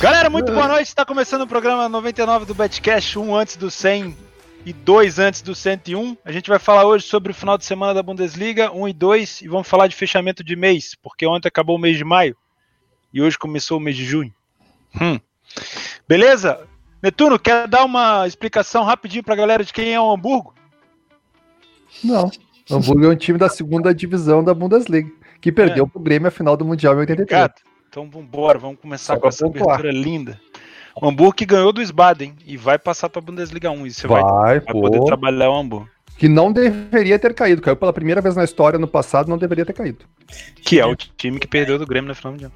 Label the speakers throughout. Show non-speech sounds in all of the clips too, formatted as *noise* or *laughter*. Speaker 1: Galera, muito
Speaker 2: É.
Speaker 1: boa noite. Está começando o programa 99 do Betcast, um antes do 100 e dois antes do 101. A gente vai falar hoje sobre o final de semana da Bundesliga, 1 e 2, e vamos falar de fechamento de mês, porque ontem acabou o mês de maio e hoje começou o mês de junho. Hum. Beleza? Netuno, quer dar uma explicação rapidinho pra galera de quem é o Hamburgo?
Speaker 2: Não. O Hamburgo é um time da segunda divisão da Bundesliga, que perdeu pro Grêmio a final do Mundial em 83.
Speaker 1: Obrigado. Então vambora, vamos
Speaker 2: Só
Speaker 1: começar com
Speaker 2: pra
Speaker 1: essa
Speaker 2: pontuar.
Speaker 1: abertura linda. O Hamburgo que ganhou do Sbaden e vai passar pra Bundesliga 1. E você vai,
Speaker 2: Vai,
Speaker 1: vai poder
Speaker 2: pô.
Speaker 1: trabalhar o Hamburgo.
Speaker 2: Que não deveria ter caído. Caiu pela primeira vez na história no passado, não deveria ter caído.
Speaker 1: Que é o time que perdeu do Grêmio na final mundial.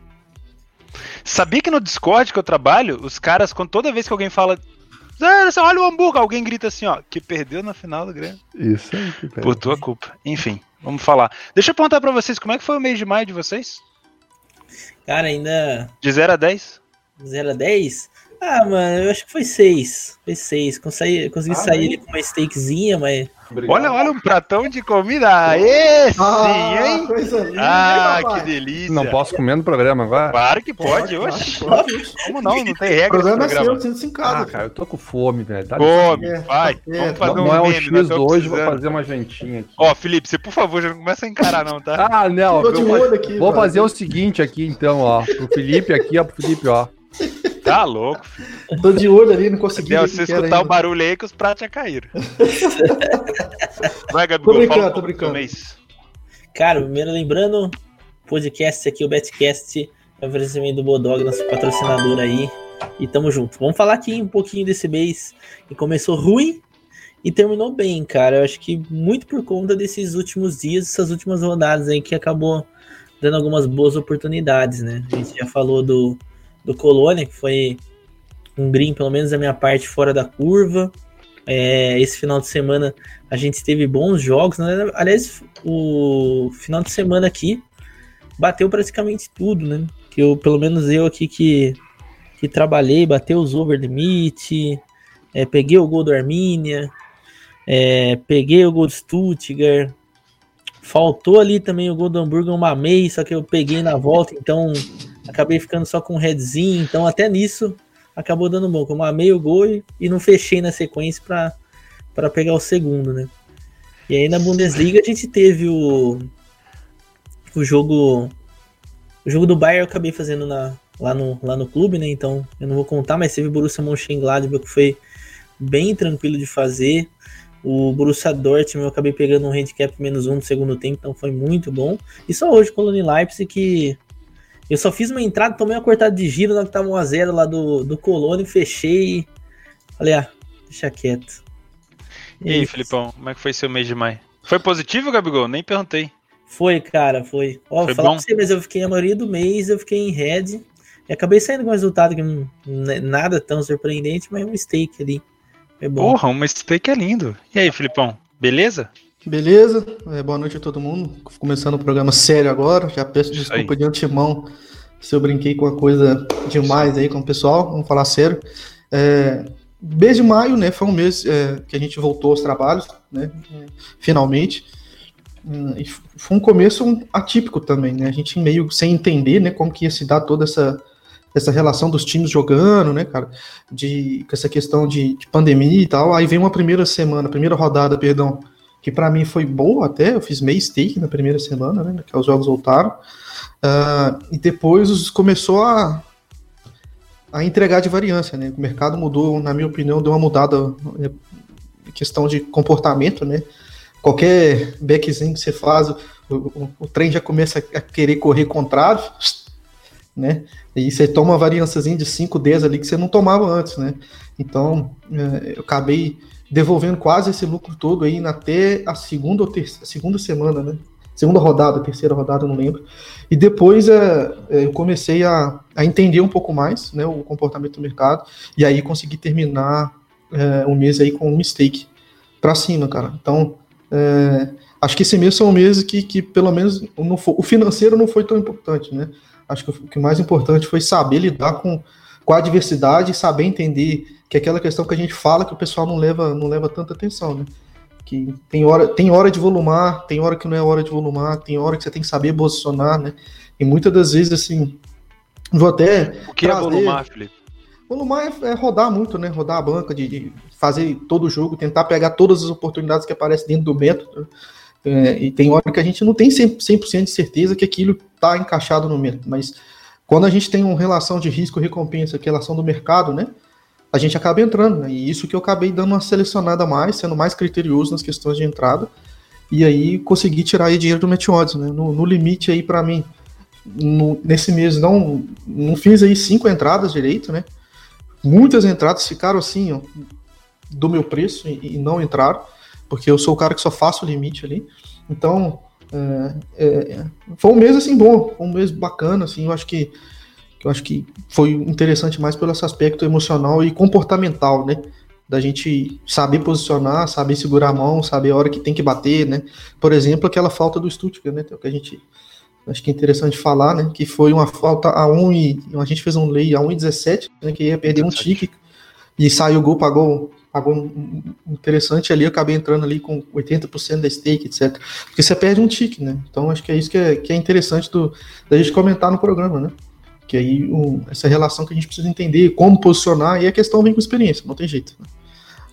Speaker 1: Sabia que no Discord que eu trabalho, os caras, quando toda vez que alguém fala. "Ah, você Olha o Hamburgo, alguém grita assim, ó, que perdeu na final do Grêmio.
Speaker 2: Isso aí, que pena.
Speaker 1: Por tua culpa. Enfim, vamos falar. Deixa eu perguntar pra vocês, como é que foi o mês de maio de vocês?
Speaker 3: Cara, ainda
Speaker 1: De 0 a 10?
Speaker 3: 0 a 10? Ah, mano, eu acho que foi 6. Foi 6. Consegui, consegui sair ali com uma stakezinha, mas.
Speaker 1: Olha, olha um pratão de comida. Aê, sim, hein?
Speaker 4: Ah, Coisa linda,
Speaker 1: Ah,
Speaker 4: hein,
Speaker 1: que
Speaker 4: papai?
Speaker 1: delícia.
Speaker 2: Não posso comer no programa agora?
Speaker 1: Claro que pode, hoje. Como não? Não tem
Speaker 4: O
Speaker 1: regra
Speaker 4: programa
Speaker 1: no
Speaker 4: é seu,
Speaker 1: programa.
Speaker 4: eu sinto em casa.
Speaker 2: Ah, cara, eu tô com fome, velho. Dá licença.
Speaker 1: Come,
Speaker 4: É,
Speaker 1: vai.
Speaker 4: tá
Speaker 1: Vamos
Speaker 4: certo.
Speaker 1: fazer
Speaker 2: Não é um
Speaker 1: um meme. nós
Speaker 2: X
Speaker 1: estamos
Speaker 2: hoje, vou
Speaker 1: precisando.
Speaker 2: fazer uma jantinha aqui.
Speaker 1: Ó, Felipe, você, por favor, já não começa a encarar, não, tá?
Speaker 2: Ah, não.
Speaker 4: Tô de
Speaker 2: eu vou-
Speaker 4: olho aqui.
Speaker 2: Vou
Speaker 4: mano.
Speaker 2: fazer o seguinte aqui, então, ó. Pro Felipe aqui, ó. Pro Felipe, ó.
Speaker 1: Tá louco.
Speaker 4: Tô de olho ali, não consegui.
Speaker 1: Biel,
Speaker 4: ver
Speaker 1: se você
Speaker 4: o que era
Speaker 1: escutar o
Speaker 4: ainda.
Speaker 1: barulho aí que os pratos já caíram. Vai, Gabigol,
Speaker 4: Tô brincando,
Speaker 1: fala um
Speaker 4: tô
Speaker 1: pouco do
Speaker 4: brincando.
Speaker 1: mês.
Speaker 3: Cara, primeiro lembrando, podcast aqui, o Betcast, é um oferecimento do Bodog, nosso patrocinador aí. E tamo junto. Vamos falar aqui um pouquinho desse mês que começou ruim e terminou bem, cara. Eu acho que muito por conta desses últimos dias, essas últimas rodadas aí que acabou dando algumas boas oportunidades, né? A gente já falou do, do Colônia, que foi um green, pelo menos da minha parte, fora da curva. É, esse final de semana a gente teve bons jogos. né? Aliás, o final de semana aqui bateu praticamente tudo, né? Que eu, pelo menos eu aqui que, que trabalhei, bateu os over limit, é, peguei o gol do Armínia, é, peguei o gol do Stuttgart. Faltou ali também o gol do Hamburgo, eu mamei, só que eu peguei na volta, então acabei ficando só com o redzinho. Então, até nisso acabou dando bom. que Eu mamei o gol e, e não fechei na sequência pra para pegar o segundo, né? E aí na Bundesliga a gente teve o o jogo o jogo do Bayern eu acabei fazendo na, lá, no, lá no clube, né? Então eu não vou contar, mas teve o Borussia Mönchengladbach que foi bem tranquilo de fazer. O Borussia Dortmund eu acabei pegando um handicap menos um no segundo tempo, então foi muito bom. E só hoje Colônia e Leipzig que eu só fiz uma entrada, tomei uma cortada de giro na que tava 1x0 lá do, do Colônia, fechei e falei, ah, deixa quieto.
Speaker 1: E aí,
Speaker 3: Isso.
Speaker 1: Filipão, como é que foi seu mês de maio? Foi positivo, Gabigol? Nem perguntei.
Speaker 3: Foi, cara, foi. Ó,
Speaker 1: Foi
Speaker 3: vou falar
Speaker 1: bom?
Speaker 3: pra você, mas eu fiquei a maioria do mês, eu fiquei em red. E acabei saindo com um resultado que não, não é nada tão surpreendente, mas um steak ali. Foi bom.
Speaker 1: Porra, um steak é lindo. E aí, Filipão, beleza?
Speaker 4: Beleza? É, boa noite a todo mundo. Começando o programa sério agora. Já peço
Speaker 1: Isso
Speaker 4: desculpa de antemão se eu brinquei com uma coisa demais aí com o pessoal. Vamos falar sério. É, mês de maio, né? Foi um mês é, que a gente voltou aos trabalhos, né? Finalmente. Hum, e f- foi um começo um- atípico também, né? A gente meio sem entender, né? Como que ia se dar toda essa essa relação dos times jogando, né, cara, de com essa questão de, de pandemia e tal. Aí vem uma primeira semana, primeira rodada, perdão, que pra mim foi boa até, eu fiz meio stake na primeira semana, né, que os jogos voltaram, Ah, e depois os- começou a, a entregar de variância, né, o mercado mudou, na minha opinião, deu uma mudada é, em questão de comportamento, né, qualquer backzinho que você faz, o, o- o trem já começa a querer correr contrário, *laughs* né, e você toma uma variânciazinha de 5, 10 ali que você não tomava antes, né, então eh, eu acabei devolvendo quase esse lucro todo aí na até a segunda ou terceira, segunda semana, né? Segunda rodada, terceira rodada, eu não lembro. E depois é, é, eu comecei a, a entender um pouco mais né, o comportamento do mercado. E aí consegui terminar é, o mês aí com um mistake pra cima, cara. Então, é, acho que esse mês foi um mês que, que pelo menos, não foi, o financeiro não foi tão importante, né? Acho que o que mais importante foi saber lidar com, com a adversidade, saber entender que é aquela questão que a gente fala que o pessoal não leva, não leva tanta atenção, né? Que tem hora, tem hora de volumar, tem hora que não é hora de volumar, tem hora que você tem que saber posicionar, né? E muitas das vezes, assim, Vou até.
Speaker 1: O que é
Speaker 4: trazer-
Speaker 1: volumar, Felipe?
Speaker 4: Volumar é, é rodar muito, né? Rodar a banca, de, de fazer todo o jogo, tentar pegar todas as oportunidades que aparecem dentro do método. É, e tem hora que a gente não tem 100%, 100 de certeza que aquilo está encaixado no método, mas quando a gente tem uma relação de risco-recompensa, que é a relação do mercado, né? A gente acaba entrando, né? E isso que eu acabei dando uma selecionada a mais, sendo mais criterioso nas questões de entrada, e aí consegui tirar aí dinheiro do Meteodes, né? No, no limite aí para mim, no- nesse mês não, não fiz aí cinco entradas direito, né? muitas entradas ficaram assim, ó, do meu preço e, e não entraram, porque eu sou o cara que só faço o limite ali. Então, é, é, é, foi um mês assim bom, foi um mês bacana, assim, eu acho que eu acho que foi interessante mais pelo esse aspecto emocional e comportamental, né? Da gente saber posicionar, saber segurar a mão, saber a hora que tem que bater, né? Por exemplo, aquela falta do Stuttgart, né? Que a gente acho que é interessante falar, né? Que foi uma falta a 1 e a gente fez um lei a 1,17, né? Que ia perder um tique e saiu o gol, pagou, pagou um- um- um interessante ali. Eu acabei entrando ali com 80% da stake, etc. Porque você perde um tique, né? Então acho que é isso que é, que é interessante do, da gente comentar no programa, né? Que aí o- essa relação que a gente precisa entender, como posicionar, e a questão vem com experiência, não tem jeito. né?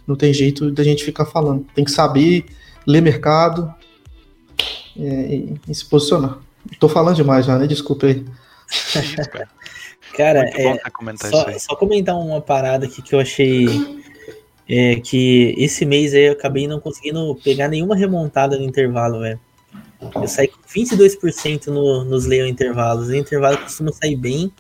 Speaker 4: Não tem jeito da gente ficar falando. Tem que saber ler mercado é, e- e se posicionar. Tô falando demais já, né? Desculpa aí.
Speaker 1: Que é isso, cara.
Speaker 3: Cara,
Speaker 1: Muito
Speaker 3: é,
Speaker 1: bom você comentar Tá isso
Speaker 3: Só,
Speaker 1: aí.
Speaker 3: só comentar uma parada aqui que eu achei é, que esse mês aí eu acabei não conseguindo pegar nenhuma remontada no intervalo, velho. Eu saí com 22% no, nos leão intervalos. O intervalo costuma sair bem.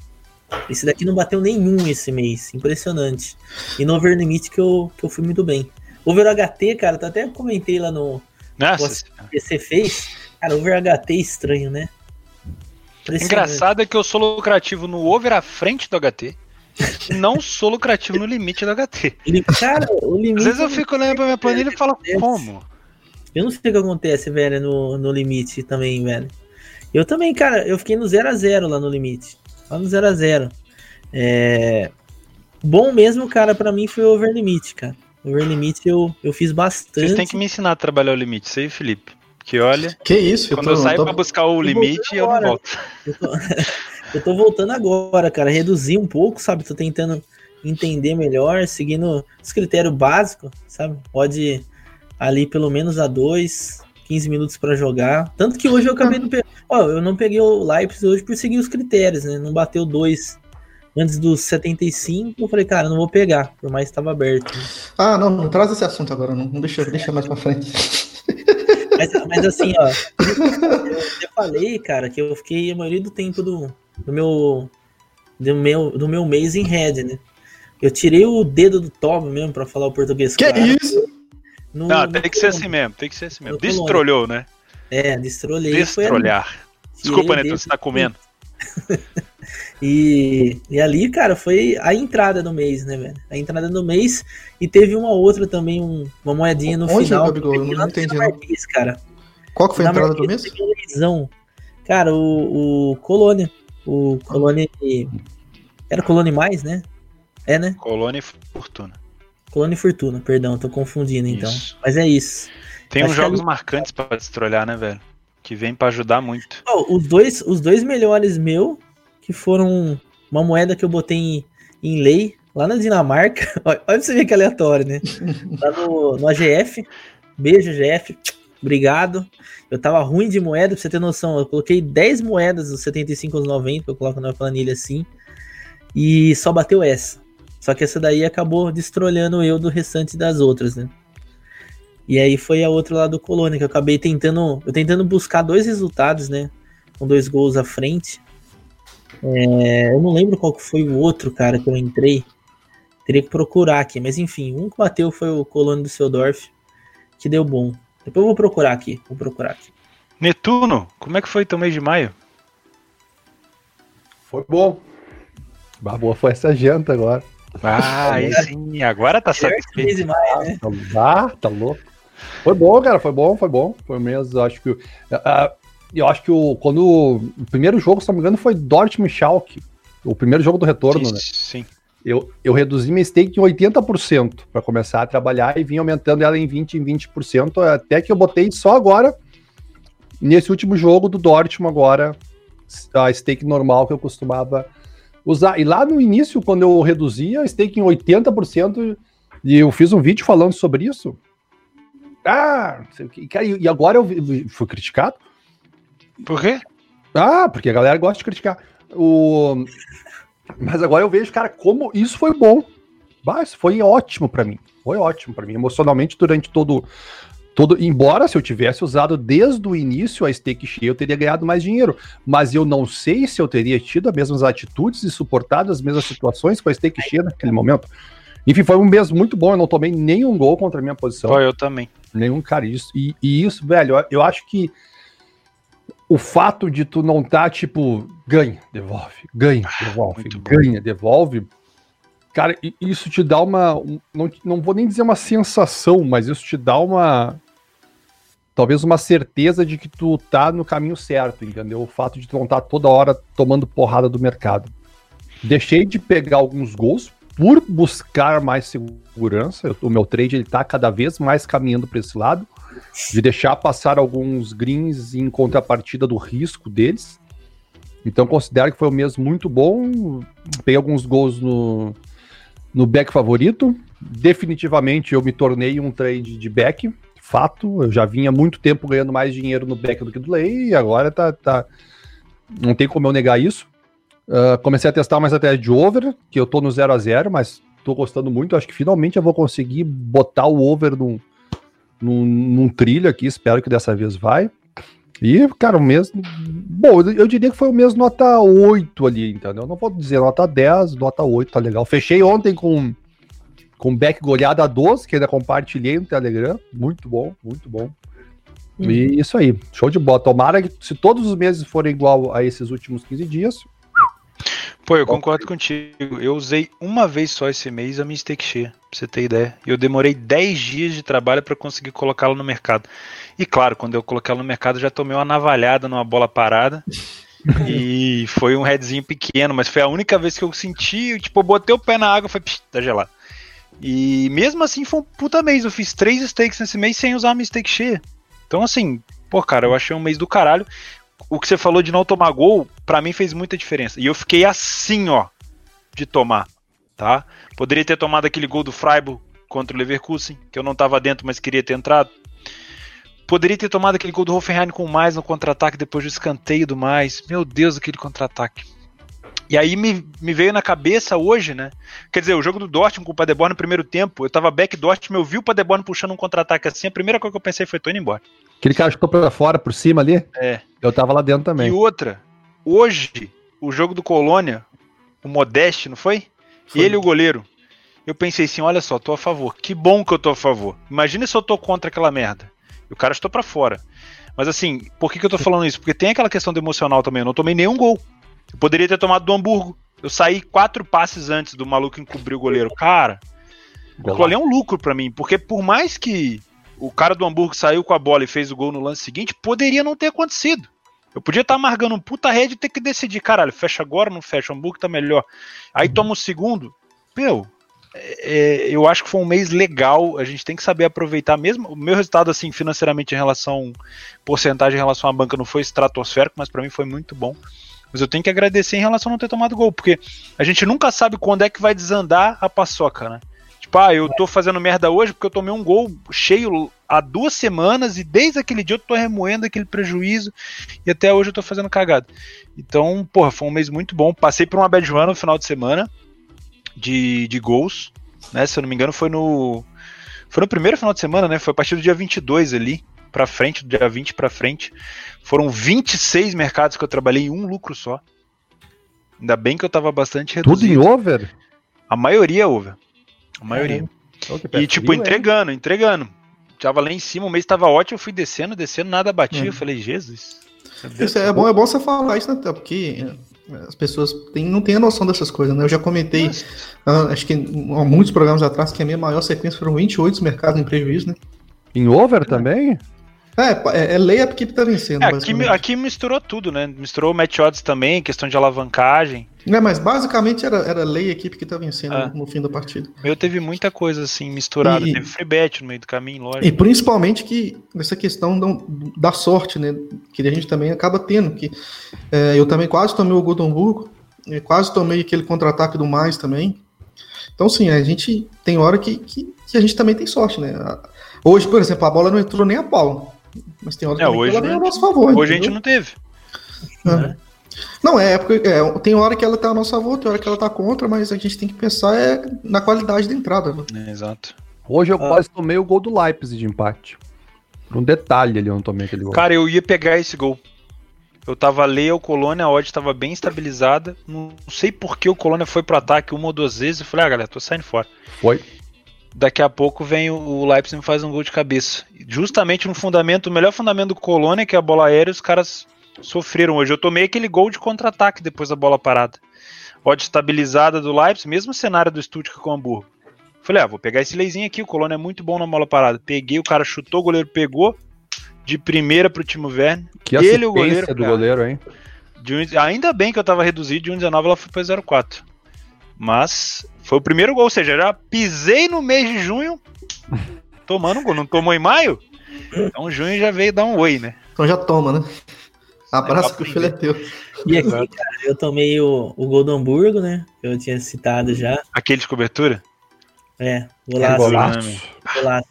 Speaker 3: Esse daqui não bateu nenhum esse mês. Impressionante. E no over limit que eu, que eu fui muito bem. Over HT, cara, eu até comentei lá no
Speaker 1: Nossa,
Speaker 3: Você-
Speaker 1: senhora.
Speaker 3: PC fez. Cara, over HT é estranho, né? Impressionante.
Speaker 1: engraçado é que eu sou lucrativo no over à frente do HT. e não sou lucrativo no limite do HT.
Speaker 3: Ele- Cara, o limite.
Speaker 1: Às vezes eu fico olhando pra minha planilha e falo, como?
Speaker 3: Eu não sei o que acontece, velho, no, no limite também, velho. Eu também, cara, eu fiquei no 0 a 0 lá no limite. Lá no 0 a 0 É... Bom mesmo, cara, pra mim foi o over limite, cara. Over limite eu, eu fiz bastante.
Speaker 1: Vocês têm que me ensinar a trabalhar o limite, isso aí, Felipe. Que olha,
Speaker 4: Que isso,
Speaker 1: quando eu saio
Speaker 4: tô-
Speaker 1: pra buscar o
Speaker 3: tô
Speaker 1: limite,
Speaker 3: voltando
Speaker 1: eu não
Speaker 3: agora.
Speaker 1: volto.
Speaker 3: Eu tô, eu tô voltando agora, cara. Reduzi um pouco, sabe? Tô tentando entender melhor, seguindo os critérios básicos, sabe? Pode ali pelo menos a dois, 15 minutos pra jogar. Tanto que hoje eu acabei não pegando. Ó, eu não peguei o Leipzig hoje por seguir os critérios, né? Não bateu dois antes dos 75. Eu falei, cara, não vou pegar, por mais que tava aberto. né?
Speaker 4: Ah, não, não traz esse assunto agora, não. não Deixa, deixa mais
Speaker 1: *laughs*
Speaker 4: pra frente.
Speaker 3: Mas, mas assim, ó, eu, eu falei, cara, que eu fiquei a maioria do tempo do, do meu do meu do meu mês em head, né? Eu tirei o dedo do Tom mesmo pra falar o português.
Speaker 4: Que
Speaker 3: claro.
Speaker 4: isso?
Speaker 3: No-
Speaker 1: Não,
Speaker 3: no-
Speaker 1: tem que ser assim mesmo, tem que ser assim mesmo.
Speaker 3: Eu tô longe.
Speaker 1: Destrolhou, né?
Speaker 3: É, destrolhei. foi ali.
Speaker 1: Destrolhar. Desculpa,
Speaker 3: Tirei o
Speaker 1: Neto,
Speaker 3: dedo
Speaker 1: você tá comendo.
Speaker 3: E, e ali, cara, foi a entrada do mês, né, velho? A entrada do mês e teve uma outra também, um- uma moedinha no
Speaker 4: Onde,
Speaker 3: final.
Speaker 4: Gabigol? Eu não
Speaker 3: Lá no
Speaker 4: entendi,
Speaker 3: Dinamarquês, cara.
Speaker 4: Qual que foi
Speaker 3: Na
Speaker 4: a entrada do
Speaker 3: Marquinhos
Speaker 4: mês?
Speaker 3: teve um leilão. Cara, o, o Colônia. O Colônia. Era Colônia mais, né? É, né?
Speaker 1: Colônia e Fortuna.
Speaker 3: Colônia e Fortuna, perdão, tô confundindo então.
Speaker 1: Isso.
Speaker 3: Mas é isso.
Speaker 1: Tem
Speaker 3: Acho
Speaker 1: uns
Speaker 3: que
Speaker 1: jogos
Speaker 3: ali-
Speaker 1: marcantes pra destrolhar, né, velho? Que vem pra ajudar muito.
Speaker 3: Ó, os, dois, os dois melhores meu, que foram uma moeda que eu botei em, em lei, lá na Dinamarca. *laughs* Olha olha pra você ver que aleatório, né? Lá no, no AGF. Beijo, AGF. Obrigado. Eu tava ruim de moeda, pra você ter noção. Eu coloquei 10 moedas dos 75 aos 90, eu coloco na planilha assim. E só bateu essa. Só que essa daí acabou destrolhando eu do restante das outras, né? E aí foi a outra lá do Colônia, que eu acabei tentando. Eu tentando buscar dois resultados, né? Com dois gols à frente. É, eu não lembro qual que foi o outro, cara, que eu entrei. Teria que procurar aqui, mas enfim, um que bateu foi o Colônia do Seudorf, que deu bom. Depois eu vou procurar aqui, vou procurar aqui.
Speaker 1: Netuno, como é que foi teu mês de maio?
Speaker 2: Foi bom. Bah, boa foi essa janta agora.
Speaker 1: Ah, aí sim, agora tá satisfeito.
Speaker 2: Tá, ah, tá louco. Foi bom, cara, foi bom, foi bom. Foi mesmo, acho que. ah, eu acho que o, quando. O primeiro jogo, se não me engano, foi Dortmund e Schalke. O primeiro jogo do retorno, né?
Speaker 1: Sim.
Speaker 2: Eu, eu reduzi minha stake em 80% para começar a trabalhar e vim aumentando ela em 20% em 20%, até que eu botei só agora, nesse último jogo do Dortmund agora, a stake normal que eu costumava
Speaker 5: usar. E lá no início, quando eu reduzia, stake em 80%, e eu fiz um vídeo falando sobre isso. Ah, não sei o que. Cara, E e agora eu vi- fui criticado.
Speaker 1: Por quê?
Speaker 5: Ah, porque a galera gosta de criticar. O... Mas agora eu vejo, cara, como isso foi bom. Bah, isso foi ótimo pra mim. Foi ótimo pra mim, emocionalmente, durante todo, todo. Embora se eu tivesse usado desde o início a stake cheia, eu teria ganhado mais dinheiro. Mas eu não sei se eu teria tido as mesmas atitudes e suportado as mesmas situações com a stake cheia naquele momento. Enfim, foi um mês muito bom. Eu não tomei nenhum gol contra a minha posição.
Speaker 1: Pô, eu também.
Speaker 5: Nenhum cara. Isso, e, e isso, velho, eu- eu acho que o fato de tu não tá, tipo, ganha, devolve, ganha, devolve,
Speaker 1: Ah, muito bom.
Speaker 5: ganha, devolve. Cara, i- isso te dá uma. um- Não, te- não vou nem dizer uma sensação, mas isso te dá uma. Talvez uma certeza de que tu tá no caminho certo, entendeu? O fato de tu não estar toda hora tomando porrada do mercado. Deixei de pegar alguns gols por buscar mais segurança. Eu- O meu trade ele tá cada vez mais caminhando para esse lado, de deixar passar alguns greens em contrapartida do risco deles. Então considero que foi um mês muito bom. Peguei alguns gols no, no back favorito. Definitivamente eu me tornei um trade de back. Fato, eu já vinha há muito tempo ganhando mais dinheiro no back do que do lay e agora tá, tá. Não tem como eu negar isso. Ah, comecei a testar uma estratégia de over, que eu tô no 0 a 0 mas tô gostando muito. Acho que finalmente eu vou conseguir botar o over num, num, num trilho aqui. Espero que dessa vez vai. E, cara, o mesmo. Bom, eu eu diria que foi o mesmo nota 8 ali, entendeu? Não vou dizer nota 10, nota 8, tá legal. Fechei ontem com com back goleada 12, que ainda compartilhei no Telegram. Muito bom, muito bom. E isso aí, show de bola. Tomara que se todos os meses forem igual a esses últimos 15 dias,
Speaker 1: Pô, eu concordo contigo. Eu usei uma vez só esse mês a minha stake cheia, pra você ter ideia. E Eu demorei 10 dias de trabalho pra conseguir colocá-la no mercado. E claro, quando eu coloquei ela no mercado, eu já tomei uma navalhada numa bola parada. e foi um headzinho pequeno, mas foi a única vez que eu senti, eu, tipo, eu botei o pé na água e falei, "Psh, tá gelado. E mesmo assim foi um puta mês. Eu fiz três stakes nesse mês sem usar a minha stake cheia. Então, assim, pô, cara, eu achei um mês do caralho o que você falou de não tomar gol, pra mim fez muita diferença. E eu fiquei assim, ó, de tomar, tá? Poderia ter tomado aquele gol do Freiburg contra o Leverkusen, que eu não tava dentro, mas queria ter entrado. Poderia ter tomado aquele gol do Hoffenheim com o mais no contra-ataque depois do escanteio do mais. Meu Deus, aquele contra-ataque. E aí me, me veio na cabeça hoje, né? Quer dizer, o jogo do Dortmund com o Paderborn no primeiro tempo, eu tava back Dortmund, eu vi o Paderborn puxando um contra-ataque assim, a primeira coisa que eu pensei foi, tô indo embora.
Speaker 5: Aquele cara chutou pra fora, por cima ali?
Speaker 1: É.
Speaker 5: Eu tava lá dentro também.
Speaker 1: E outra, hoje, o jogo do Colônia, o Modeste, não foi?
Speaker 4: Foi.
Speaker 1: Ele e o goleiro. Eu pensei assim, olha só, tô a favor. Que bom que eu tô a favor. Imagina se eu tô contra aquela merda. E o cara estou pra fora. Mas assim, por que, que eu tô falando isso? Porque tem aquela questão do emocional também. Eu não tomei nenhum gol. Eu poderia ter tomado do Hamburgo. Eu saí quatro passes antes do maluco encobrir o goleiro. Cara, Aquilo ali é um lucro pra mim, porque por mais que o cara do Hamburgo saiu com a bola e fez o gol no lance seguinte, poderia não ter acontecido. Eu podia estar marcando um puta rede e ter que decidir, caralho, fecha agora ou não fecha? O Hamburgo tá melhor. Aí toma o segundo. Meu, é, é, eu acho que foi um mês legal. A gente tem que saber aproveitar mesmo. O meu resultado, assim, financeiramente em relação. Porcentagem em relação à banca não foi estratosférico, mas pra mim foi muito bom. Mas eu tenho que agradecer em relação a não ter tomado gol, porque a gente nunca sabe quando é que vai desandar a paçoca, né? Tipo, ah, eu tô fazendo merda hoje porque eu tomei um gol cheio há duas semanas e desde aquele dia eu tô remoendo aquele prejuízo e até hoje eu tô fazendo cagada. Então, porra, foi um mês muito bom. Passei por uma bad run no final de semana de, de gols, né? Se eu não me engano, foi no. Foi no primeiro final de semana, né? Foi a partir do dia 22 ali, pra frente, do dia 20 pra frente. Foram 26 mercados que eu trabalhei em um lucro só. Ainda bem que eu tava bastante reduzido.
Speaker 5: Tudo em um? over?
Speaker 1: A maioria, over. A maioria.
Speaker 2: Então,
Speaker 1: E,
Speaker 4: é.
Speaker 1: tipo, entregando, entregando. Tava lá em cima, o mês tava ótimo, eu fui descendo, descendo, nada batia.
Speaker 4: Hum.
Speaker 1: Eu falei, Jesus.
Speaker 4: Isso é, bom, é bom você falar isso, né, Theo? Porque é, as pessoas têm- não têm a noção dessas coisas, né? Eu já comentei, ah, acho que há muitos programas atrás, que a minha maior sequência foram 28 mercados em prejuízo, né?
Speaker 5: Em over também?
Speaker 4: É, é, é lei a equipe tá vencendo,
Speaker 1: É, aqui,
Speaker 4: basicamente.
Speaker 1: aqui misturou tudo, né? Misturou match odds também, questão de alavancagem.
Speaker 4: Né, mas basicamente era, era lei a equipe que tá vencendo
Speaker 1: Ah.
Speaker 4: no fim da partida.
Speaker 1: Meu, teve muita coisa assim misturada.
Speaker 4: E-
Speaker 1: Teve free bet no meio do caminho, lógico.
Speaker 4: E principalmente que nessa questão não- da sorte, né? Que a gente também acaba tendo. Que, é, eu também quase tomei o gol do Hamburgo. Eu quase tomei aquele contra-ataque do mais também. Então, sim, a gente tem hora que, que, que a gente também tem sorte, né? Hoje, por exemplo, a bola não entrou nem a pau. Mas tem hora
Speaker 1: É,
Speaker 4: também
Speaker 1: hoje
Speaker 4: que ela
Speaker 1: não
Speaker 4: é a nosso favor.
Speaker 1: Hoje a gente
Speaker 4: entendeu?
Speaker 1: não teve.
Speaker 3: né?
Speaker 4: Não, é, porque é, tem hora que ela tá a nossa favor, tem hora que ela tá contra, mas a gente tem que pensar é, na qualidade da entrada. né?
Speaker 1: É, Exato.
Speaker 2: Hoje eu
Speaker 3: Ah.
Speaker 2: quase tomei o gol do Leipzig de empate. Por um detalhe ali, eu não tomei aquele gol.
Speaker 1: Cara, eu ia pegar esse gol. Eu tava ali, o Colônia, a odd tava bem estabilizada. Não sei por que o Colônia foi pro ataque uma ou duas vezes. Eu falei, ah, galera, tô saindo fora.
Speaker 2: Foi.
Speaker 1: Daqui a pouco vem o- o Leipzig e faz um gol de cabeça. Justamente no fundamento, o melhor fundamento do Colônia, que é a bola aérea, os caras sofreram hoje. Eu tomei aquele gol de contra-ataque depois da bola parada. Odd estabilizada do Leipzig, mesmo cenário do Stuttgart com o Hamburgo. Falei, ah, vou pegar esse leizinho aqui, o Colônia é muito bom na bola parada. Peguei, o cara chutou, o goleiro pegou, de primeira pro Timo Werner.
Speaker 2: Que
Speaker 1: Ele e
Speaker 2: assistência
Speaker 1: o goleiro,
Speaker 2: do
Speaker 1: cara.
Speaker 2: goleiro, hein?
Speaker 1: De um- ainda bem que eu tava reduzido, de 1,19 ela foi pra 0,4. Mas foi o primeiro gol, ou seja, já pisei no mês de junho tomando um gol. Não tomou em maio? Então junho já veio dar um oi, né?
Speaker 4: Então já toma, né? Abraço que o
Speaker 1: aprender.
Speaker 4: filho é teu.
Speaker 3: E aqui, cara, eu tomei o, o gol do Hamburgo, né? que Eu tinha citado já.
Speaker 1: Aquele de cobertura?
Speaker 3: É,
Speaker 2: Que
Speaker 3: golaço,
Speaker 1: Golaço.
Speaker 2: golaço.
Speaker 3: golaço.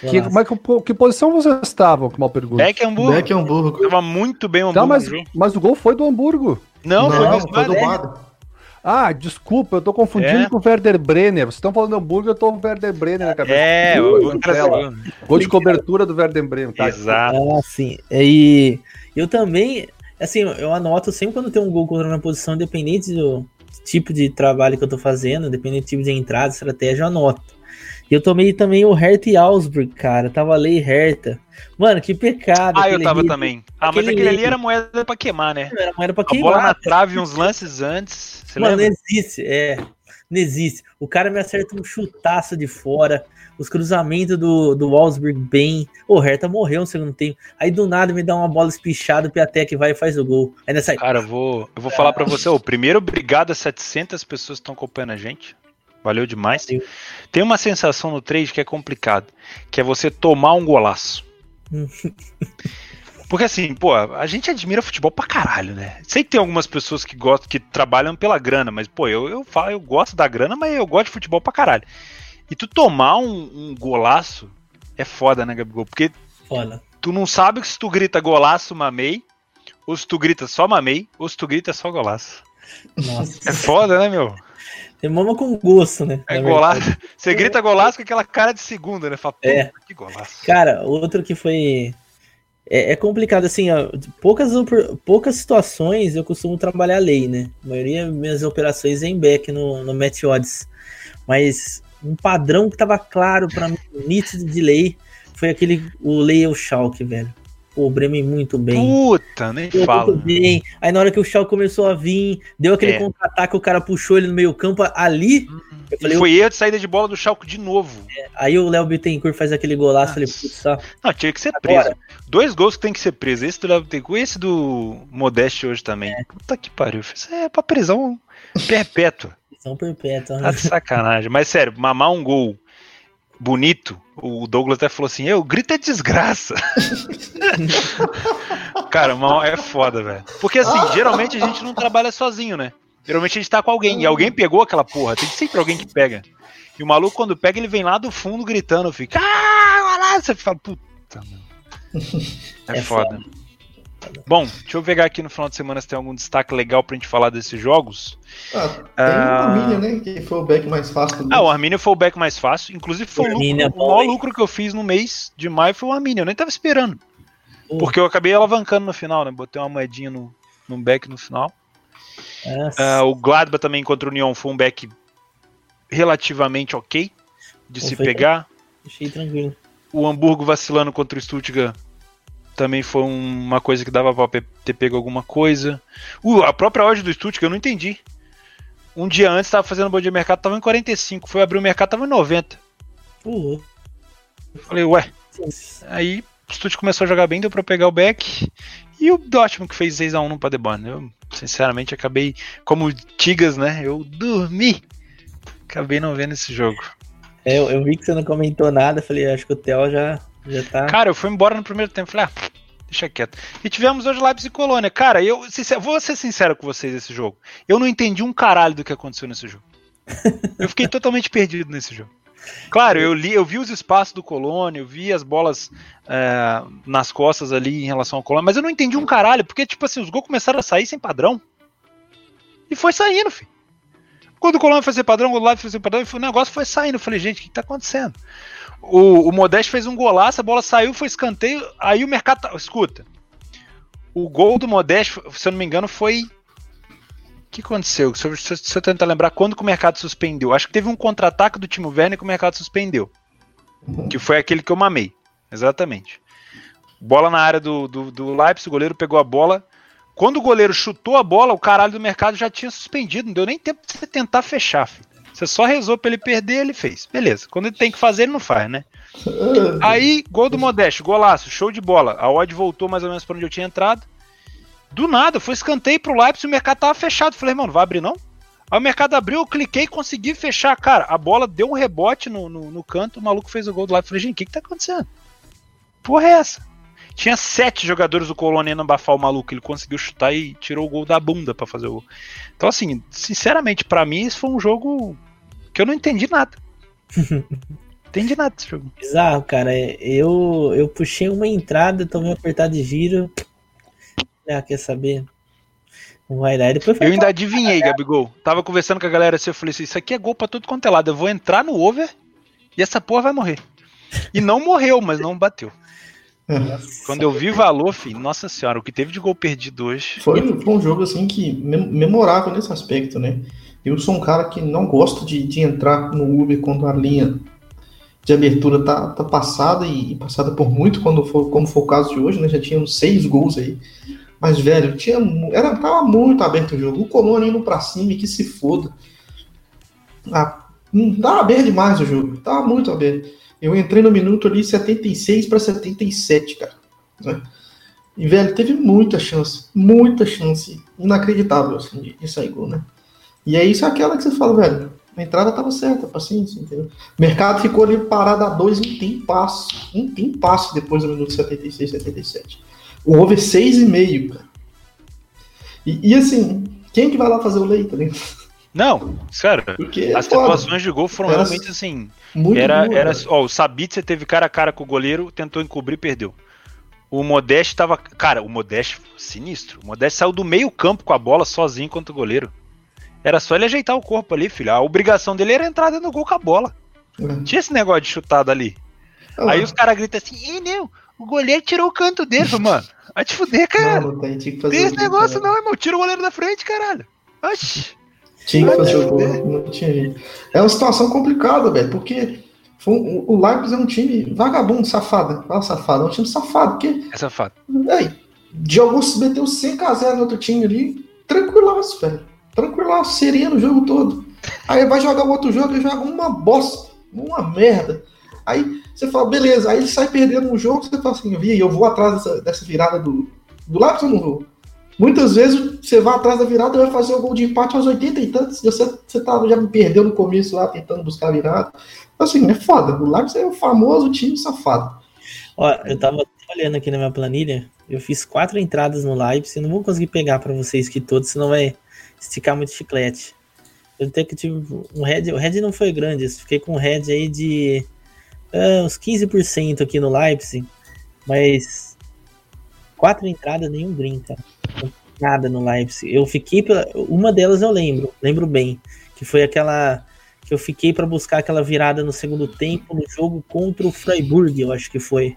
Speaker 2: Que,
Speaker 3: golaço.
Speaker 2: mas que, que posição vocês estavam? Que mal pergunta.
Speaker 1: É que Hamburgo.
Speaker 4: Beck Hamburgo.
Speaker 1: Tava muito bem o Hamburgo.
Speaker 2: Tá, mas,
Speaker 1: no jogo.
Speaker 2: mas o gol foi do Hamburgo.
Speaker 1: Não, foi
Speaker 4: Não,
Speaker 1: do
Speaker 4: foi do
Speaker 1: Bayern.
Speaker 4: Bada.
Speaker 2: Ah, desculpa, eu tô confundindo
Speaker 1: É.
Speaker 2: com o Werder Brenner. Vocês estão falando do Hamburgo, eu tô com o Werder Brenner na cabeça.
Speaker 1: É, o
Speaker 2: Ui,
Speaker 1: Hamburgo brasileiro.
Speaker 2: Gol de cobertura do Werder Brenner, tá?
Speaker 1: Exato.
Speaker 3: Ah, sim. E eu também, assim, eu anoto sempre quando tem um gol contra a minha posição, independente do tipo de trabalho que eu tô fazendo, independente do tipo de entrada, estratégia, eu anoto. E eu tomei também o Hertha e Augsburg, cara. Tava lei Hertha. Mano, que pecado.
Speaker 1: Ah, eu
Speaker 3: aquele
Speaker 1: tava
Speaker 3: hit.
Speaker 1: também. Ah, mas
Speaker 3: Aquele
Speaker 1: aquele ali
Speaker 3: livro.
Speaker 1: era moeda pra queimar, né?
Speaker 3: Não era, não era pra
Speaker 1: A bola na
Speaker 3: queimar.
Speaker 1: trave, uns lances antes. Você
Speaker 3: Mano, não
Speaker 1: lembra?
Speaker 3: existe, é. Não existe. O cara me acerta um chutaço de fora. Os cruzamentos do, do Augsburg bem. O Hertha morreu no segundo tempo. Aí do nada me dá uma bola espichada, o Piatek vai e faz o gol. Aí nessa aí,
Speaker 1: Cara, eu vou, eu vou falar pra você. O primeiro, obrigado a 700 pessoas que estão acompanhando a gente. Valeu demais.
Speaker 3: Valeu.
Speaker 1: Tem uma sensação no trade que é complicado, que é você tomar um golaço.
Speaker 3: *laughs*
Speaker 1: Porque assim, pô, a gente admira futebol pra caralho, né? Sei que tem algumas pessoas que gostam, que trabalham pela grana, mas, pô, eu, eu falo, eu gosto da grana, mas eu gosto de futebol pra caralho. E tu tomar um, um golaço é foda, né, Gabigol? Porque
Speaker 3: foda.
Speaker 1: tu não sabe se tu grita golaço, mamei, ou se tu grita só mamei, ou se tu grita só golaço. É
Speaker 3: Nossa.
Speaker 1: foda, né, meu?
Speaker 3: Você mama com gosto, né?
Speaker 1: É
Speaker 3: na
Speaker 1: golaço.
Speaker 3: verdade.
Speaker 1: Você grita golaço com aquela cara de segunda, né? Fala, puta,
Speaker 3: É.
Speaker 1: que golaço.
Speaker 3: Cara, outro que foi. É, é complicado, assim, ó, poucas, opor- poucas situações eu costumo trabalhar lei, né? A maioria das minhas operações é em back no, no Match Odds. Mas um padrão que tava claro pra mim, nítido de lei, foi aquele, o Lei o Schalke, velho. Pô, o Bremen muito bem.
Speaker 1: Puta, nem
Speaker 3: Pô,
Speaker 1: fala.
Speaker 3: muito bem. Aí na hora que o Schalke começou a vir, deu aquele
Speaker 1: É. Hum,
Speaker 3: contra-ataque, o cara puxou ele no meio campo, ali... Eu É.
Speaker 1: E
Speaker 3: falei,
Speaker 1: foi erro de saída de bola do Chalco de novo.
Speaker 3: Aí o Léo Bittencourt faz aquele golaço, falei,
Speaker 1: Nossa.
Speaker 3: putz, tá.
Speaker 1: Não, tinha que ser preso.
Speaker 3: Agora.
Speaker 1: Dois gols que tem que ser preso. Esse do Léo Bittencourt e esse do Modeste hoje também.
Speaker 3: É.
Speaker 1: Puta que pariu. Isso é pra prisão perpétua.
Speaker 3: São perpétua.
Speaker 1: Tá
Speaker 3: né?
Speaker 1: de sacanagem. Mas sério, mamar um gol bonito, o Douglas até falou assim, eu grito é *laughs* desgraça. Cara, mal é foda, velho. Porque assim, geralmente a gente não trabalha sozinho, né? Geralmente a gente tá com alguém. E alguém pegou aquela porra. Tem sempre alguém que pega. E o maluco, quando pega, ele vem lá do fundo gritando, fica. Ah, caralho!" você fala, puta, mano. É,
Speaker 3: É
Speaker 1: foda. Bom, deixa eu pegar aqui no final de semana se tem algum destaque legal pra gente falar desses jogos.
Speaker 4: *laughs* Ah, tem
Speaker 1: Ah.
Speaker 4: o Milha, né? Que foi o Beck mais fácil. do
Speaker 1: Ah, o Armínio foi o back mais fácil. Inclusive, foi o, lucro-
Speaker 3: Armínio é
Speaker 1: o
Speaker 3: bom,
Speaker 1: maior
Speaker 3: hein?
Speaker 1: lucro que eu fiz no mês de maio foi o Armínio. Eu nem tava esperando.
Speaker 3: Pô.
Speaker 1: Porque eu acabei alavancando no final, né? Botei uma moedinha no, num back no final.
Speaker 3: Nossa.
Speaker 1: Ah, o Gladbach também contra o Union foi um back relativamente ok de
Speaker 3: Pô,
Speaker 1: se
Speaker 3: foi
Speaker 1: pegar.
Speaker 3: Achei tranquilo.
Speaker 1: O Hamburgo vacilando contra o Stuttgart também foi um- uma coisa que dava pra pe- ter pego alguma coisa. Uh, a própria odd do Stuttgart eu não entendi. Um dia antes tava fazendo bom dia mercado, tava em 45. Foi abrir o mercado, tava em 90.
Speaker 3: Uh,
Speaker 1: Eu Falei, ué. Aí o Stuttgart começou a jogar bem, deu pra pegar o back. E o Dortmund que fez 6x1 pra Deban. Eu, sinceramente, acabei, como Tigas, né? Eu dormi. Acabei não vendo esse jogo.
Speaker 3: é, eu, eu vi que você não comentou nada, falei, acho que o Theo já, já tá.
Speaker 1: Cara, eu fui embora no primeiro tempo. Falei, ah, Deixa quieto. E tivemos hoje Leipzig e Colônia. Cara, eu sincer- vou ser sincero com vocês esse jogo. Eu não entendi um caralho do que aconteceu nesse jogo. Eu fiquei totalmente perdido nesse jogo. Claro, eu li, eu vi os espaços do Colônia, eu vi as bolas é, nas costas ali em relação ao Colônia, mas eu não entendi um caralho, porque, tipo assim, os gols começaram a sair sem padrão. E foi saindo, filho. Quando o Colônia foi sem padrão, o Live foi sem padrão, e foi- o negócio foi saindo. Eu falei, gente, o que que tá acontecendo? O, o Modeste fez um golaço, a bola saiu, foi escanteio, aí o mercado. tá- Escuta. O gol do Modeste, se eu não me engano, foi. O que aconteceu? Se eu, se eu- se eu tentar lembrar quando que o mercado suspendeu. Acho que teve um contra-ataque do time Werner que o mercado suspendeu. Que foi aquele que eu mamei. Exatamente. Bola na área do, do, do Leipzig, o goleiro pegou a bola. Quando o goleiro chutou a bola, o caralho do mercado já tinha suspendido. Não deu nem tempo de você tentar fechar. Filho. Você só rezou pra ele perder, ele fez. Beleza. Quando ele tem que fazer, ele não faz, né?
Speaker 4: Ah.
Speaker 1: Aí, gol do Modeste, golaço, show de bola. A odd voltou mais ou menos pra onde eu tinha entrado. Do nada, foi escanteio pro Leipzig, o mercado tava fechado. Falei, mano, vai abrir não? Aí o mercado abriu, eu cliquei e consegui fechar. Cara, a bola deu um rebote no, no, no canto, o maluco fez o gol do Leipzig. Falei, gente, o que que tá acontecendo? Porra é essa? Tinha sete jogadores do Colônia indo abafar o maluco, ele conseguiu chutar e tirou o gol da bunda pra fazer o gol. Então, assim, sinceramente, pra mim, isso foi um jogo que eu não entendi nada. entendi nada desse jogo.
Speaker 3: Bizarro, cara. É, Eu, eu puxei uma entrada, tomei um apertado de giro. Ah, quer saber? Não vai dar. Aí Depois foi
Speaker 1: Eu
Speaker 3: assim.
Speaker 1: ainda adivinhei, Gabigol. Tava conversando com a galera assim, eu falei assim, isso aqui é gol pra tudo quanto é lado. Eu vou entrar no over e essa porra vai morrer. E não morreu, mas não bateu. Quando eu vi valor, filho, nossa senhora, o que teve de gol perdido hoje.
Speaker 4: Foi um- foi um jogo assim que mem- memorável nesse aspecto, né? Eu sou um cara que não gosto de, de entrar no Uber quando a linha de abertura tá, tá passada e, e passada por muito, quando for, como foi o caso de hoje, né? Já tinha uns seis gols aí. Mas, velho, tinha, mu- era, tava muito aberto o jogo. O Colônia indo pra cima e que se foda. Ah, hum, tava aberto demais o jogo. Tava muito aberto. Eu entrei no minuto ali 76 para 77, cara. né? E, velho, teve muita chance, muita chance. Inacreditável, assim, de, de sair gol, né? E é isso é aquela que você fala, velho. A entrada tava certa, paciência, entendeu? O mercado ficou ali parado a dois um tempasso. Um tempasso depois do minuto 76, 77. O over 6,5, cara. E, e assim, quem que vai lá fazer o leito, né?
Speaker 1: Não, sério.
Speaker 4: Porque é
Speaker 1: As
Speaker 4: foda.
Speaker 1: situações de gol foram
Speaker 4: Era-
Speaker 1: realmente assim.
Speaker 4: Muito
Speaker 1: Era,
Speaker 4: duro,
Speaker 1: era,
Speaker 4: velho.
Speaker 1: ó, o Sabitzer teve cara a cara com o goleiro, tentou encobrir, perdeu. O Modeste tava. Cara, o Modeste, sinistro. O Modeste saiu do meio-campo com a bola sozinho contra o goleiro. Era só ele ajeitar o corpo ali, filho. A obrigação dele era entrar dentro do gol com a bola.
Speaker 4: É.
Speaker 1: Tinha esse negócio de chutado ali.
Speaker 4: Ah,
Speaker 1: assim. Aí os caras gritam assim: Ei, não, o goleiro tirou o canto dele, Falei, mano. Vai te fuder, cara.
Speaker 4: Não, não tem, tinha
Speaker 1: Não
Speaker 4: que fazer
Speaker 1: tem
Speaker 4: o
Speaker 1: esse
Speaker 4: leito,
Speaker 1: negócio,
Speaker 4: né?
Speaker 1: não, irmão. Tira o goleiro da frente, caralho. Oxi.
Speaker 4: Tinha que fazer o gol, não tinha jeito. É uma situação complicada, velho, porque foi um- o Leipzig é um time vagabundo, safado. Fala safado, é um time safado, porque
Speaker 1: Essa é fato.
Speaker 4: aí, jogou, se meteu 5x0 no outro time ali, tranquilaço, velho. Tranquilaço, sereno o jogo todo. Aí vai jogar o outro jogo e joga uma bosta, uma merda. Aí você fala, beleza, aí ele sai perdendo um jogo, você fala assim, vi, eu vou atrás dessa, dessa virada do, do Leipzig ou não vou? Muitas vezes você vai atrás da virada e vai fazer o gol de empate aos 80 e tantos. e Você, você tá, já perdeu no começo lá tentando buscar a virada. Então, assim, é foda. O Leipzig é o famoso time safado.
Speaker 3: Ó, eu tava olhando aqui na minha planilha. Eu fiz quatro entradas no Leipzig. Não vou conseguir pegar pra vocês que todos, senão vai esticar muito chiclete. Eu até que tive um head. O head não foi grande. Eu fiquei com um head aí de ah, uns 15% aqui no Leipzig. Mas quatro entradas, nenhum green, cara. Nada no Leipzig. Eu fiquei pela. Uma delas eu lembro, lembro bem. Que foi aquela. Que eu fiquei pra buscar aquela virada no segundo tempo no jogo contra o Freiburg, eu acho que foi.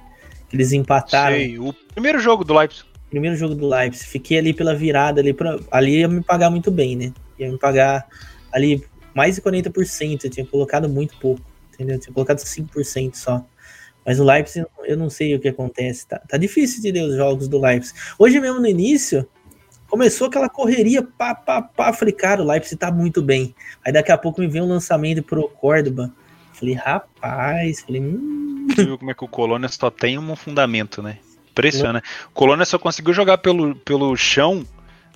Speaker 3: Que eles empataram
Speaker 1: Sei, o primeiro jogo do Leipzig.
Speaker 3: primeiro jogo do Leipzig, fiquei ali pela virada, ali, pra, ali ia me pagar muito bem, né? Ia me pagar ali mais de 40%, eu tinha colocado muito pouco, entendeu? Eu tinha colocado 5% só. Mas o Leipzig, eu não sei o que acontece, tá, tá difícil de ler os jogos do Leipzig. Hoje mesmo no início, começou aquela correria, pá, pá, pá, falei, cara, o Leipzig tá muito bem. Aí daqui a pouco me vem um lançamento pro Córdoba, falei, rapaz, falei, hum,
Speaker 1: Você viu como é que o Colônia só tem um fundamento, né? Impressiona. O Colônia só conseguiu jogar pelo, pelo chão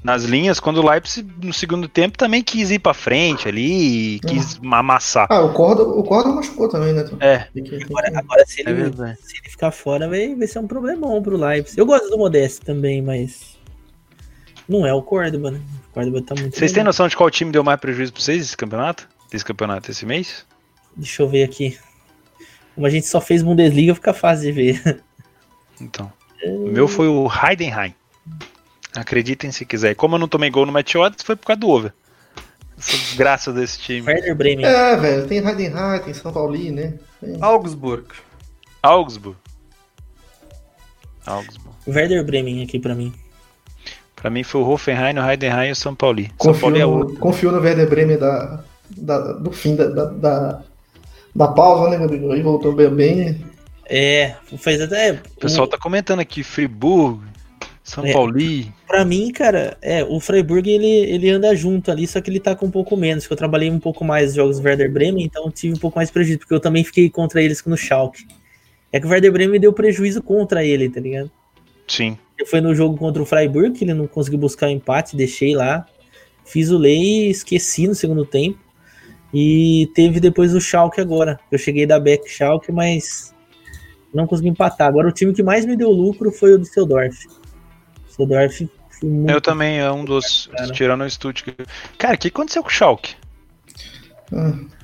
Speaker 1: nas linhas, quando o Leipzig no segundo tempo também quis ir pra frente ali, e quis amassar.
Speaker 4: Ah, o Corda, o Corda machucou também, né? Tom?
Speaker 1: É,
Speaker 4: Tem que- tem que-
Speaker 3: Agora, agora um se,
Speaker 1: é
Speaker 3: ele,
Speaker 1: verdade.
Speaker 3: se ele ficar fora, vai, vai ser um problemão pro Leipzig. Eu gosto do Modeste também, mas. Não é o Córdoba, né? O Córdoba tá muito.
Speaker 1: Vocês têm
Speaker 3: melhor.
Speaker 1: noção de qual time deu mais prejuízo pra vocês esse campeonato? Desse campeonato esse mês?
Speaker 3: Deixa eu ver aqui. Como a gente só fez Bundesliga, fica fácil
Speaker 1: *laughs*
Speaker 3: de ver.
Speaker 1: Então. O meu foi o Heidenheim. Acreditem se quiser. E Como eu não tomei gol no match odds, foi por causa do over. Essa desgraça desse time.
Speaker 3: Werder Bremen.
Speaker 4: É, velho, tem Heidenheim, tem São Paulino, né? Tem-
Speaker 5: Augsburg.
Speaker 1: Augsburg. Augsburg.
Speaker 3: Werder Bremen aqui pra mim.
Speaker 1: Pra mim foi o Hoffenheim, o Heidenheim e o São Paulo. São
Speaker 4: Confio,
Speaker 1: Paulo é outro.
Speaker 4: no, confio no Werder Bremen da, da- do fim da, da, da, da pausa, né, Rodrigo? Aí voltou bem, bem.
Speaker 3: É, fez até.
Speaker 1: O pessoal tá comentando aqui, Friburgo, São
Speaker 3: É.
Speaker 1: Paulo.
Speaker 3: Pra mim, cara, é, o Freiburg ele, ele anda junto ali, só que ele tá com um pouco menos, que eu trabalhei um pouco mais os jogos do Werder Bremen, então eu tive um pouco mais de prejuízo, porque eu também fiquei contra eles no Schalke. É que o Werder Bremen deu prejuízo contra ele, tá ligado?
Speaker 1: Sim.
Speaker 3: Eu fui no jogo contra o Freiburg, que ele não conseguiu buscar o empate, deixei lá. Fiz o lei e esqueci no segundo tempo. E teve depois o Schalke agora. Eu cheguei da Beck Schalke, mas não consegui empatar. Agora o time que mais me deu lucro foi o do Seudorf. O Seudorf foi muito...
Speaker 1: Eu também, é um dos.
Speaker 3: Cara.
Speaker 1: Tirando o Stuttgart. Cara, o que aconteceu com o Schalke?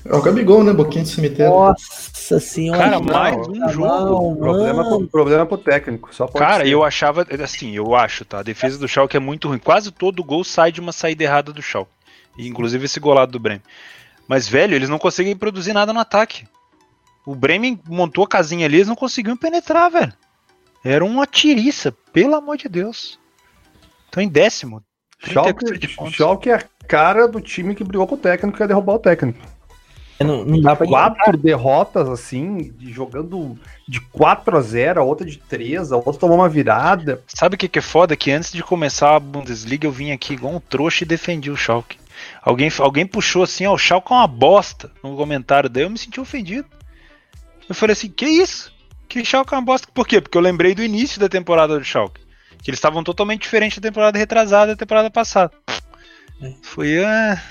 Speaker 4: É o Gabigol, né? Boquinha de cemitério.
Speaker 3: Nossa senhora.
Speaker 1: Cara,
Speaker 3: não,
Speaker 1: mais um
Speaker 3: tá
Speaker 1: jogo.
Speaker 3: mal,
Speaker 5: Problema,
Speaker 3: mano.
Speaker 5: pro, problema pro técnico. Só pode
Speaker 1: Cara,
Speaker 5: ser.
Speaker 1: eu achava, assim, eu acho, tá? A defesa do Schalke é muito ruim. Quase todo gol sai de uma saída errada do Schalke. E, Inclusive esse golado do Bremen. Mas, velho, eles não conseguem produzir nada no ataque. O Bremen montou a casinha ali, eles não conseguiam penetrar, velho. Era uma tiriça, pelo amor de Deus. Então, em décimo. 37
Speaker 5: Schalke,
Speaker 1: pontos.
Speaker 5: Schalke é a cara do time que brigou com o técnico que ia derrubar o técnico.
Speaker 1: é
Speaker 3: Não, não dá pra
Speaker 5: Quatro derrotas, assim, de- jogando de 4 a 0 a outra de 3, a outra tomou uma virada.
Speaker 1: Sabe o que, que é foda? Que antes de começar a Bundesliga, eu vim aqui igual um trouxa e defendi o Schalke. Alguém, alguém puxou assim, ó, o Schalke é uma bosta no comentário, daí eu me senti ofendido. Eu falei assim, que isso? Que Schalke é uma bosta? Por quê? Porque eu lembrei do início da temporada do Schalke. Que eles estavam totalmente diferentes da temporada retrasada e da temporada passada.
Speaker 3: É.
Speaker 1: Fui, ah,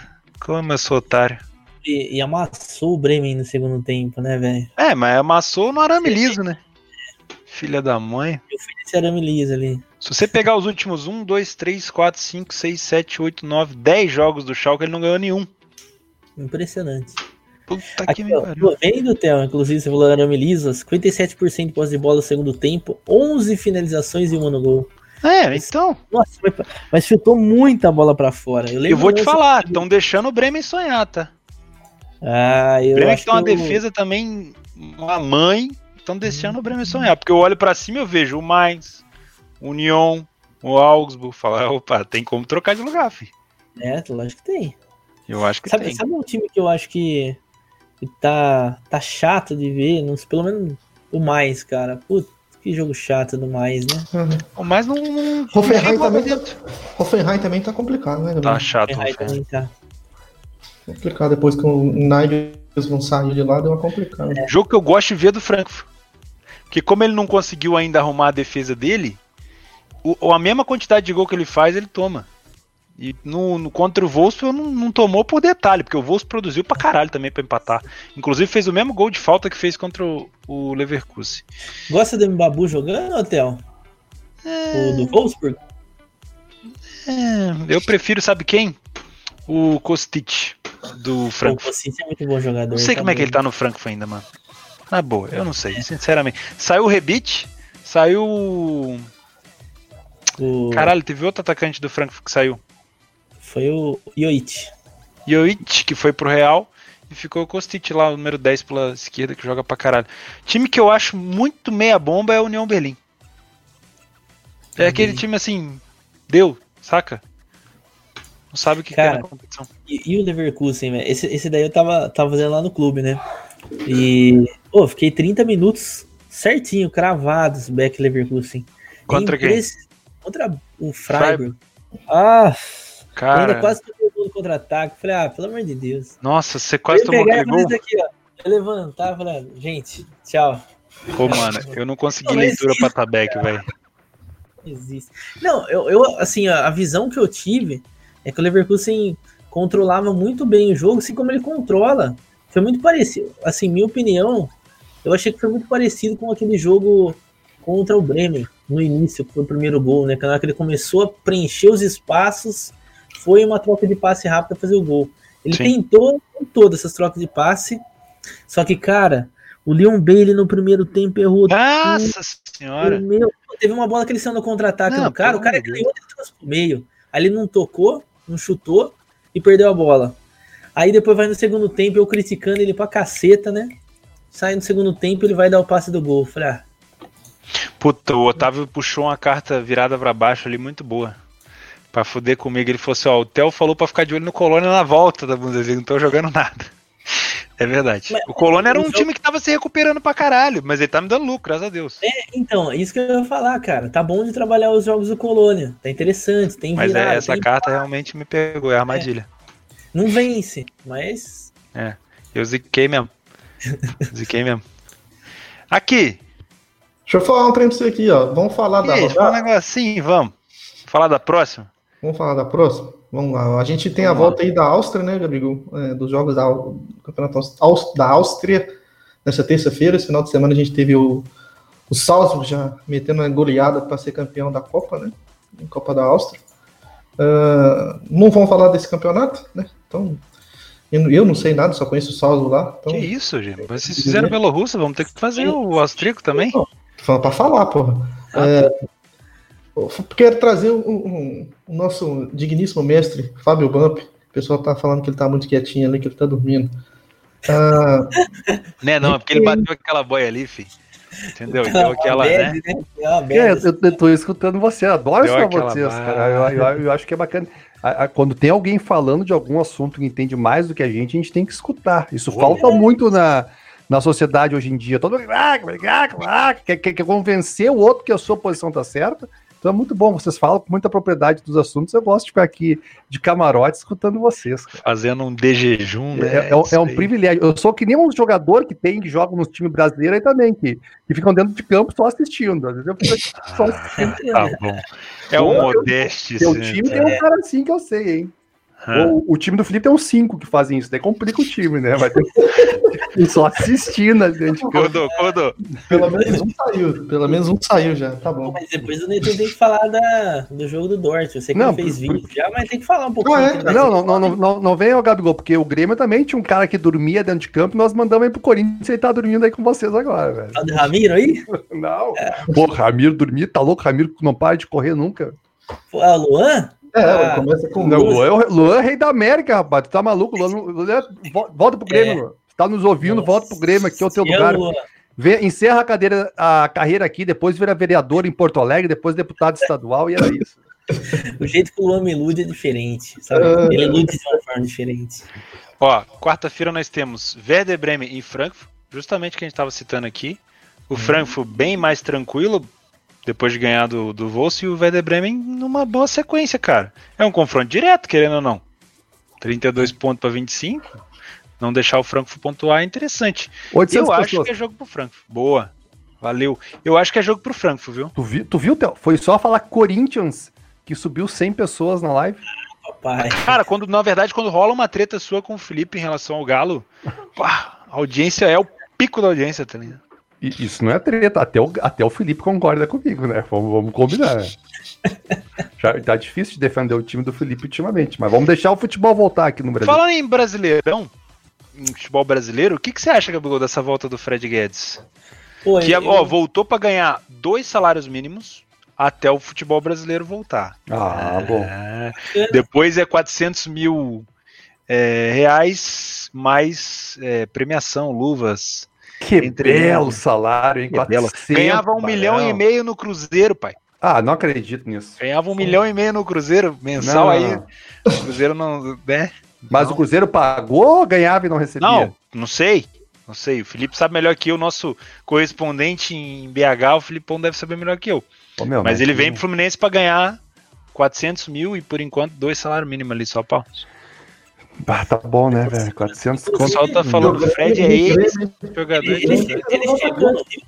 Speaker 1: como eu sou otário.
Speaker 3: E, e amassou o Bremen no segundo tempo, né, velho?
Speaker 1: É, mas amassou no arame liso, né? Filha da mãe.
Speaker 3: Eu fui nesse arame liso ali.
Speaker 1: Se você pegar os últimos 1, 2, 3, 4, 5, 6, 7, 8, 9, 10 jogos do Schalke, ele não ganhou nenhum.
Speaker 3: Impressionante.
Speaker 1: Puta
Speaker 3: Aqui,
Speaker 1: que me
Speaker 3: ó,
Speaker 1: pariu.
Speaker 3: vendo, Theo, inclusive, você falou Arame Lisa, 57% de posse de bola no segundo tempo, 11 finalizações e um no gol.
Speaker 1: É, então,
Speaker 3: Nossa, mas, mas chutou muita bola pra fora. Eu, lembro
Speaker 1: eu vou te
Speaker 3: dessa-
Speaker 1: falar, estão deixando o Bremen sonhar, tá?
Speaker 3: Ah,
Speaker 1: O
Speaker 3: eu
Speaker 1: Bremen
Speaker 3: acho
Speaker 1: que tem uma
Speaker 3: que eu-
Speaker 1: defesa também, uma mãe, estão deixando o Bremen sonhar, porque eu olho pra cima e eu vejo o Mainz, o Union, o Augsburg, falar, opa, tem como trocar de lugar, filho.
Speaker 3: É, lógico que tem.
Speaker 1: Eu acho que
Speaker 3: Sabe,
Speaker 1: tem.
Speaker 3: sabe um time que eu acho que, que tá, tá chato de ver? Não, pelo menos o mais, cara. Putz, que jogo chato do mais, né?
Speaker 4: É,
Speaker 1: Mas não... não
Speaker 4: Hoffenheim
Speaker 1: chegou
Speaker 4: também
Speaker 1: pra
Speaker 4: tá- Hoffenheim também tá complicado, né?
Speaker 1: Tá
Speaker 4: Gabriel?
Speaker 1: chato,
Speaker 3: Ferrari
Speaker 1: Hoffenheim.
Speaker 3: também tá.
Speaker 4: Complicado. Depois que o Nigel vão sair de lá, deu uma complicada.
Speaker 1: Jogo que eu gosto de ver é do Frankfurt. Porque como ele não conseguiu ainda arrumar a defesa dele, o, o- a mesma quantidade de gol que ele faz, ele toma. E no, no- contra o Wolfsburg não, não tomou por detalhe, porque o Wolfsburg produziu pra caralho também pra empatar. Inclusive fez o mesmo gol de falta que fez contra o, o Leverkusen.
Speaker 3: Gosta do Mbabu jogando, ô, Theo? O do Wolfsburg?
Speaker 1: É, eu prefiro, sabe quem? O Kostic, do Frankfurt.
Speaker 3: Pô, o Kostic é muito bom jogador.
Speaker 1: Não sei como é que
Speaker 3: bem.
Speaker 1: ele tá no Frankfurt ainda, mano. Na boa, eu não sei, sinceramente. Saiu o Rebit, saiu o
Speaker 3: O-
Speaker 1: Caralho, teve outro atacante do Frankfurt que saiu.
Speaker 3: Foi o Yoit.
Speaker 1: Jovic, que foi pro Real. E ficou o Kostic lá, o número 10 pela esquerda, que joga pra caralho. Time que eu acho muito meia bomba é a União Berlim. É aquele time assim, deu, saca? Não sabe o que,
Speaker 3: Cara,
Speaker 1: que é na competição.
Speaker 3: E, e o Leverkusen, velho? Esse, esse daí eu tava, tava fazendo lá no clube, né? E. Pô, fiquei 30 minutos certinho, cravados, back Leverkusen.
Speaker 1: Contra
Speaker 3: É
Speaker 1: quem?
Speaker 3: impress- Contra o Freiburg. Ah, ainda
Speaker 1: Cara,
Speaker 3: quase que eu no contra-ataque. Falei, ah, pelo amor de Deus.
Speaker 1: nossa, você quase
Speaker 3: eu
Speaker 1: tomou
Speaker 3: pegar
Speaker 1: aquele
Speaker 3: e fazer
Speaker 1: gol.
Speaker 3: isso aqui, ó. Eu levantar, falei, gente, tchau.
Speaker 1: Pô, mano, eu não consegui
Speaker 3: um. Não, mas-
Speaker 1: leitura pra Tabeck, velho.
Speaker 3: Existe. Não, eu, eu, assim, a a visão que eu tive é que o Leverkusen controlava muito bem o jogo, assim como ele controla. Foi muito parecido. Assim, minha opinião, eu achei que foi muito parecido com aquele jogo contra o Bremen no início, que foi o primeiro gol, né? Que na hora que ele começou a preencher os espaços, foi uma troca de passe rápida fazer o gol. Ele
Speaker 1: Sim.
Speaker 3: tentou com todas essas trocas de passe, só que, cara, o Leon Bailey no primeiro tempo errou
Speaker 1: Nossa senhora.
Speaker 3: meu, pô, teve uma bola que ele saiu no contra-ataque
Speaker 1: Não,
Speaker 3: do cara, o
Speaker 1: pelo
Speaker 3: cara
Speaker 1: amor de
Speaker 3: ganhou e trouxe pro meio. Aí ele não tocou, não chutou e perdeu a bola. Aí depois vai no segundo tempo, eu criticando ele pra caceta, né? Sai no segundo tempo, ele vai dar o passe do gol. Falei, ah,
Speaker 1: Puta, o Otávio puxou uma carta virada pra baixo ali, muito boa. Pra fuder comigo. Ele falou assim: ó, o Theo falou pra ficar de olho no Colônia na volta da Bundesliga, não tô jogando nada. *laughs* É verdade.
Speaker 3: Mas-
Speaker 1: o Colônia era um
Speaker 3: mas eu-
Speaker 1: time que tava se recuperando pra caralho, mas ele tá me dando lucro, graças a Deus.
Speaker 3: então, é isso que eu ia falar, cara. Tá bom de trabalhar os jogos do Colônia. Tá interessante, tem
Speaker 1: Mas é,
Speaker 3: virada,
Speaker 1: essa
Speaker 3: tem-
Speaker 1: carta realmente me pegou, é a armadilha.
Speaker 3: Não vence, mas...
Speaker 1: Eu ziquei *laughs* mesmo. ziquei mesmo. Aqui,
Speaker 4: Deixa eu falar um trem pra você aqui, ó. Vamos falar da
Speaker 1: e aí, fala um negocinho, vamos. Falar da próxima?
Speaker 4: Vamos falar da próxima? Vamos lá. A gente tem a volta aí da Áustria, né, Gabigol? É, dos jogos da, do Campeonato Aus- da Áustria nessa terça-feira. Esse final de semana a gente teve o, o Salzburg já metendo uma goleada para ser campeão da Copa, né? Copa da Áustria. Ah, não vamos falar desse campeonato, né? Então, eu, não- eu não sei nada, só conheço o Salzburg lá. Então,
Speaker 1: Que isso, gente? Vocês fizeram Bielorrussa, vamos ter que fazer o austríaco também?
Speaker 4: Tô falando pra falar, porra. É, eu quero trazer o, o- o nosso digníssimo mestre, Fábio Bump. O pessoal tá falando que ele tá muito quietinho ali, que ele tá dormindo. Ah,
Speaker 1: Né, não, é porque ele bateu aquela boia ali, fi. Entendeu? Deu aquela,
Speaker 3: *laughs*
Speaker 1: né?
Speaker 3: bad, né? É uma bad.
Speaker 5: É, eu, eu tô escutando você, adoro
Speaker 1: Deu
Speaker 5: escutar
Speaker 1: aquela
Speaker 5: vocês,
Speaker 1: barra.
Speaker 5: cara. Eu, eu- eu acho que é bacana. A- a- Quando tem alguém falando de algum assunto que entende mais do que a gente, a gente tem que escutar. Isso
Speaker 1: Olha.
Speaker 5: falta muito na, na sociedade hoje em dia. Todo mundo ah, ah, ah, quer, quer- quer convencer o outro que a sua posição tá certa. Então é muito bom, vocês falam com muita propriedade dos assuntos. Eu gosto de ficar aqui de camarote escutando vocês. cara.
Speaker 1: Fazendo um de jejum, né?
Speaker 5: É, é um-
Speaker 1: Isso
Speaker 5: é um
Speaker 1: aí.
Speaker 5: privilégio. Eu sou que nem um jogador que tem, que joga no time brasileiro aí também, que, que ficam dentro de campo só assistindo. Às vezes eu fico aqui só assistindo.
Speaker 1: Tá bom. É
Speaker 5: Pô,
Speaker 1: o
Speaker 5: meu-
Speaker 1: Modeste.
Speaker 5: Teu
Speaker 1: sim.
Speaker 5: time tem um cara assim que eu sei, hein?
Speaker 1: Hã?
Speaker 5: O, o time do Felipe tem uns cinco que fazem isso, daí complica o time, né? Vai ter e só assistindo ali dentro de campo. *laughs*
Speaker 1: Codô, Codô.
Speaker 4: pelo menos um saiu. Pelo menos um saiu já, tá
Speaker 3: Pô,
Speaker 4: bom.
Speaker 3: Mas depois eu nem tem que falar da, do jogo do Dort. Eu sei que
Speaker 5: Não,
Speaker 3: ele fez
Speaker 5: por-
Speaker 3: 20 já, mas tem que falar um
Speaker 1: Ah,
Speaker 3: pouquinho.
Speaker 4: Não, é,
Speaker 3: que ele vai
Speaker 5: Não,
Speaker 3: ser
Speaker 5: não, não, não, não, não vem ao Gabigol, porque o Grêmio também tinha um cara que dormia dentro de campo, nós mandamos aí pro Corinthians e ele tá dormindo aí com vocês agora, velho.
Speaker 3: Fala do Ramiro aí?
Speaker 5: Não. Pô, Ramiro dormir, tá louco? Ramiro não para de correr nunca.
Speaker 3: Pô, ah, Luan?
Speaker 4: É,
Speaker 3: Ah.
Speaker 4: começa com
Speaker 5: Não,
Speaker 4: o
Speaker 5: Luan, é o- Luan é rei da América, rapaz. Tu tá maluco? Luan, não- Luan, vo- volta pro Grêmio,
Speaker 3: É.
Speaker 5: Luan. Tu tá nos ouvindo, volta pro Grêmio, aqui é o teu
Speaker 3: Se é
Speaker 5: lugar.
Speaker 3: Luan.
Speaker 5: Vê- encerra a, cadeira- a carreira aqui, depois vira vereador em Porto Alegre, depois deputado estadual e era isso.
Speaker 3: O jeito que o Luan me ilude é diferente. Sabe?
Speaker 4: Ah.
Speaker 3: Ele ilude de uma forma diferente.
Speaker 1: Ó, quarta-feira nós temos Werder Bremen e Frankfurt, justamente o que a gente estava citando aqui. O
Speaker 5: Uhum.
Speaker 1: Frankfurt bem mais tranquilo, depois de ganhar do, do Wolfs, e o Werder Bremen numa boa sequência, cara. É um confronto direto, querendo ou não. 32 pontos para 25. Não deixar o Frankfurt pontuar é interessante.
Speaker 5: 800
Speaker 1: Eu acho
Speaker 5: pessoas.
Speaker 1: que é jogo pro Frankfurt. Boa. Valeu. Eu acho que é jogo pro Frankfurt, viu?
Speaker 5: Tu, vi, tu viu, Theo? Foi só falar Corinthians que subiu 100 pessoas na live.
Speaker 3: Papai.
Speaker 1: Cara, quando, na verdade, quando rola uma treta sua com o Felipe em relação ao Galo, pá, a audiência é o pico da audiência, tá ligado?
Speaker 5: E isso não é treta. Até o, até o Felipe concorda comigo, né? Vamos, vamos combinar. né? Já, tá difícil de defender o time do Felipe ultimamente, mas vamos deixar o futebol voltar aqui no Brasil.
Speaker 1: Falando em brasileirão, em futebol brasileiro, o que, que você acha, Gabigol, dessa volta do Fred Guedes?
Speaker 3: Pô,
Speaker 1: Que
Speaker 3: eu-
Speaker 1: ó, voltou pra ganhar dois salários mínimos até o futebol brasileiro voltar.
Speaker 5: Ah, bom.
Speaker 1: É. Depois é 400 mil é, reais mais é, premiação, luvas.
Speaker 5: Que
Speaker 1: Entre- né?
Speaker 5: belo salário, hein?
Speaker 1: Que belo.
Speaker 5: 400,
Speaker 1: Ganhava um
Speaker 5: Barão.
Speaker 1: milhão e meio no Cruzeiro, pai.
Speaker 5: Ah, não acredito nisso.
Speaker 1: Ganhava um milhão e meio no Cruzeiro mensal
Speaker 5: Não,
Speaker 1: aí.
Speaker 5: não, não.
Speaker 1: O Cruzeiro não. Né?
Speaker 5: Mas
Speaker 1: Não.
Speaker 5: o Cruzeiro pagou, ganhava e não recebia.
Speaker 1: Não, não sei. Não sei. O Felipe sabe melhor que eu, nosso correspondente em BH, o Filipão deve saber melhor que eu.
Speaker 5: Ô, meu,
Speaker 2: né?
Speaker 1: Mas ele vem pro Fluminense pra ganhar 400 mil e por enquanto dois salários mínimos ali só, pau.
Speaker 5: Ah, tá bom, né, velho? 400
Speaker 1: O
Speaker 5: conto.
Speaker 1: é pessoal tá falando que o Fred é esse jogador.
Speaker 3: Ele, ele, ele chegou no Rio.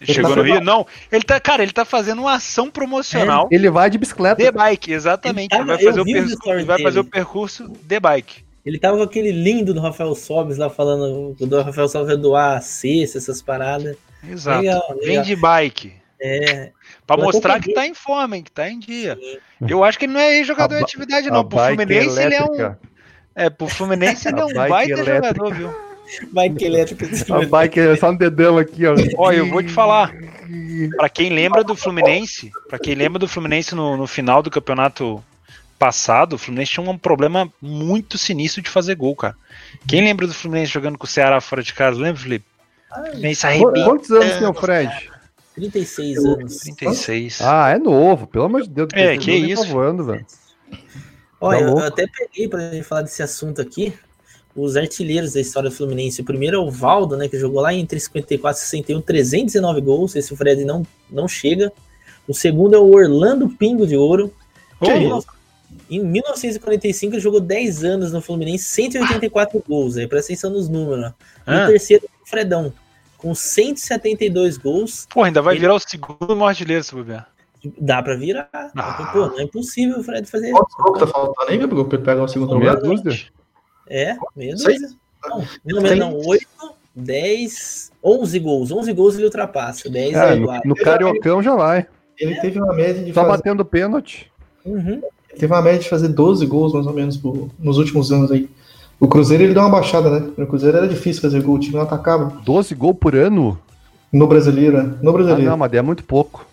Speaker 1: Ele chegou
Speaker 2: tá
Speaker 1: no Rio? Não. Ele tá, cara, ele tá fazendo uma ação promocional
Speaker 2: Ele vai de bicicleta.
Speaker 1: de bike, exatamente. Ele
Speaker 3: É, Ele tava-
Speaker 1: vai, fazer
Speaker 3: eu
Speaker 1: o,
Speaker 3: vi os
Speaker 1: percurso,
Speaker 3: stories
Speaker 1: vai fazer o
Speaker 3: dele.
Speaker 1: percurso de bike.
Speaker 3: Ele tava com aquele lindo do Rafael Sobes lá falando que o Rafael Sobes vai doar cesta, essas paradas.
Speaker 1: Exato.
Speaker 3: Legal,
Speaker 1: Vem
Speaker 3: legal.
Speaker 1: de bike.
Speaker 3: É,
Speaker 1: Pra
Speaker 3: Mas
Speaker 1: mostrar
Speaker 3: eu
Speaker 1: que tá em forma, hein, que tá em dia. Eu acho que ele não é jogador
Speaker 2: A
Speaker 1: de
Speaker 2: ba-
Speaker 1: atividade,
Speaker 2: A
Speaker 1: não. Pro
Speaker 2: bike
Speaker 1: Fluminense ele é um.
Speaker 2: elétrica.
Speaker 1: É, pro Fluminense ele é
Speaker 2: A
Speaker 1: um
Speaker 2: bike
Speaker 1: baita
Speaker 2: elétrica.
Speaker 1: jogador, viu?
Speaker 3: vai que é elétrico.
Speaker 2: A bike é só no dedão aqui, ó.
Speaker 1: Olha, eu vou te falar. Pra quem lembra do Fluminense, para quem lembra do Fluminense no, no final do campeonato passado, o Fluminense tinha um problema muito sinistro de fazer gol, cara. Quem lembra do Fluminense jogando com o Ceará fora de casa? Lembra, Felipe? Fluminense
Speaker 2: Qu-
Speaker 1: arrebenta.
Speaker 2: Quantos anos tem o Fred?
Speaker 3: 36 anos.
Speaker 1: 36.
Speaker 2: Ah, é novo, pelo amor de Deus.
Speaker 1: É,
Speaker 2: depois
Speaker 1: que
Speaker 2: eu nem
Speaker 1: isso.
Speaker 2: tô voando, velho.
Speaker 3: Olha,
Speaker 2: Tá
Speaker 3: eu- eu,
Speaker 2: louco.
Speaker 3: até peguei pra gente falar desse assunto aqui. Os artilheiros da história do Fluminense. O primeiro é o Valdo, né? Que jogou lá entre 54 e 61, 319 gols. Esse o Fred não, não chega. O segundo é o Orlando Pingo de Ouro.
Speaker 1: Que
Speaker 3: Em
Speaker 1: isso?
Speaker 3: Em 1945, ele jogou 10 anos no Fluminense, 184 gols. Aí presta atenção nos números. ó. E
Speaker 1: Ah,
Speaker 3: o terceiro é o Fredão, com 172 gols.
Speaker 1: porra, ainda vai virar o segundo maior artilheiro, se bobear.
Speaker 3: Dá pra virar.
Speaker 1: Ah.
Speaker 3: Pô, não é impossível o Fred fazer.
Speaker 4: Quantos gols tá faltando aí, Gabriel, pra ele pegar o segundo
Speaker 2: Meia
Speaker 4: lugar?
Speaker 2: dúzia.
Speaker 3: É, meia
Speaker 4: Sei.
Speaker 3: dúzia. Não, pelo menos não. 8, 10, 11 gols. 11 gols ele ultrapassa. 10
Speaker 2: É,
Speaker 3: ele
Speaker 2: no,
Speaker 3: guarda.
Speaker 2: no Cariocão já vai.
Speaker 4: Ele teve uma média de
Speaker 5: Tá
Speaker 2: Só
Speaker 4: fazer,
Speaker 2: batendo pênalti.
Speaker 3: Uhum.
Speaker 4: ele teve uma média de fazer 12 gols, mais ou menos, por- nos últimos anos aí. O Cruzeiro ele deu uma baixada, né? O Cruzeiro era difícil fazer gol, o time não atacava.
Speaker 2: 12 gols por ano?
Speaker 4: No brasileiro, é. No
Speaker 2: Ah, não,
Speaker 4: brasileiro.
Speaker 2: mas daí é muito pouco.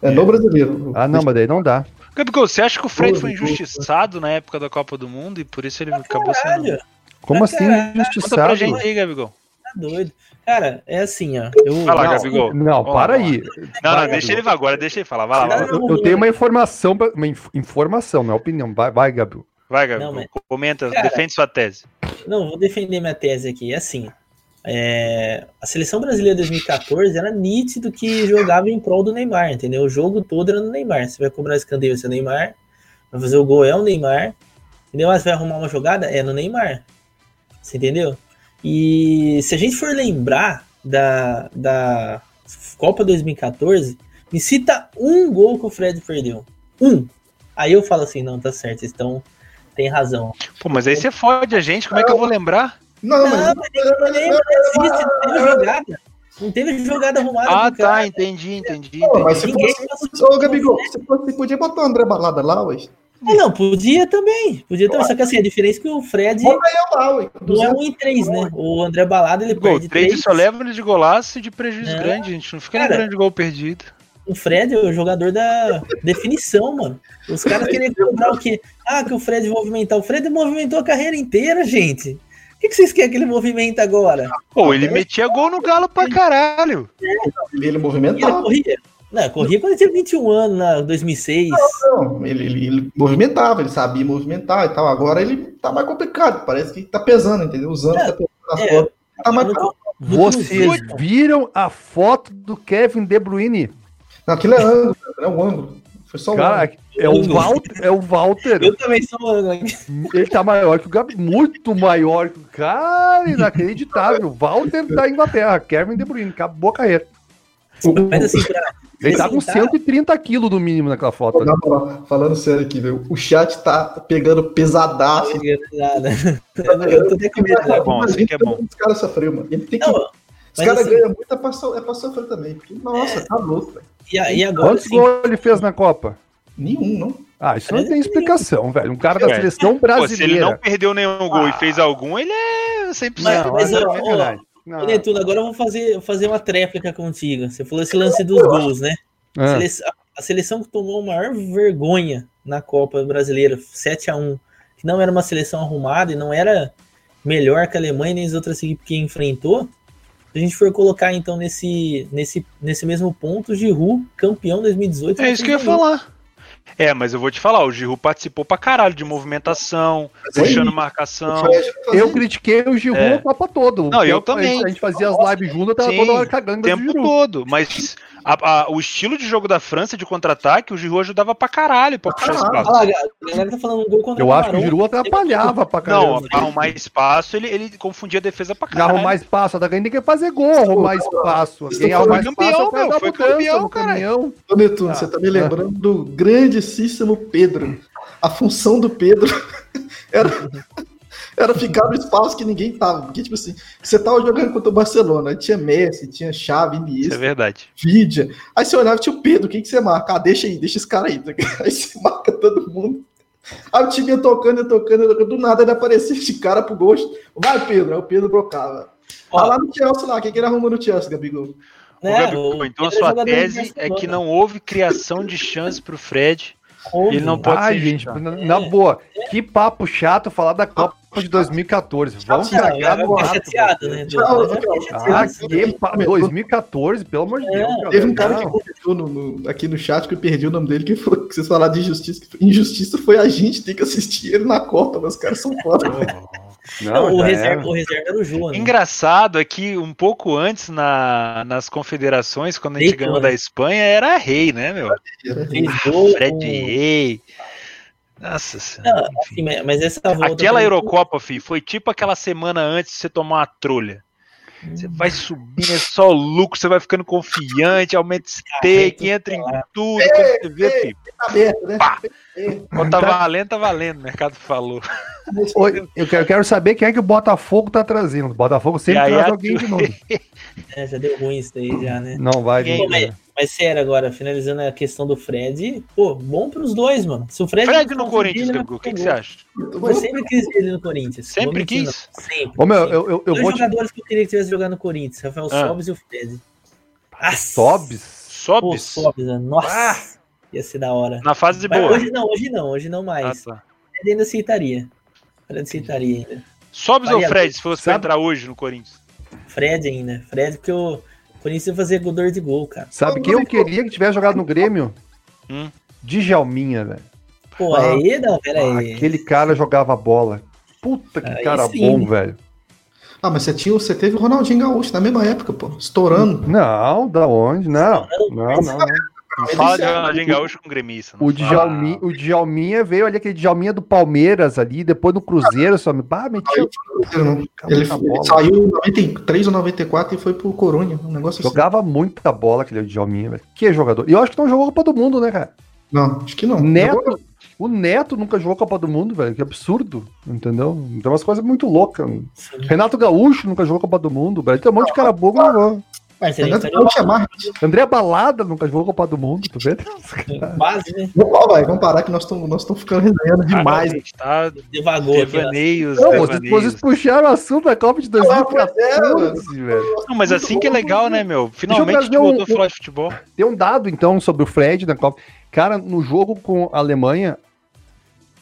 Speaker 4: é, no brasileiro.
Speaker 2: Ah, não, mas daí não dá.
Speaker 1: Gabigol, você acha que o Fred foi
Speaker 4: Doze gols.
Speaker 1: injustiçado na época da Copa do Mundo e por isso ele acabou sendo.
Speaker 3: Caralho, tá
Speaker 2: Como
Speaker 3: Pra
Speaker 2: assim
Speaker 3: caralho.
Speaker 1: Conta pra
Speaker 2: injustiçado?
Speaker 1: gente aí, Gabigol.
Speaker 3: tá doido. Cara, é assim, ó. Eu,
Speaker 1: Vai lá,
Speaker 3: Não,
Speaker 1: Gabigol.
Speaker 2: Não,
Speaker 1: Vamos
Speaker 2: para
Speaker 1: lá.
Speaker 2: aí.
Speaker 1: Não, não,
Speaker 2: Vai,
Speaker 1: deixa
Speaker 2: Gabigol.
Speaker 1: ele agora, deixa ele falar. Vai lá, vai lá.
Speaker 3: Não, não,
Speaker 2: Eu, eu tenho uma informação, pra- uma inf- informação, não é opinião. Vai, vai Gabriel.
Speaker 1: Vai, Gabi,
Speaker 3: Não, mas-
Speaker 1: comenta,
Speaker 3: Cara-
Speaker 1: defende sua tese.
Speaker 3: Não, vou defender minha tese aqui. É assim, é, a seleção brasileira 2014 era nítido que jogava em prol do Neymar, entendeu? O jogo todo era no Neymar. Você vai cobrar escanteio, esse é o Neymar. Vai fazer o gol, é o Neymar. Entendeu? Mas vai arrumar uma jogada, é no Neymar. Você entendeu? E se a gente for lembrar da, da Copa 2014, me cita um gol que o Fred perdeu. Um. Aí eu falo assim, não, tá certo, vocês estão... Tem razão.
Speaker 1: Pô, mas aí você fode a gente, como é que eu vou lembrar?
Speaker 4: Não,
Speaker 3: Não,
Speaker 4: mas.
Speaker 3: mas ele não é lembra, não existe, não teve jogada. Não teve jogada arrumada.
Speaker 1: Ah,
Speaker 3: do
Speaker 1: tá,
Speaker 3: cara.
Speaker 1: entendi, entendi.
Speaker 4: Pô, mas
Speaker 1: entendi.
Speaker 4: se
Speaker 3: Ninguém
Speaker 4: fosse. Ô, Gabigol, se fosse, você podia botar o André Balada lá, ué.
Speaker 3: É, não, podia também. Podia também. Só que assim, a diferença é que o Fred
Speaker 4: Bota eu lá, ué.
Speaker 3: não é um em três, né? O André Balada ele
Speaker 1: Gol,
Speaker 3: perde
Speaker 1: três
Speaker 3: três.
Speaker 1: só leva de golaço e de prejuízo
Speaker 3: É.
Speaker 1: grande, gente. Não fica
Speaker 3: Cara-
Speaker 1: lembrando de gol perdido.
Speaker 3: O Fred é o jogador da definição, mano. Os caras queriam cobrar o quê? Ah, que o Fred movimentar. O Fred movimentou a carreira inteira, gente. O que, que vocês querem que ele movimenta agora?
Speaker 1: Pô, ele metia gol no galo pra caralho.
Speaker 4: Ele, ele
Speaker 3: E ele
Speaker 4: movimentava.
Speaker 3: corria? Não, corria quando ele tinha 21 anos, na 2006.
Speaker 4: Não, ele, ele- ele movimentava, ele sabia movimentar e tal. Agora ele tá mais complicado, parece que tá pesando, entendeu? Usando
Speaker 3: É,
Speaker 4: tá pesando as
Speaker 3: é.
Speaker 4: costas. Tá mais
Speaker 3: Agora,
Speaker 4: pesado.
Speaker 3: No
Speaker 2: Vocês
Speaker 3: Cruzeiro.
Speaker 2: viram a foto do Kevin De Bruyne?
Speaker 4: Não, aquilo é ângulo, é um ângulo. Foi só um ângulo.
Speaker 2: Cara, é o Walter, é o Walter.
Speaker 3: Eu também sou né? mano,
Speaker 2: Ele tá maior que o Gabi, muito maior que o cara, inacreditável. Walter da Inglaterra, Kevin De Bruyne, acabou a carreira.
Speaker 3: Mas assim, pra
Speaker 2: Ele tá com 130 quilos no mínimo naquela foto. ali.
Speaker 4: Na moral, falando sério aqui, velho, o chat tá pegando pesadaço.
Speaker 3: nada. Eu tô até com medo
Speaker 1: É
Speaker 3: agora.
Speaker 1: bom, isso aqui é bom.
Speaker 4: Os caras sofreram, mano. Ele tem que.
Speaker 3: Não,
Speaker 4: os
Speaker 3: mas
Speaker 4: caras
Speaker 3: assim- É.
Speaker 4: ganham muito, é pra, so- é pra sofrer também. Porque, nossa, tá louco, velho.
Speaker 3: e, a- e agora,
Speaker 2: Quantos
Speaker 3: assim,
Speaker 2: gols ele fez na Copa?
Speaker 4: Nenhum, não.
Speaker 2: Ah, isso não tem explicação, velho. Um cara da
Speaker 1: Ué.
Speaker 2: seleção
Speaker 1: Pô, se ele não
Speaker 2: brasileira.
Speaker 1: perdeu nenhum gol e fez algum, ele é 100%.
Speaker 3: Mas-
Speaker 2: Não,
Speaker 3: mas,
Speaker 2: é
Speaker 3: ó,
Speaker 2: sacanagem.
Speaker 3: ô,
Speaker 2: Não.
Speaker 3: Netuno, agora eu vou fazer, fazer uma tréplica contigo. Você falou esse lance dos gols, né? A
Speaker 2: Ah,
Speaker 3: seleção, a seleção que tomou a maior vergonha na Copa Brasileira, 7 a 1 que não era uma seleção arrumada e não era melhor que a Alemanha nem as outras equipes que enfrentou. Se a gente for colocar, então, nesse, nesse, nesse mesmo ponto, Giroud, campeão 2018.
Speaker 1: É isso que eu ia
Speaker 3: falar.
Speaker 1: falar. É, mas eu vou te falar, o Giroud participou pra caralho de movimentação,
Speaker 4: Foi?
Speaker 1: puxando marcação.
Speaker 5: Eu critiquei o Giru
Speaker 1: É.
Speaker 5: a Copa toda. O
Speaker 1: Não, eu
Speaker 5: tempo que a
Speaker 1: também.
Speaker 5: gente- A gente fazia as lives juntas, eu tava
Speaker 1: Sim,
Speaker 5: toda hora
Speaker 1: o
Speaker 5: cagando dentro do
Speaker 1: tempo
Speaker 5: Giru.
Speaker 1: todo. Mas a- a- o estilo de jogo da França de contra-ataque, o Giroud ajudava pra caralho pra puxar
Speaker 4: caralho.
Speaker 1: espaço.
Speaker 3: Olha lá, a galera tá falando um gol contra
Speaker 5: Eu acho que o
Speaker 3: Camarão.
Speaker 5: Giru atrapalhava pra caramba.
Speaker 1: Não, pra arrumar espaço, ele, ele confundia a defesa pra
Speaker 5: Já
Speaker 1: caralho.
Speaker 5: arrumar espaço, a gente tem que fazer gol, arrumar espaço.
Speaker 4: Isso
Speaker 5: Quem
Speaker 4: foi
Speaker 5: arrumar
Speaker 1: campeão,
Speaker 5: espaço é o cara
Speaker 1: meu,
Speaker 5: da
Speaker 1: foi
Speaker 5: mudança
Speaker 1: campeão,
Speaker 5: no
Speaker 1: caralho.
Speaker 5: caminhão.
Speaker 4: Ô, Netuno, você tá me
Speaker 1: Ah.
Speaker 4: lembrando do grandíssimo Pedro. A função do Pedro *laughs* era, era ficar no espaço que ninguém tava. Porque, tipo assim, você tava jogando contra o Barcelona, aí tinha Messi, tinha Xavi,
Speaker 1: Isso é
Speaker 4: Iniesta,
Speaker 1: verdade.
Speaker 4: Vidia. Aí você olhava, tinha o Pedro, quem que você marca? Ah, deixa aí, deixa esse cara aí. tá *laughs* Aí você marca todo mundo. Aí o time ia tocando, ia tocando, ia tocando. do nada ele aparecia de cara pro gosto. Vai, Pedro. Aí o Pedro brocava. Olha lá no Chelsea lá, o que que ele arrumou no Chelsea, Gabigol?
Speaker 1: Ô,
Speaker 3: Né,
Speaker 1: Gabigol,
Speaker 3: o
Speaker 1: então a
Speaker 3: Pedro
Speaker 1: sua
Speaker 3: jogador do
Speaker 1: tese é
Speaker 3: Barcelona.
Speaker 1: que não houve criação de chance pro Fred.
Speaker 3: Houve.
Speaker 1: ele não pode-
Speaker 5: Ai,
Speaker 1: ser
Speaker 5: gente,
Speaker 1: justo.
Speaker 5: na, na boa, que papo chato falar da Copa de 2014. Vamos
Speaker 3: Não, é
Speaker 5: cagar
Speaker 3: vai
Speaker 5: no
Speaker 3: ficar
Speaker 5: rato,
Speaker 3: chateado,
Speaker 5: pô.
Speaker 3: né?
Speaker 4: Tchau,
Speaker 3: Vai ficar
Speaker 4: tchau.
Speaker 5: Ah,
Speaker 3: chateado.
Speaker 5: que pa- 2014, pelo amor de
Speaker 3: É,
Speaker 5: Deus. galera.
Speaker 4: Teve um cara que
Speaker 5: Não.
Speaker 4: comentou no- no- aqui no chat que eu perdi o nome dele, que falou que vocês falaram de injustiça. que injustiça foi a gente ter que assistir ele na Copa, mas os caras são foda.
Speaker 5: Não,
Speaker 3: Não, *laughs* o,
Speaker 5: já
Speaker 3: reserva,
Speaker 5: era.
Speaker 3: o reserva era o João. Né?
Speaker 1: Engraçado é que um pouco antes na- nas confederações, quando a gente
Speaker 3: Deitou,
Speaker 1: ganhou
Speaker 3: né?
Speaker 1: da Espanha, era rei, né, meu?
Speaker 3: Fez gol,
Speaker 1: Ah, Fred
Speaker 3: o-
Speaker 1: rei. Nossa senhora.
Speaker 3: Não, assim, mas- mas essa volta
Speaker 1: Aquela
Speaker 3: também-
Speaker 1: Eurocopa, fi, foi tipo aquela semana antes de você tomar uma trolha. Você
Speaker 3: Hum.
Speaker 1: vai subindo, é só o lucro, você vai ficando confiante, aumenta stake, entra em tudo. Quando você vê, fi,
Speaker 4: Tá aberto, né?
Speaker 1: quando tá valendo, tá valendo, o mercado falou.
Speaker 5: Oi, eu quero, eu quero saber quem é que o Botafogo tá trazendo. O Botafogo
Speaker 1: E
Speaker 5: sempre
Speaker 1: aí
Speaker 5: traz
Speaker 1: a-
Speaker 5: alguém de
Speaker 1: *laughs*
Speaker 5: novo.
Speaker 3: É, já deu ruim isso daí, já, né?
Speaker 5: Não vai,
Speaker 1: Quem?
Speaker 5: gente.
Speaker 3: Mas-
Speaker 5: né?
Speaker 3: Mas sério agora, finalizando a questão do Fred, pô, bom pros dois, mano. Se o Fred,
Speaker 1: Fred
Speaker 3: não né,
Speaker 1: no
Speaker 3: conseguir,
Speaker 1: Corinthians,
Speaker 3: ele vai
Speaker 1: Gabigol, o que, que
Speaker 3: fazer
Speaker 1: você
Speaker 3: gol.
Speaker 1: acha?
Speaker 3: Eu sempre quis ver ele no Corinthians.
Speaker 1: Sempre
Speaker 3: Vou mentir,
Speaker 1: quis?
Speaker 3: não. Sempre.
Speaker 5: Ô, meu,
Speaker 3: sempre.
Speaker 5: eu, eu, eu
Speaker 3: Dois
Speaker 5: vou te...
Speaker 3: jogadores que eu queria que tivesse jogado no Corinthians, Rafael
Speaker 1: Ah.
Speaker 3: Sobis e o Fred. Ah,
Speaker 5: Sobs?
Speaker 3: Pô,
Speaker 1: Sobes?
Speaker 3: Sobis, né? nossa, ia ser da hora.
Speaker 1: Na fase
Speaker 3: Mas
Speaker 1: Ah. boa.
Speaker 3: hoje não, hoje não, hoje não
Speaker 1: Ah,
Speaker 3: mais.
Speaker 1: tá.
Speaker 3: Ele ainda aceitaria. Fred aceitaria ainda.
Speaker 1: Sobes ou
Speaker 3: Maria,
Speaker 1: Fred, se fosse pra
Speaker 5: sabe-
Speaker 1: entrar hoje no Corinthians?
Speaker 3: Fred ainda. Fred, porque o Corinthians ia fazer dor de gol, cara.
Speaker 5: Sabe quem eu queria que tivesse jogado no Grêmio?
Speaker 1: Hum.
Speaker 5: Djalminha, velho.
Speaker 3: Pô,
Speaker 5: Ah,
Speaker 3: aí não, pera aí.
Speaker 5: Aquele cara jogava bola. Puta que
Speaker 3: É. Aí
Speaker 5: cara
Speaker 3: sim.
Speaker 5: bom, velho.
Speaker 4: Ah, mas você, tinha, você teve o Ronaldinho Gaúcho na mesma época, pô, estourando.
Speaker 5: Não, da onde? Não. Não, não, não.
Speaker 1: Não Ah. fala de
Speaker 4: Ele já-
Speaker 1: Ronaldinho Gaúcho com gremista. não
Speaker 5: O
Speaker 1: fala.
Speaker 5: Djalminha, o Djalminha veio ali, aquele Djalminha do Palmeiras ali, depois no Cruzeiro, só me. Ah, metia.
Speaker 4: Ele, ele
Speaker 5: muita bola.
Speaker 4: saiu em 93 ou 94 e foi pro Corunha, um negócio assim.
Speaker 5: Jogava muita bola aquele Djalminha, velho. Que jogador. E eu acho que não jogou Copa do Mundo, né, cara?
Speaker 4: assim. Não, acho que não.
Speaker 5: Neto, o Neto nunca jogou Copa do Mundo, velho. Que absurdo, entendeu? Tem umas coisas muito loucas. Renato Gaúcho nunca jogou Copa do Mundo, velho. Tem um monte de cara bobo que não jogou.
Speaker 3: Marcelinho
Speaker 4: Neto Gaúcho é marketing.
Speaker 5: André Balada nunca jogou Copa do Mundo, tu
Speaker 4: *laughs*
Speaker 5: vê?
Speaker 3: Quase, né?
Speaker 4: Vamos lá, vai, vamos parar que nós estamos nós tamo ficando resenhando
Speaker 1: Ah,
Speaker 4: demais.
Speaker 1: a gente tá
Speaker 3: Devagou aqui. né?
Speaker 1: devaneios,
Speaker 5: Não, vocês, vocês
Speaker 1: devaneios.
Speaker 5: puxaram o assunto da Copa de
Speaker 4: Ah, pois é,
Speaker 5: 2014, velho.
Speaker 1: Não, mas assim que é legal, né, meu? Finalmente a gente
Speaker 5: trazer um-
Speaker 1: voltou a falar de futebol.
Speaker 5: Tem um dado, então, sobre o Fred na Copa. Cara, no jogo com a Alemanha,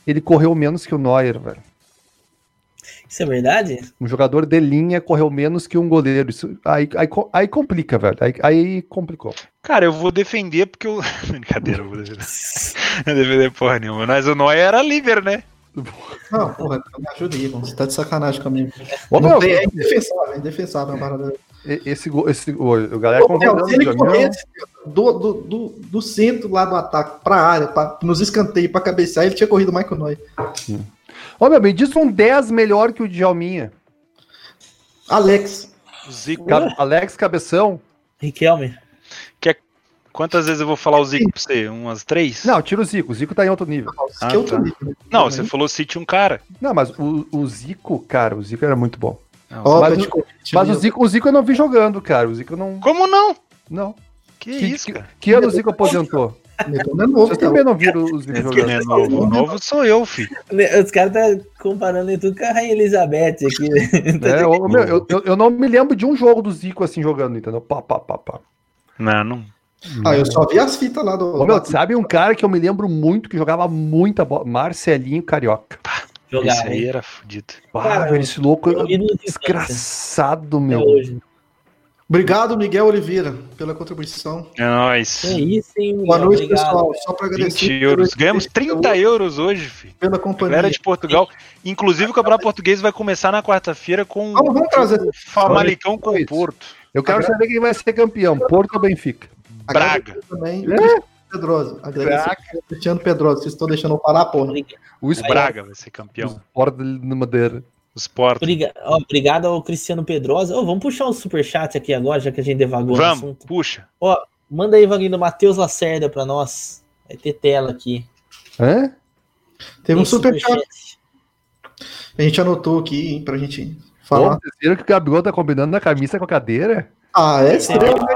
Speaker 5: ele correu menos que o Neuer, velho.
Speaker 3: Isso é verdade?
Speaker 5: Um jogador de linha correu menos que um goleiro. Isso, aí, aí, co- aí complica, velho. Aí, aí complicou.
Speaker 1: Cara, eu vou defender porque eu. *laughs* Brincadeira, eu vou defender. *laughs* Não vou defender porra nenhuma. Mas o Noé era líder, né?
Speaker 4: Não, porra, me ajuda aí, mano. Você tá de sacanagem comigo.
Speaker 5: Ô,
Speaker 4: Não
Speaker 5: meu,
Speaker 4: tem, é indefensável, é indefensável a parada
Speaker 5: e- esse, go- esse, Tá o, o galera
Speaker 4: Ô, Léo,
Speaker 5: concordando,
Speaker 4: se ele
Speaker 5: Diogo. Não,
Speaker 4: corresse do, do, do, do centro lá do ataque pra área, pra, nos escanteios, pra cabecear, ele tinha corrido mais que o Noy.
Speaker 5: Ô, meu, me diz um 10 melhor que o Djalminha.
Speaker 4: Alex,
Speaker 1: O Zico.
Speaker 5: Ca- Alex Cabeção.
Speaker 3: Riquelme.
Speaker 1: Quantas vezes eu vou falar o Zico pra você? Umas três?
Speaker 5: Não, tira o Zico. O Zico tá em outro nível.
Speaker 4: nossa,
Speaker 1: Ah,
Speaker 4: que outro
Speaker 1: tá.
Speaker 4: nível.
Speaker 1: Não, você falou City um cara.
Speaker 5: Não, mas o, o Zico, cara, o Zico era muito bom.
Speaker 4: Ó,
Speaker 5: mas
Speaker 4: tá
Speaker 5: o-
Speaker 4: de Covid,
Speaker 5: Mas o
Speaker 4: meu.
Speaker 5: Zico, o Zico eu não vi jogando, cara. O Zico eu não.
Speaker 1: Como não?
Speaker 5: Não.
Speaker 1: Que,
Speaker 5: Que,
Speaker 1: isso,
Speaker 5: que,
Speaker 1: cara?
Speaker 5: que ano o Zico aposentou?
Speaker 4: Neto não é novo,
Speaker 5: Vocês
Speaker 4: tá?
Speaker 5: também não viram os Zico jogando.
Speaker 1: Né, novo, novo sou eu, fi.
Speaker 3: Os caras tá comparando tudo com a Rainha Elizabeth aqui. né?
Speaker 5: É, eu, meu, eu, eu- eu não me lembro de um jogo do Zico assim jogando, entendeu? Pá, pá, pá, pá.
Speaker 1: Não, não.
Speaker 4: Ah, eu só vi as fitas lá do.
Speaker 5: Ô, meu, sabe um cara que eu me lembro muito, que jogava muita bola? Marcelinho Carioca.
Speaker 1: Esse
Speaker 3: Jogar. né?
Speaker 1: aí
Speaker 3: hein?
Speaker 1: era fudido.
Speaker 5: Ah,
Speaker 3: Cara,
Speaker 5: velho, esse louco.
Speaker 3: Ídolo de infância.
Speaker 5: Desgraçado,
Speaker 3: Até
Speaker 5: meu.
Speaker 3: hoje.
Speaker 4: Obrigado, Miguel Oliveira, pela contribuição.
Speaker 1: É nóis.
Speaker 3: Que Então isso, hein,
Speaker 4: Boa
Speaker 3: Miguel?
Speaker 4: noite,
Speaker 3: Obrigado.
Speaker 4: pessoal. Só para agradecer
Speaker 1: 20 euros. Ganhamos 30 euros hoje, filho.
Speaker 4: pela
Speaker 1: A
Speaker 4: companhia.
Speaker 1: Galera de Portugal. Inclusive, o Campeonato Português vai começar na quarta-feira com
Speaker 4: Vamos, vamos trazer.
Speaker 1: o Famalicão com o
Speaker 5: Isso.
Speaker 1: Porto.
Speaker 5: Eu quero
Speaker 4: Agra-
Speaker 5: saber quem vai ser campeão, Porto ou Benfica?
Speaker 1: Braga. É.
Speaker 4: Agradecer Também. o Cristiano Pedrosa. Agradecer o Cristiano Pedrosa. Vocês estão deixando eu parar, porra.
Speaker 5: O
Speaker 1: O Braga vai ser campeão.
Speaker 5: Sport de Madeira.
Speaker 1: Os Porto.
Speaker 3: Obriga- ó, Obrigado ao Cristiano Pedrosa. Ô, vamos puxar um superchat aqui agora, já que a gente devagou no
Speaker 1: Vamos,
Speaker 3: assunto.
Speaker 1: puxa.
Speaker 3: Manda aí, Wagner, Matheus Lacerda pra nós. Vai ter tela aqui.
Speaker 5: Hã?
Speaker 4: Teve um
Speaker 3: Tem
Speaker 4: superchat. A gente anotou aqui, hein, pra gente
Speaker 5: Bom,
Speaker 4: falar.
Speaker 5: vocês viram que o Gabigol tá combinando na camisa com a cadeira?
Speaker 4: Ah, é estranho, né?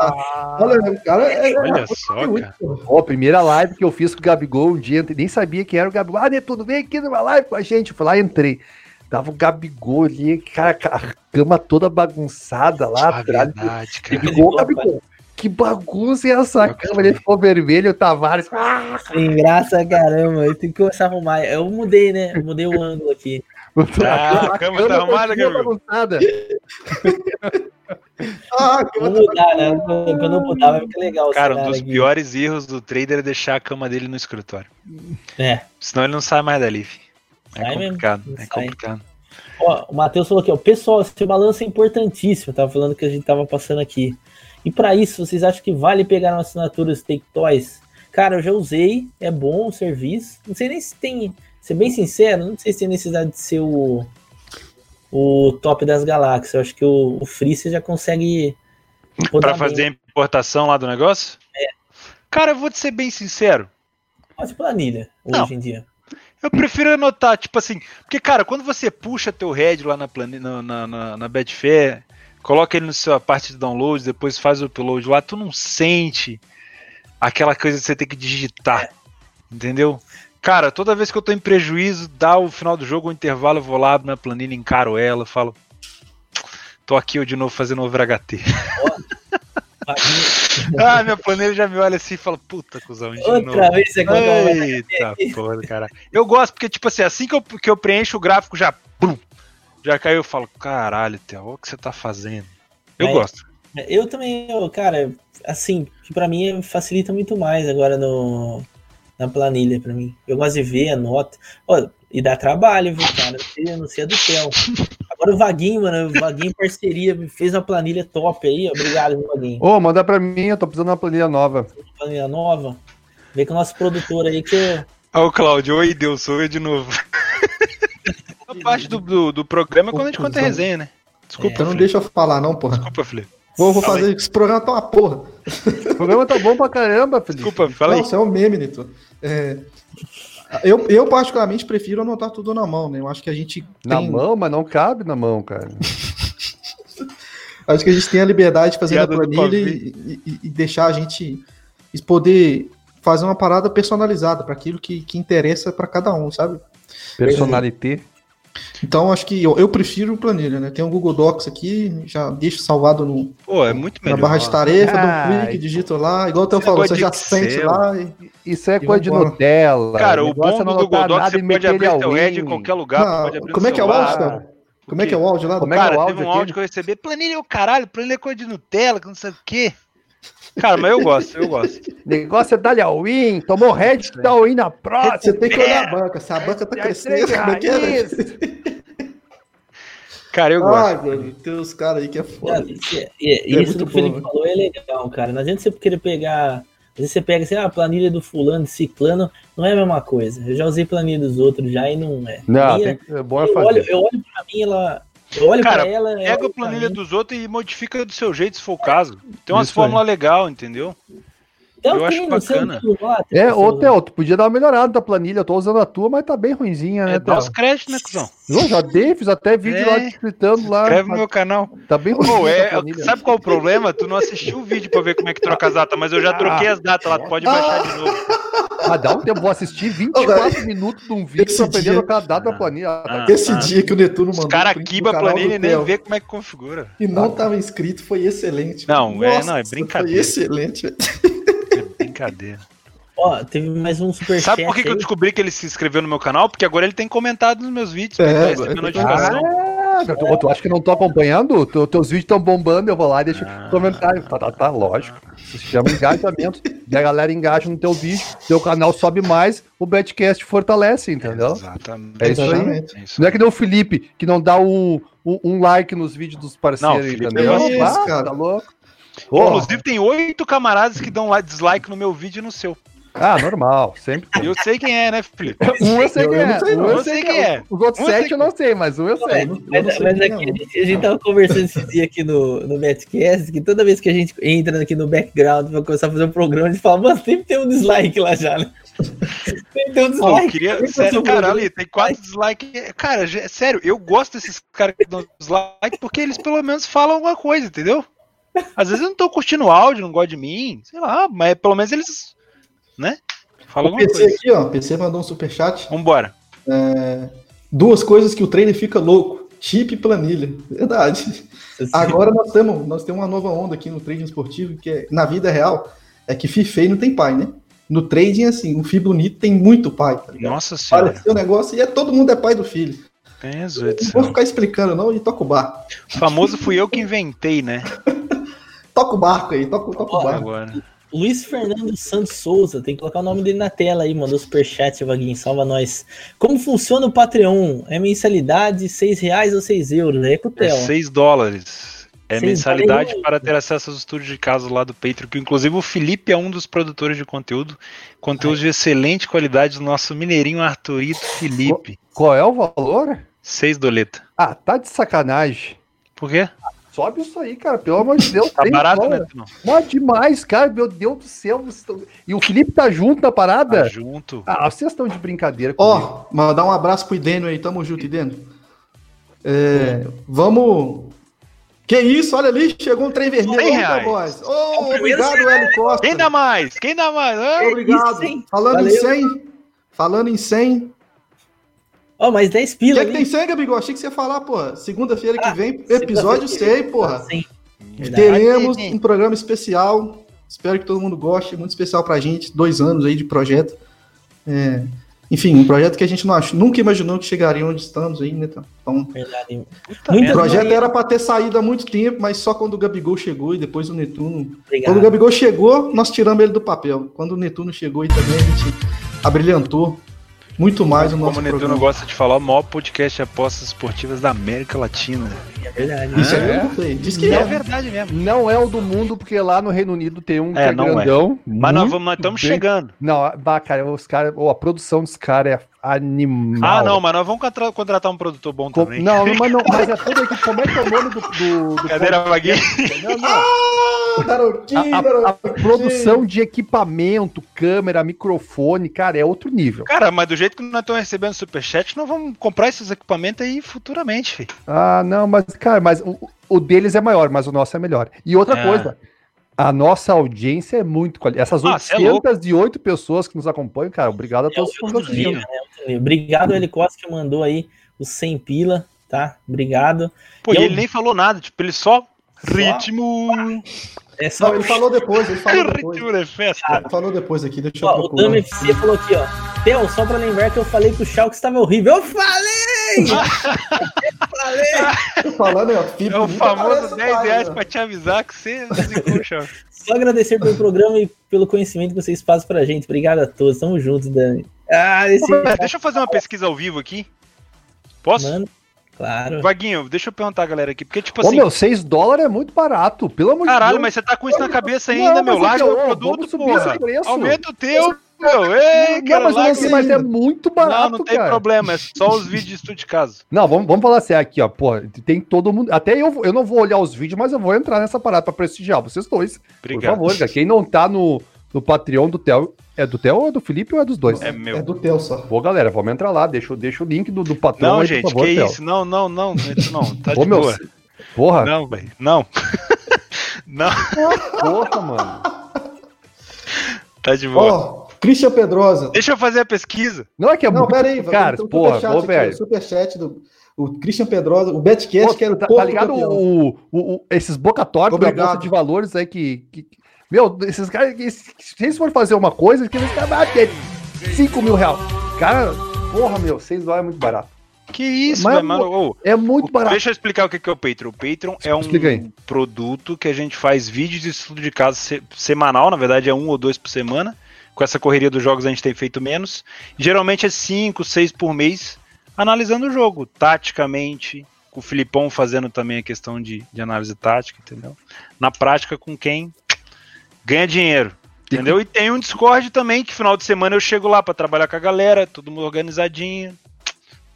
Speaker 1: Ah.
Speaker 4: Olha, o cara é.
Speaker 1: Olha só, cara.
Speaker 5: Ó, a primeira live que eu fiz com o Gabigol um dia, nem sabia quem era o Gabigol. Ah, Netuno, vem aqui numa live com a gente. Eu Fui lá e entrei. Tava o Gabigol ali, cara, a cama toda bagunçada lá
Speaker 1: Ah,
Speaker 5: atrás.
Speaker 1: verdade, cara.
Speaker 5: Gabigol, Gabigol. Que bagunça é essa cama? Ele ficou vermelho, o Tavares. Ah,
Speaker 3: Sem graça, caramba. Eu tenho que começar a arrumar. Eu mudei, né? Eu mudei o ângulo aqui.
Speaker 1: Ah, a cama tá arrumada,
Speaker 5: toda
Speaker 1: Gabigol.
Speaker 5: bagunçada.
Speaker 4: Ah,
Speaker 3: Vou mudar, né? Quando eu mudar, vai ficar legal. o
Speaker 1: Cara, um
Speaker 3: cenário
Speaker 1: dos
Speaker 3: aqui.
Speaker 1: piores erros do trader é deixar a cama dele no escritório.
Speaker 3: É.
Speaker 1: Senão ele não sai mais dali, filho. É
Speaker 3: Sai mesmo,
Speaker 1: complicado,
Speaker 3: não
Speaker 1: é
Speaker 3: sai.
Speaker 1: complicado.
Speaker 3: Ó, o Matheus falou aqui, ó, pessoal, esse balanço é importantíssimo, tava falando que a gente tava passando aqui. E para isso, vocês acham que vale pegar uma assinatura do Take Toys? Cara, eu já usei, é bom o serviço. Não sei nem se tem, ser bem sincero, não sei se tem necessidade de ser o, o top das galáxias. Eu acho que o, o Free você já consegue rodar
Speaker 1: Pra fazer a importação lá do negócio?
Speaker 3: É.
Speaker 1: Cara, eu vou te ser bem sincero.
Speaker 3: bem. Faz planilha
Speaker 1: Não.
Speaker 3: hoje
Speaker 1: *laughs*
Speaker 3: em dia.
Speaker 1: Eu prefiro anotar, tipo assim, porque, cara, quando você puxa teu head lá na, plane... na, na, na, na Betfair, coloca ele na sua parte de download, depois faz o upload lá, tu não sente aquela coisa de você ter que digitar, entendeu? Cara, toda vez que eu tô em prejuízo, dá o final do jogo, o intervalo, eu vou lá, abro minha planilha, encaro ela, falo, tô aqui eu de novo fazendo over HT. ah, minha planilha já me olha assim e fala, puta, cuzão, de novo.
Speaker 3: Outra vez você contou.
Speaker 1: Eita porra, cara. Eu gosto, porque, tipo assim, assim que eu, que eu preencho o gráfico, já. pum, já caiu, eu falo, caralho, Theo, olha o que você tá fazendo. Eu
Speaker 3: Aí-
Speaker 1: gosto.
Speaker 3: Eu também, eu, cara, assim, que pra mim facilita muito mais agora no na planilha pra mim. Eu gosto de ver, anota. Ó, e dá trabalho, viu, cara? Eu sei- Eu não sei a do céu. Agora o Vaguinho, mano, o Vaguinho em parceria, me fez uma planilha top aí. Obrigado, meu Vaguinho.
Speaker 5: Ô, manda pra mim, eu tô precisando de uma planilha nova.
Speaker 3: Planilha nova. Vem com o nosso produtor aí que eu-
Speaker 1: Ó, o Cláudio, oi Deus, sou eu de *laughs* novo. a parte do, do, do programa é quando a gente conta a resenha, né? Desculpa,
Speaker 4: Então não
Speaker 1: Felipe.
Speaker 4: deixa eu falar, não, porra.
Speaker 1: Desculpa, Felipe.
Speaker 4: Vou, vou
Speaker 1: Fala
Speaker 4: fazer esse programa tá uma porra.
Speaker 5: O programa tá bom pra caramba, Felipe.
Speaker 1: Desculpa, fala aí.
Speaker 4: Não, isso é um meme, Neto. É, eu, eu, particularmente, prefiro anotar tudo na mão, né? Eu acho que a gente
Speaker 5: Na
Speaker 4: tem,
Speaker 5: mão, mas não cabe na mão, cara.
Speaker 4: Acho que a gente tem a liberdade de fazer a
Speaker 1: Piada do
Speaker 4: planilha e, e- e deixar a gente poder fazer uma parada personalizada para aquilo que, que interessa para cada um, sabe?
Speaker 5: Personalité.
Speaker 4: Então, acho que eu, eu prefiro planilha, né? Tem um Google Docs aqui, já deixo salvado no,
Speaker 1: Pô, é muito
Speaker 4: na
Speaker 1: melhor.
Speaker 4: barra de tarefa, dou um
Speaker 5: Ah,
Speaker 4: clique, digito lá. Igual o Teu
Speaker 1: Esse
Speaker 4: falou, você
Speaker 1: negócio
Speaker 4: já
Speaker 1: de
Speaker 4: sente
Speaker 1: Excel.
Speaker 4: lá e
Speaker 5: Isso é
Speaker 4: E
Speaker 5: coisa de
Speaker 4: vambora.
Speaker 5: Nutella.
Speaker 1: Cara, o
Speaker 5: negócio
Speaker 1: bom
Speaker 5: é não
Speaker 1: do Google
Speaker 5: anotar
Speaker 1: Docs,
Speaker 5: nada
Speaker 1: você
Speaker 5: e
Speaker 1: pode
Speaker 5: meter ele
Speaker 1: abrir
Speaker 5: ao
Speaker 1: teu head em
Speaker 5: in.
Speaker 1: qualquer um. lugar,
Speaker 4: Não,
Speaker 1: tu pode abrir
Speaker 4: como
Speaker 1: no
Speaker 4: é que é o
Speaker 1: celular.
Speaker 4: áudio, cara? Como é que é o áudio lá?
Speaker 5: Como é que
Speaker 1: cara,
Speaker 5: o áudio
Speaker 1: teve um
Speaker 5: aquele?
Speaker 1: áudio que eu recebi, planilha é o caralho, planilha é coisa de Nutella, que não sei o quê. Cara, mas eu gosto, eu gosto.
Speaker 5: Negócio é dar ao in. Tomou red, dá all in na
Speaker 4: Você
Speaker 5: próxima.
Speaker 4: tem que olhar a banca, se a banca tá
Speaker 5: As
Speaker 4: crescendo,
Speaker 5: três
Speaker 4: como é que é? né?
Speaker 5: raízes.
Speaker 1: Cara, eu gosto.
Speaker 4: Ai, mano, tem uns caras aí que é foda.
Speaker 3: Cara, isso é- é-
Speaker 4: É
Speaker 3: isso
Speaker 4: muito
Speaker 3: que o Felipe
Speaker 4: bom, né?
Speaker 3: falou é legal, cara. Não adianta você querer pegar. Às vezes você pega assim, ah, a planilha do fulano, de ciclano, não é a mesma coisa. Eu já usei planilha dos outros já e não é.
Speaker 5: Não,
Speaker 3: Minha-
Speaker 5: tem que, é bom é
Speaker 3: eu olho,
Speaker 5: fazer.
Speaker 3: eu olho pra mim, ela. Eu olho
Speaker 1: Cara,
Speaker 3: pra ela. ela
Speaker 1: Pega
Speaker 3: olha
Speaker 1: a
Speaker 3: pra
Speaker 1: planilha
Speaker 3: mim.
Speaker 1: dos outros e modifica do seu jeito, se for o caso. Tem umas
Speaker 5: Isso
Speaker 1: fórmulas legal, entendeu?
Speaker 3: Até
Speaker 1: eu
Speaker 3: o
Speaker 1: acho
Speaker 3: treino, "Então, você não
Speaker 1: bacana.
Speaker 3: tem lá, tem um
Speaker 5: É,
Speaker 3: o
Speaker 5: ô
Speaker 3: seu-
Speaker 5: Theo, tu podia dar uma melhorada na planilha. Eu tô usando a tua, mas tá bem ruinzinha, né,
Speaker 1: É,
Speaker 5: Theo?
Speaker 1: dá os créditos, né, cuzão?
Speaker 5: Eu já dei, fiz até vídeo lá
Speaker 1: É.
Speaker 5: te gritando lá.
Speaker 1: Escreve no meu canal.
Speaker 5: Tá bem ruimzinha
Speaker 1: Pô,
Speaker 5: a
Speaker 1: é,
Speaker 5: planilha.
Speaker 1: sabe qual é o problema? Tu não assistiu o vídeo pra ver como é que troca as datas, mas eu já troquei as datas lá, tu pode baixar de novo.
Speaker 5: Ah, dá um tempo, vou assistir
Speaker 4: Ô,
Speaker 5: 24 minutos de um vídeo
Speaker 4: esse
Speaker 5: pra aprender
Speaker 4: dia-
Speaker 5: a cada data da planilha.
Speaker 1: Ah,
Speaker 4: Esse
Speaker 1: ah.
Speaker 4: dia que o Netuno mandou.
Speaker 1: Os caras
Speaker 4: print do
Speaker 1: quibam a
Speaker 4: canal do
Speaker 1: planilha e nem
Speaker 4: Theo.
Speaker 1: vê como é que configura.
Speaker 4: E não tava inscrito, foi excelente.
Speaker 1: Não, é- não, é brincadeira.
Speaker 4: Foi excelente. velho.
Speaker 1: É
Speaker 5: *laughs*
Speaker 1: brincadeira.
Speaker 3: Ó, teve mais um superchat.
Speaker 1: Sabe por que, que eu
Speaker 3: aí.
Speaker 1: descobri que ele se inscreveu no meu canal? Porque agora ele tem comentado nos meus vídeos,
Speaker 4: É,
Speaker 1: ele tá recebendo
Speaker 4: agora-
Speaker 1: notificação.
Speaker 5: Ah, tu, tu acha que eu não tô acompanhando? Tu- teus vídeos estão bombando, eu vou lá e deixo comentário. Tá, tá, tá, lógico. Isso se chama engajamento. e a galera engaja no teu vídeo, teu canal sobe mais, o Betcast fortalece, entendeu?
Speaker 1: Exatamente.
Speaker 5: É isso aí.
Speaker 4: Exatamente.
Speaker 1: É isso.
Speaker 5: Não é que nem o Felipe, que não dá um, um, um like nos vídeos dos
Speaker 1: Não, o
Speaker 5: parceiros,
Speaker 1: Felipe
Speaker 5: entendeu?
Speaker 4: é isso,
Speaker 5: Ah,
Speaker 4: cara.
Speaker 5: Tá louco? Porra.
Speaker 1: Inclusive, tem oito camaradas que dão lá dislike no meu vídeo e no seu.
Speaker 5: Ah, normal, sempre
Speaker 1: E *laughs* eu
Speaker 5: tem.
Speaker 1: sei quem é, né, Felipe?
Speaker 5: Um eu sei
Speaker 4: Eu-
Speaker 5: quem
Speaker 4: eu não
Speaker 5: é,
Speaker 4: sei,
Speaker 5: um
Speaker 4: não.
Speaker 5: eu sei quem é. Os outros
Speaker 1: Um eu sei
Speaker 5: sete
Speaker 1: quem
Speaker 5: eu não sei, mas um eu sei.
Speaker 4: eu não
Speaker 3: Mas, é,
Speaker 4: sei
Speaker 3: mas
Speaker 4: quem é,
Speaker 3: aqui,
Speaker 4: não.
Speaker 3: a gente- a gente tava conversando esse dia aqui no, no Metcast, que toda vez que a gente entra aqui no background pra começar a fazer um programa, a gente fala, mano, sempre tem um dislike lá já, né? *laughs* Sempre tem
Speaker 1: Pô, eu
Speaker 3: um dislike.
Speaker 1: queria.
Speaker 3: Quem
Speaker 1: Sério,
Speaker 3: passou
Speaker 1: cara,
Speaker 3: por
Speaker 1: ali, tem quatro dislikes. Cara, já- sério, eu gosto desses caras que dão dislike porque eles pelo menos falam alguma coisa, entendeu? Às vezes eu não tô curtindo o áudio, não gosto de mim, sei lá, mas pelo menos eles. Né? Falam
Speaker 4: O
Speaker 1: alguma
Speaker 4: PC
Speaker 1: coisa.
Speaker 4: aqui, ó. o PC mandou um superchat.
Speaker 1: Vambora.
Speaker 4: Duas coisas que o trader fica louco. Chip e planilha. Verdade.
Speaker 3: Assim,
Speaker 4: Agora nós temos, nós temos uma nova onda aqui no trading esportivo, que é, na vida real, é que FI feio não tem pai, né? No trading, assim, o FI bonito tem muito pai, tá ligado?
Speaker 1: Nossa senhora.
Speaker 4: Apareceu o negócio e é todo mundo é pai do filho.
Speaker 1: Tem zoeira de
Speaker 4: Não vou
Speaker 1: céu.
Speaker 4: ficar explicando, não, e toca o barco.
Speaker 1: Famoso fui eu que inventei, né?
Speaker 4: Toca o barco aí, toca, toca o
Speaker 3: Ó,
Speaker 4: barco.
Speaker 1: Agora.
Speaker 3: Luiz Fernando Santos Souza, tem que colocar o nome dele na tela aí, mandou superchat, Vaguinho, salva nós. Como funciona o Patreon? É mensalidade, R$ 6 reais ou 6 euros? É com o
Speaker 1: É
Speaker 5: Então.
Speaker 3: Theo.
Speaker 1: 6 dólares. É
Speaker 3: Seis
Speaker 1: mensalidade
Speaker 3: dólares.
Speaker 1: para ter acesso aos estúdios de caso lá do Patreon, que inclusive o Felipe é um dos produtores de conteúdo. Conteúdos de excelente qualidade do nosso mineirinho Arthurito Felipe.
Speaker 5: Qual é o valor?
Speaker 1: 6 doleta.
Speaker 5: Ah, tá de sacanagem.
Speaker 1: Por quê?
Speaker 5: Sobe isso aí, cara, pelo amor de Deus.
Speaker 1: *laughs* Tá
Speaker 5: três
Speaker 1: barato,
Speaker 5: dólares.
Speaker 1: né, Tino?
Speaker 5: Mó é demais, cara, meu Deus do céu. vocês tão- E o Felipe tá junto na
Speaker 1: Tá
Speaker 5: parada?
Speaker 1: junto.
Speaker 5: Ah, vocês estão de brincadeira comigo.
Speaker 4: Ó, mandar um abraço pro Idênio aí, tamo junto, Idênio. É, vamos. Que isso, olha ali, chegou um trem vermelho.
Speaker 1: Cem
Speaker 4: Eita,
Speaker 1: reais.
Speaker 4: boys. Ô,
Speaker 3: o primeiro
Speaker 4: obrigado, Hélio Costa.
Speaker 1: Quem dá mais? Quem dá mais? Ah,
Speaker 3: É
Speaker 4: Obrigado.
Speaker 3: isso, hein?
Speaker 4: Falando em
Speaker 3: Valeu.
Speaker 4: 100, falando em 100.
Speaker 3: Ó, mais 10
Speaker 4: O que
Speaker 3: pila
Speaker 4: é que tem
Speaker 3: ali.
Speaker 4: 100, Gabigol? Achei que você ia falar, porra. Segunda-feira que
Speaker 3: Ah,
Speaker 4: vem, episódio 100, porra.
Speaker 3: Sim. Verdade.
Speaker 4: Teremos um programa especial. Espero que todo mundo goste. Muito especial pra gente. Dois anos aí de projeto. É, enfim, um projeto que a gente não ach- nunca imaginou que chegaria onde estamos aí, né? Então, então,
Speaker 3: é Verdade.
Speaker 1: puta
Speaker 3: muito
Speaker 4: o
Speaker 1: merda.
Speaker 3: bom.
Speaker 4: projeto é era pra ter saído há muito tempo, mas só quando o Gabigol chegou e depois o Netuno. Quando o
Speaker 3: Obrigado. é
Speaker 4: Gabigol chegou, nós tiramos ele do papel. Quando o Netuno chegou e também a gente abrilhantou muito mais o
Speaker 1: Como
Speaker 4: nosso
Speaker 1: o Netuno
Speaker 4: programa.
Speaker 1: gosta de falar, o maior podcast de apostas esportivas da América Latina.
Speaker 3: É verdade.
Speaker 4: Isso aí
Speaker 5: É?
Speaker 4: eu não sei. Diz que
Speaker 1: é
Speaker 4: é.
Speaker 1: verdade mesmo.
Speaker 5: Não é o do mundo, porque lá no Reino Unido tem um que
Speaker 1: É,
Speaker 5: é,
Speaker 1: não é.
Speaker 5: grandão.
Speaker 1: Mas nós
Speaker 5: muito
Speaker 1: vamos, nós estamos
Speaker 5: bem.
Speaker 1: chegando.
Speaker 5: Não, bah, cara, os cara, oh, a produção dos caras é animal.
Speaker 1: Ah, não, mas nós vamos contra- contratar um produtor bom
Speaker 5: Com-
Speaker 1: também.
Speaker 5: não, mas não, mas é tudo aqui. Como é que é o nome do. do,
Speaker 1: *laughs*
Speaker 5: do
Speaker 1: Cadeira vaguinha.
Speaker 5: Não, não.
Speaker 4: Ah, garotinho,
Speaker 5: A- a- a
Speaker 4: garotinho.
Speaker 5: produção de equipamento, câmera, microfone, cara, é outro nível.
Speaker 1: Cara, mas do jeito que nós estamos recebendo superchat, nós vamos comprar esses equipamentos aí futuramente, filho.
Speaker 5: Ah, não, mas, cara, mas o, o deles é maior, mas o nosso é melhor. E outra
Speaker 1: É.
Speaker 5: coisa, a nossa audiência é muito quali- Essas
Speaker 1: Ah, cê é louco.
Speaker 5: 808 pessoas que nos acompanham, cara, obrigado a
Speaker 3: É
Speaker 5: todos que nos
Speaker 3: outro
Speaker 5: assistindo.
Speaker 3: nível, né? É outro nível. Obrigado, Eli Costa, que mandou aí os 100 pila, tá? Obrigado.
Speaker 1: Pô, e
Speaker 3: Eu-
Speaker 1: ele nem falou nada, tipo, ele só. Ritmo.
Speaker 5: *laughs*
Speaker 3: É só
Speaker 4: Não, ele falou depois,
Speaker 1: *laughs*
Speaker 4: ele falou depois.
Speaker 1: Ritmo de festa.
Speaker 4: Ele falou depois aqui, deixa eu
Speaker 3: Ó, o Dama
Speaker 4: procurar.
Speaker 3: FC falou aqui, ó. Theo, só pra lembrar que eu falei que o Schalke estava horrível. Eu falei! eu falei!
Speaker 4: Tô falando, ó, Fipe,
Speaker 1: É o
Speaker 4: nunca
Speaker 1: famoso
Speaker 4: aparece
Speaker 1: 10
Speaker 4: mais,
Speaker 1: reais
Speaker 5: né?
Speaker 4: ó.
Speaker 1: pra te avisar que você é zicou, chão.
Speaker 5: *laughs*
Speaker 3: Só agradecer pelo programa e pelo conhecimento que vocês passam pra gente. Obrigado a todos. Tamo junto, Dani. Ah, esse.
Speaker 1: Deixa eu fazer uma pesquisa ao vivo aqui. Posso?
Speaker 3: Mano, claro.
Speaker 1: Vaguinho, deixa eu perguntar a galera aqui. Porque, tipo
Speaker 5: Ô,
Speaker 1: assim,
Speaker 5: meu, 6 dólares é muito barato, pelo amor de Deus.
Speaker 1: caralho, mas você tá com isso na cabeça
Speaker 5: Não,
Speaker 1: ainda, meu.
Speaker 5: mas
Speaker 1: Larga
Speaker 5: então,
Speaker 1: o
Speaker 5: ó,
Speaker 1: produto,
Speaker 5: vamos subir esse
Speaker 1: porra.
Speaker 5: preço.
Speaker 1: Aumenta o teu, meu. Ei,
Speaker 5: não,
Speaker 1: cara,
Speaker 5: mas,
Speaker 1: larga
Speaker 5: não,
Speaker 1: o-
Speaker 5: mas é muito barato,
Speaker 1: Não, não tem
Speaker 5: cara.
Speaker 1: problema, é só os vídeos de estudo de caso.
Speaker 5: Não, vamos, vamos falar assim aqui, ó. Pô, tem todo mundo. Até eu, eu não vou olhar os vídeos, mas eu vou entrar nessa parada pra prestigiar vocês dois.
Speaker 1: Obrigado.
Speaker 5: Por favor, cara. Quem não tá no, no Patreon do Theo. É do Theo ou é do Felipe ou é dos dois?
Speaker 1: É
Speaker 4: É
Speaker 1: meu.
Speaker 4: do Theo só.
Speaker 5: Pô, galera, vamos entrar lá. Deixa, eu- deixa o link do, do Patreon
Speaker 1: Não,
Speaker 5: aí,
Speaker 1: gente,
Speaker 5: por favor,
Speaker 1: que
Speaker 5: Theo.
Speaker 1: isso? Não, não, não, gente, não. Tá
Speaker 5: Ô,
Speaker 1: de
Speaker 5: meu.
Speaker 1: boa.
Speaker 5: Porra,
Speaker 1: Não, velho. Não. *laughs* não,
Speaker 5: porra, mano.
Speaker 1: tá de boa.
Speaker 4: Ó, Christian Pedrosa.
Speaker 1: Deixa eu fazer a pesquisa.
Speaker 5: Não é que é
Speaker 4: Não,
Speaker 5: muito.
Speaker 4: pera aí,
Speaker 5: Cara,
Speaker 4: tem um
Speaker 5: porra,
Speaker 4: superchat
Speaker 5: ô,
Speaker 4: aqui,
Speaker 5: velho.
Speaker 4: o superchat do o Christian Pedrosa, o Betcast,
Speaker 5: Pô,
Speaker 4: que era o
Speaker 5: tá,
Speaker 4: povo
Speaker 5: tá ligado
Speaker 4: campeão.
Speaker 5: o, o- o- esses bocatórios da
Speaker 4: Obrigado.
Speaker 5: bolsa de valores aí que. que- que- meu, esses caras. esses- Se eles forem fazer uma coisa, que eles caras. 5 mil reais. Cara, porra, meu, 6 dólares é muito barato.
Speaker 1: Que isso,
Speaker 5: Mas-
Speaker 1: velho, mano. Ô,
Speaker 5: É muito barato.
Speaker 1: Deixa eu explicar o que que é o Patreon. O Patreon é um
Speaker 5: Explica aí.
Speaker 1: produto que a gente faz vídeos de estudo de caso se- semanal, na verdade é um ou dois por semana. Com essa correria dos jogos a gente tem feito menos. Geralmente é cinco, seis por mês, analisando o jogo, taticamente, com o Filipão fazendo também a questão de, de análise tática, entendeu? Na prática, com quem ganha dinheiro. Entendeu? E tem um Discord também, que final de semana eu chego lá pra trabalhar com a galera, todo mundo organizadinho.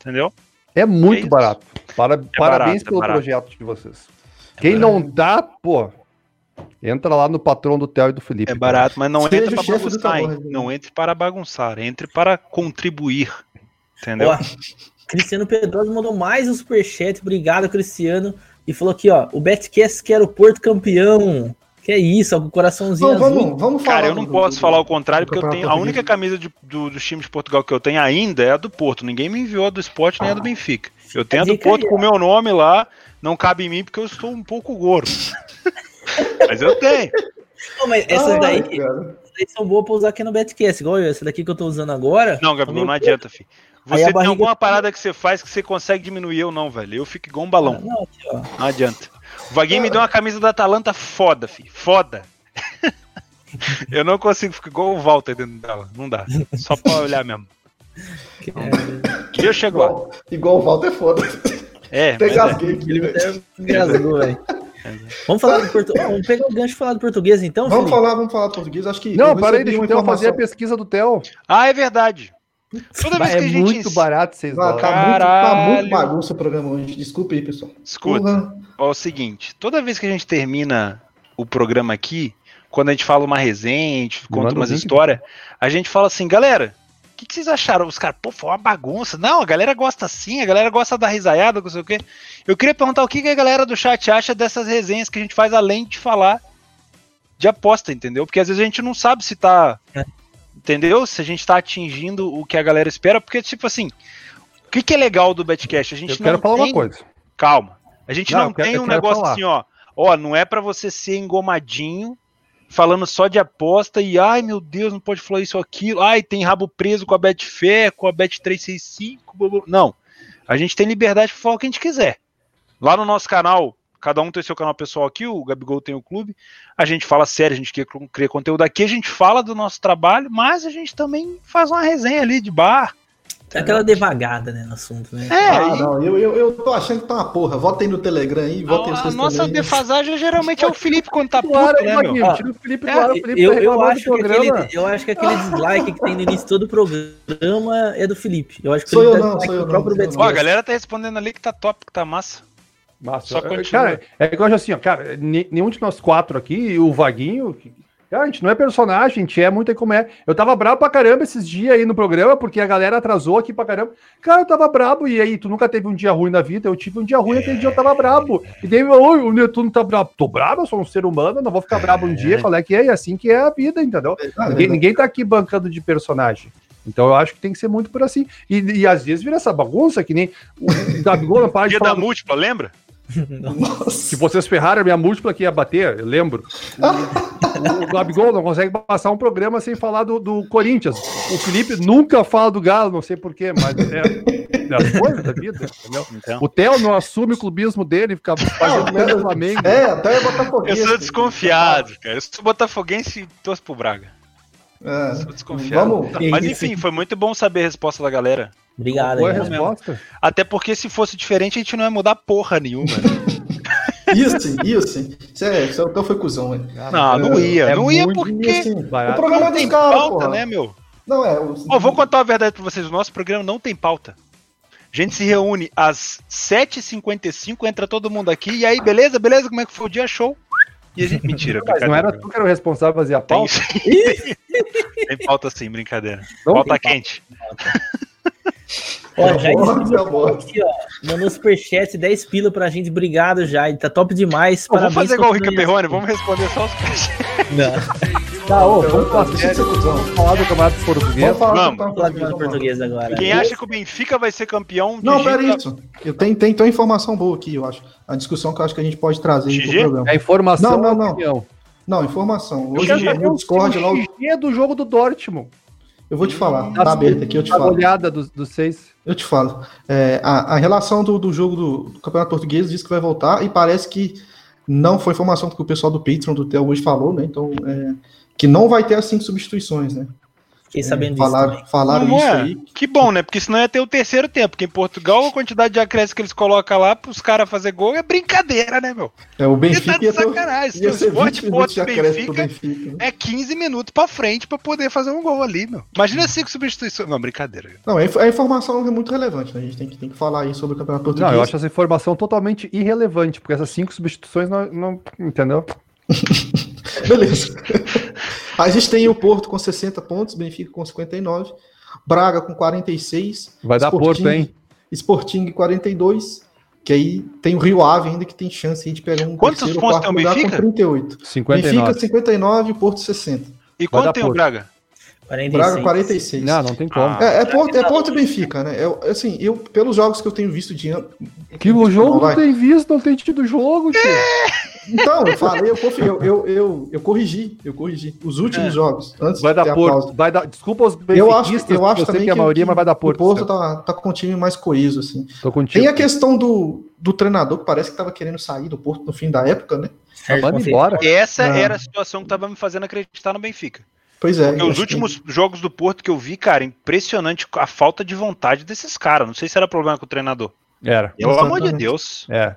Speaker 1: Entendeu?
Speaker 5: É
Speaker 1: É
Speaker 5: muito
Speaker 1: isso.
Speaker 5: barato. Para- parabéns
Speaker 1: barato, é
Speaker 5: pelo
Speaker 1: barato. É
Speaker 5: projeto de vocês. Quem não dá, pô, entra lá no patrão do Theo e do Felipe.
Speaker 1: É barato, mas não
Speaker 4: Seja
Speaker 1: entre
Speaker 4: o
Speaker 1: para
Speaker 4: chefe do né?
Speaker 1: bagunçar, hein?
Speaker 4: Tamborra,
Speaker 1: Não entre para bagunçar, entre para contribuir. Entendeu?
Speaker 3: Ó, Cristiano Pedrosa mandou mais um superchat. Obrigado, Cristiano. E falou aqui, ó. O Betcast quer o Porto campeão. Que é isso, ó, com o coraçãozinho
Speaker 4: Não,
Speaker 3: azul.
Speaker 4: vamos, vamos falar.
Speaker 1: Cara, eu não
Speaker 4: do-
Speaker 1: posso
Speaker 4: do-
Speaker 1: falar o contrário, porque eu
Speaker 4: campeonato
Speaker 1: tenho a única
Speaker 4: português.
Speaker 1: camisa de- do, do time de Portugal que eu tenho ainda é a do Porto. Ninguém me enviou a do esporte nem a do Benfica. Eu tenho a do
Speaker 3: Ah, Fica aí,
Speaker 1: Porto com o meu nome lá, não cabe em mim porque eu estou um pouco gordo.
Speaker 3: *laughs*
Speaker 1: Mas eu tenho.
Speaker 3: Não, mas essas
Speaker 4: Ah,
Speaker 3: daí,
Speaker 4: cara.
Speaker 3: essas daí são boas pra usar aqui no Betcast. Igual essa daqui que eu tô usando agora.
Speaker 1: Não, Gabigol, não adianta, filho.
Speaker 3: Aí a
Speaker 1: Você tem
Speaker 3: barriga-
Speaker 1: alguma parada que você faz que você consegue diminuir, eu não, velho. Eu fico igual um balão.
Speaker 3: Não, aqui, ó.
Speaker 1: Não adianta. O Vaguinho me deu uma camisa da Atalanta foda, filho. Foda. *laughs* Eu não consigo ficar igual o Walter dentro dela. Não dá. Só pra olhar mesmo.
Speaker 3: Que- é?
Speaker 1: E eu chego lá.
Speaker 4: Igual, igual o Walter é foda.
Speaker 1: É,
Speaker 4: Até
Speaker 1: mas é.
Speaker 4: gasguei aqui, né? velho.
Speaker 3: Engasgou, velho. Vamos falar do português. Vamos pegar o gancho e falar do português, então,
Speaker 4: Vamos
Speaker 3: Felipe?
Speaker 4: falar, vamos falar português. Acho que.
Speaker 5: Não,
Speaker 4: eu
Speaker 5: para aí,
Speaker 4: recebi
Speaker 5: deixa
Speaker 4: uma
Speaker 5: o Theo fazer a
Speaker 4: informação.
Speaker 5: pesquisa do Theo.
Speaker 1: Ah, é verdade. Toda vez
Speaker 5: É
Speaker 1: que a gente.
Speaker 5: muito barato, vocês
Speaker 4: Ah,
Speaker 5: dólares.
Speaker 4: tá, muito, tá
Speaker 1: Caralho.
Speaker 4: muito bagunça o programa hoje. Desculpa aí, pessoal.
Speaker 1: Escuta,
Speaker 4: Porra.
Speaker 1: ó, é o seguinte: toda vez que a gente termina o programa aqui, quando a gente fala uma resenha, a gente conta
Speaker 5: Manda o
Speaker 1: umas
Speaker 5: link.
Speaker 1: histórias, a gente fala assim, galera. O que, que vocês acharam? Os caras, pô, foi uma bagunça. Não, a galera gosta assim, a galera gosta da risaiada, não sei o quê. Eu queria perguntar o que, que a galera do chat acha dessas resenhas que a gente faz além de falar de aposta, entendeu? Porque às vezes a gente não sabe se tá.
Speaker 5: É.
Speaker 1: Entendeu? Se a gente tá atingindo o que a galera espera, porque, tipo assim, o que, que é legal do Betcast? A gente
Speaker 5: Eu quero falar
Speaker 1: tem
Speaker 5: uma coisa.
Speaker 1: calma. A gente
Speaker 5: Não,
Speaker 1: não,
Speaker 5: eu quero-
Speaker 1: tem
Speaker 5: eu
Speaker 1: um
Speaker 5: quero
Speaker 1: negócio
Speaker 5: falar.
Speaker 1: assim, ó. Ó, não é pra você ser engomadinho, falando só de aposta e ai meu Deus, não pode falar isso ou aquilo. Ai, tem rabo preso com a Betfair, com a Bet365. blá, blá, blá. Não. A gente tem liberdade pra falar o que a gente quiser. Lá no nosso canal, cada um tem seu canal pessoal aqui, o Gabigol tem o clube. A gente fala sério, a gente cria, cria conteúdo aqui, a gente fala do nosso trabalho, mas a gente também faz uma resenha ali de bar.
Speaker 3: Tá aquela devagada, né, no assunto, né?
Speaker 1: É,
Speaker 4: ah,
Speaker 1: e-
Speaker 4: não, eu, eu, eu tô achando que tá uma porra. Votem no Telegram aí, votem
Speaker 1: A, a nossa defasagem geralmente é o Felipe quando tá puto,
Speaker 5: né? Claro,
Speaker 1: né, meu?
Speaker 5: Vaguinho, tira o Felipe
Speaker 1: É,
Speaker 5: do ar, o Felipe
Speaker 3: Eu,
Speaker 5: tá
Speaker 3: eu,
Speaker 5: reclamando do
Speaker 3: acho que
Speaker 5: programa.
Speaker 3: aquele, eu acho que aquele dislike que tem no início de todo o programa é do Felipe. Eu acho que o
Speaker 4: Sou
Speaker 3: Felipe
Speaker 4: eu
Speaker 3: dá
Speaker 4: não,
Speaker 3: dislike
Speaker 4: sou eu
Speaker 3: no próprio
Speaker 4: não, sou eu
Speaker 3: Betis.
Speaker 1: Ó, a galera tá respondendo ali que tá top, que tá massa.
Speaker 5: Massa.
Speaker 1: Só
Speaker 5: É,
Speaker 1: continua.
Speaker 5: Cara, é que eu acho assim, ó, cara, ne- nenhum de nós quatro aqui, e o Vaguinho. que- Cara, a gente não é personagem, a gente é muito como é. Eu tava brabo pra caramba esses dias aí no programa, porque a galera atrasou aqui pra caramba. Cara, eu tava brabo, e aí, tu nunca teve um dia ruim na vida, eu tive um dia ruim, aquele dia eu tava brabo. E daí, oi, o Netuno tá brabo. Tô brabo, eu sou um ser humano, não vou ficar brabo um dia, qual é que é? E assim que é a vida, entendeu?
Speaker 4: É
Speaker 5: Ninguém,
Speaker 4: né?
Speaker 5: ninguém tá aqui bancando de personagem. Então eu acho que tem que ser muito por assim. E, e às vezes vira essa bagunça que nem o Gabigol não para de
Speaker 1: Dia
Speaker 5: falar
Speaker 1: da
Speaker 5: do
Speaker 1: múltipla, lembra?
Speaker 5: que vocês ferraram a minha múltipla que ia bater, eu lembro. O, o Gabigol não consegue passar um programa sem falar do, do Corinthians. O Felipe nunca fala do Galo, não sei porquê, mas é das coisas da vida, entendeu? O Theo não assume o clubismo dele, fica fazendo merda do um Flamengo.
Speaker 4: Ah, É, até eu botar
Speaker 1: eu sou desconfiado, cara. Eu sou botafoguense e torço pro Braga.
Speaker 4: É.
Speaker 1: Sou desconfiado.
Speaker 4: Vamos.
Speaker 5: tá
Speaker 1: Mas enfim, foi muito bom saber a resposta da galera.
Speaker 3: Obrigado,
Speaker 5: Boa
Speaker 3: aí, né?
Speaker 5: resposta.
Speaker 1: Até porque se fosse diferente, a gente não ia mudar porra nenhuma. né?
Speaker 4: Isso, isso. Sério, isso então foi cuzão, velho.
Speaker 1: *laughs* não, não ia.
Speaker 5: É
Speaker 1: não ia
Speaker 5: muito
Speaker 1: porque
Speaker 4: Assim, o
Speaker 5: Barato.
Speaker 4: programa é
Speaker 1: tem
Speaker 4: dos caras,
Speaker 1: pauta,
Speaker 4: porra.
Speaker 1: né, meu?
Speaker 4: Não, é. os-
Speaker 1: Ó, vou contar a verdade pra vocês. O nosso programa não tem pauta. A gente se reúne às 7h55, entra todo mundo aqui, e aí, beleza, beleza, como é que foi o dia? Show. E a gente... Mentira,
Speaker 5: Mas não era
Speaker 1: brincadeira.
Speaker 5: tu que era o responsável por fazer a
Speaker 1: Tem,
Speaker 5: pauta?
Speaker 1: *laughs* tem pauta sim, brincadeira.
Speaker 4: Então
Speaker 5: Não
Speaker 1: pauta
Speaker 5: tem
Speaker 1: quente.
Speaker 3: Ó, Jair
Speaker 4: Boa,
Speaker 3: Silva
Speaker 4: tá bom.
Speaker 3: aqui, ó, mandou um superchat, 10 pila pra gente. Obrigado, Jair. Tá top demais.
Speaker 4: Então,
Speaker 1: Não, vamos
Speaker 3: Parabéns
Speaker 1: fazer igual o
Speaker 3: pelo
Speaker 1: Rica Perrone, vamos responder só os peixes.
Speaker 3: Não,
Speaker 5: Tá, ô, vamos falar
Speaker 4: Deixa de
Speaker 5: sério,
Speaker 4: ser é cuzão.
Speaker 5: vamos falar do Campeonato Português.
Speaker 4: Vamos falar
Speaker 1: Vamos.
Speaker 4: do campeonato
Speaker 3: Vamos falar do
Speaker 4: português, vamos lá.
Speaker 3: português agora.
Speaker 1: Quem acha que o Benfica vai ser campeão
Speaker 4: Não,
Speaker 1: digita-
Speaker 4: pera isso. Eu tenho, tenho, tenho informação boa aqui, eu acho. A discussão que eu acho que a gente pode trazer aí pro
Speaker 1: Gigi?
Speaker 4: programa.
Speaker 5: É informação,
Speaker 4: Não, não,
Speaker 5: é
Speaker 4: não.
Speaker 5: opinião.
Speaker 4: Não, informação.
Speaker 1: Eu
Speaker 4: Hoje é
Speaker 1: quero um
Speaker 4: no
Speaker 5: saber o
Speaker 4: Discord lá.
Speaker 5: XG do jogo do Dortmund.
Speaker 4: Eu vou te falar, tá aberto aqui, eu te
Speaker 5: Dá uma
Speaker 4: falo.
Speaker 5: olhada dos, dos seis.
Speaker 4: Eu te falo. É, a, a relação do, do jogo do, do Campeonato Português diz que vai voltar e parece que não foi informação que o pessoal do Patreon do Theo hoje falou, né? Então, é, que não vai ter as cinco substituições, né?
Speaker 3: Fiquei sabendo disso.
Speaker 4: falaram
Speaker 3: também.
Speaker 4: falaram
Speaker 1: Não
Speaker 4: isso
Speaker 1: é?
Speaker 4: aí.
Speaker 1: Que bom, né? Porque senão ia ter o terceiro tempo. Porque em Portugal, a quantidade de acréscimo que eles colocam lá pros caras fazer gol é brincadeira, né, meu?
Speaker 4: É, o
Speaker 1: Ele tá
Speaker 4: Benfica
Speaker 1: de
Speaker 4: ia, ter-
Speaker 1: sacanagem. Se
Speaker 4: ia
Speaker 1: o
Speaker 4: ser 20
Speaker 1: Sport
Speaker 4: minutos de
Speaker 1: fosse
Speaker 4: acréscimo pro
Speaker 1: Benfica,
Speaker 4: Benfica. né?
Speaker 1: é 15 minutos pra frente pra poder fazer um gol ali, meu.
Speaker 4: Hum.
Speaker 1: Imagina cinco substituições. Não, brincadeira.
Speaker 4: Não, a inf- a informação é muito relevante, né? A gente tem que, tem que falar aí sobre o Campeonato Português.
Speaker 5: Não, eu acho essa informação totalmente irrelevante, porque essas cinco substituições não. não- entendeu?
Speaker 1: assim.
Speaker 4: Beleza. *laughs* a gente tem o Porto com 60 pontos, Benfica com 59, Braga com 46,
Speaker 5: Vai dar
Speaker 4: Sporting.
Speaker 5: Porto, hein?
Speaker 4: Sporting 42, que aí tem o Rio Ave ainda que tem chance aí de pegar um
Speaker 1: Quantos
Speaker 4: terceiro,
Speaker 1: pontos tem
Speaker 4: quarto
Speaker 1: o
Speaker 4: lugar com
Speaker 1: Benfica?
Speaker 4: 38. Benfica
Speaker 5: 59.
Speaker 4: 59 e Porto 60.
Speaker 1: E
Speaker 5: Vai dar
Speaker 1: quanto tem o
Speaker 5: Porto.
Speaker 1: Braga?
Speaker 3: 46.
Speaker 4: Braga 46.
Speaker 5: Não, não tem como.
Speaker 1: Ah.
Speaker 4: É, é Porto, é Porto e Benfica, né? É, assim, eu, pelos jogos que eu tenho visto de ano.
Speaker 5: É, que o jogo
Speaker 4: vai.
Speaker 5: não tem visto, não tem tido jogo, tio.
Speaker 4: Então, eu falei, eu, confi- eu, eu, eu, eu corrigi, eu corrigi. Os últimos
Speaker 1: É.
Speaker 4: jogos, antes
Speaker 5: Vai
Speaker 4: ter
Speaker 5: dar
Speaker 4: a
Speaker 5: Porto.
Speaker 4: pausa.
Speaker 5: Vai dar, desculpa os
Speaker 4: Eu acho,
Speaker 5: benfiquistas,
Speaker 4: eu acho
Speaker 5: sei
Speaker 4: também
Speaker 5: que a maioria,
Speaker 4: que
Speaker 5: mas vai dar
Speaker 4: o
Speaker 5: Porto.
Speaker 4: Porto tá, tá com um time mais coeso, assim.
Speaker 5: Tô contigo.
Speaker 4: Tem a questão do, do treinador, que parece que tava querendo sair do Porto no fim da época, né?
Speaker 5: Tá,
Speaker 3: Sérgio
Speaker 5: Vamos
Speaker 3: Conceição.
Speaker 5: embora.
Speaker 1: Essa
Speaker 4: Não.
Speaker 1: era a situação que tava me fazendo acreditar no Benfica.
Speaker 4: Pois é.
Speaker 1: Porque
Speaker 4: eu
Speaker 1: os
Speaker 4: acho
Speaker 1: últimos jogos do Porto que eu vi, cara, impressionante a falta de vontade desses caras. Não sei se era problema com o treinador.
Speaker 5: Era.
Speaker 1: Pelo amor de
Speaker 4: Exatamente.
Speaker 1: Deus.
Speaker 5: É.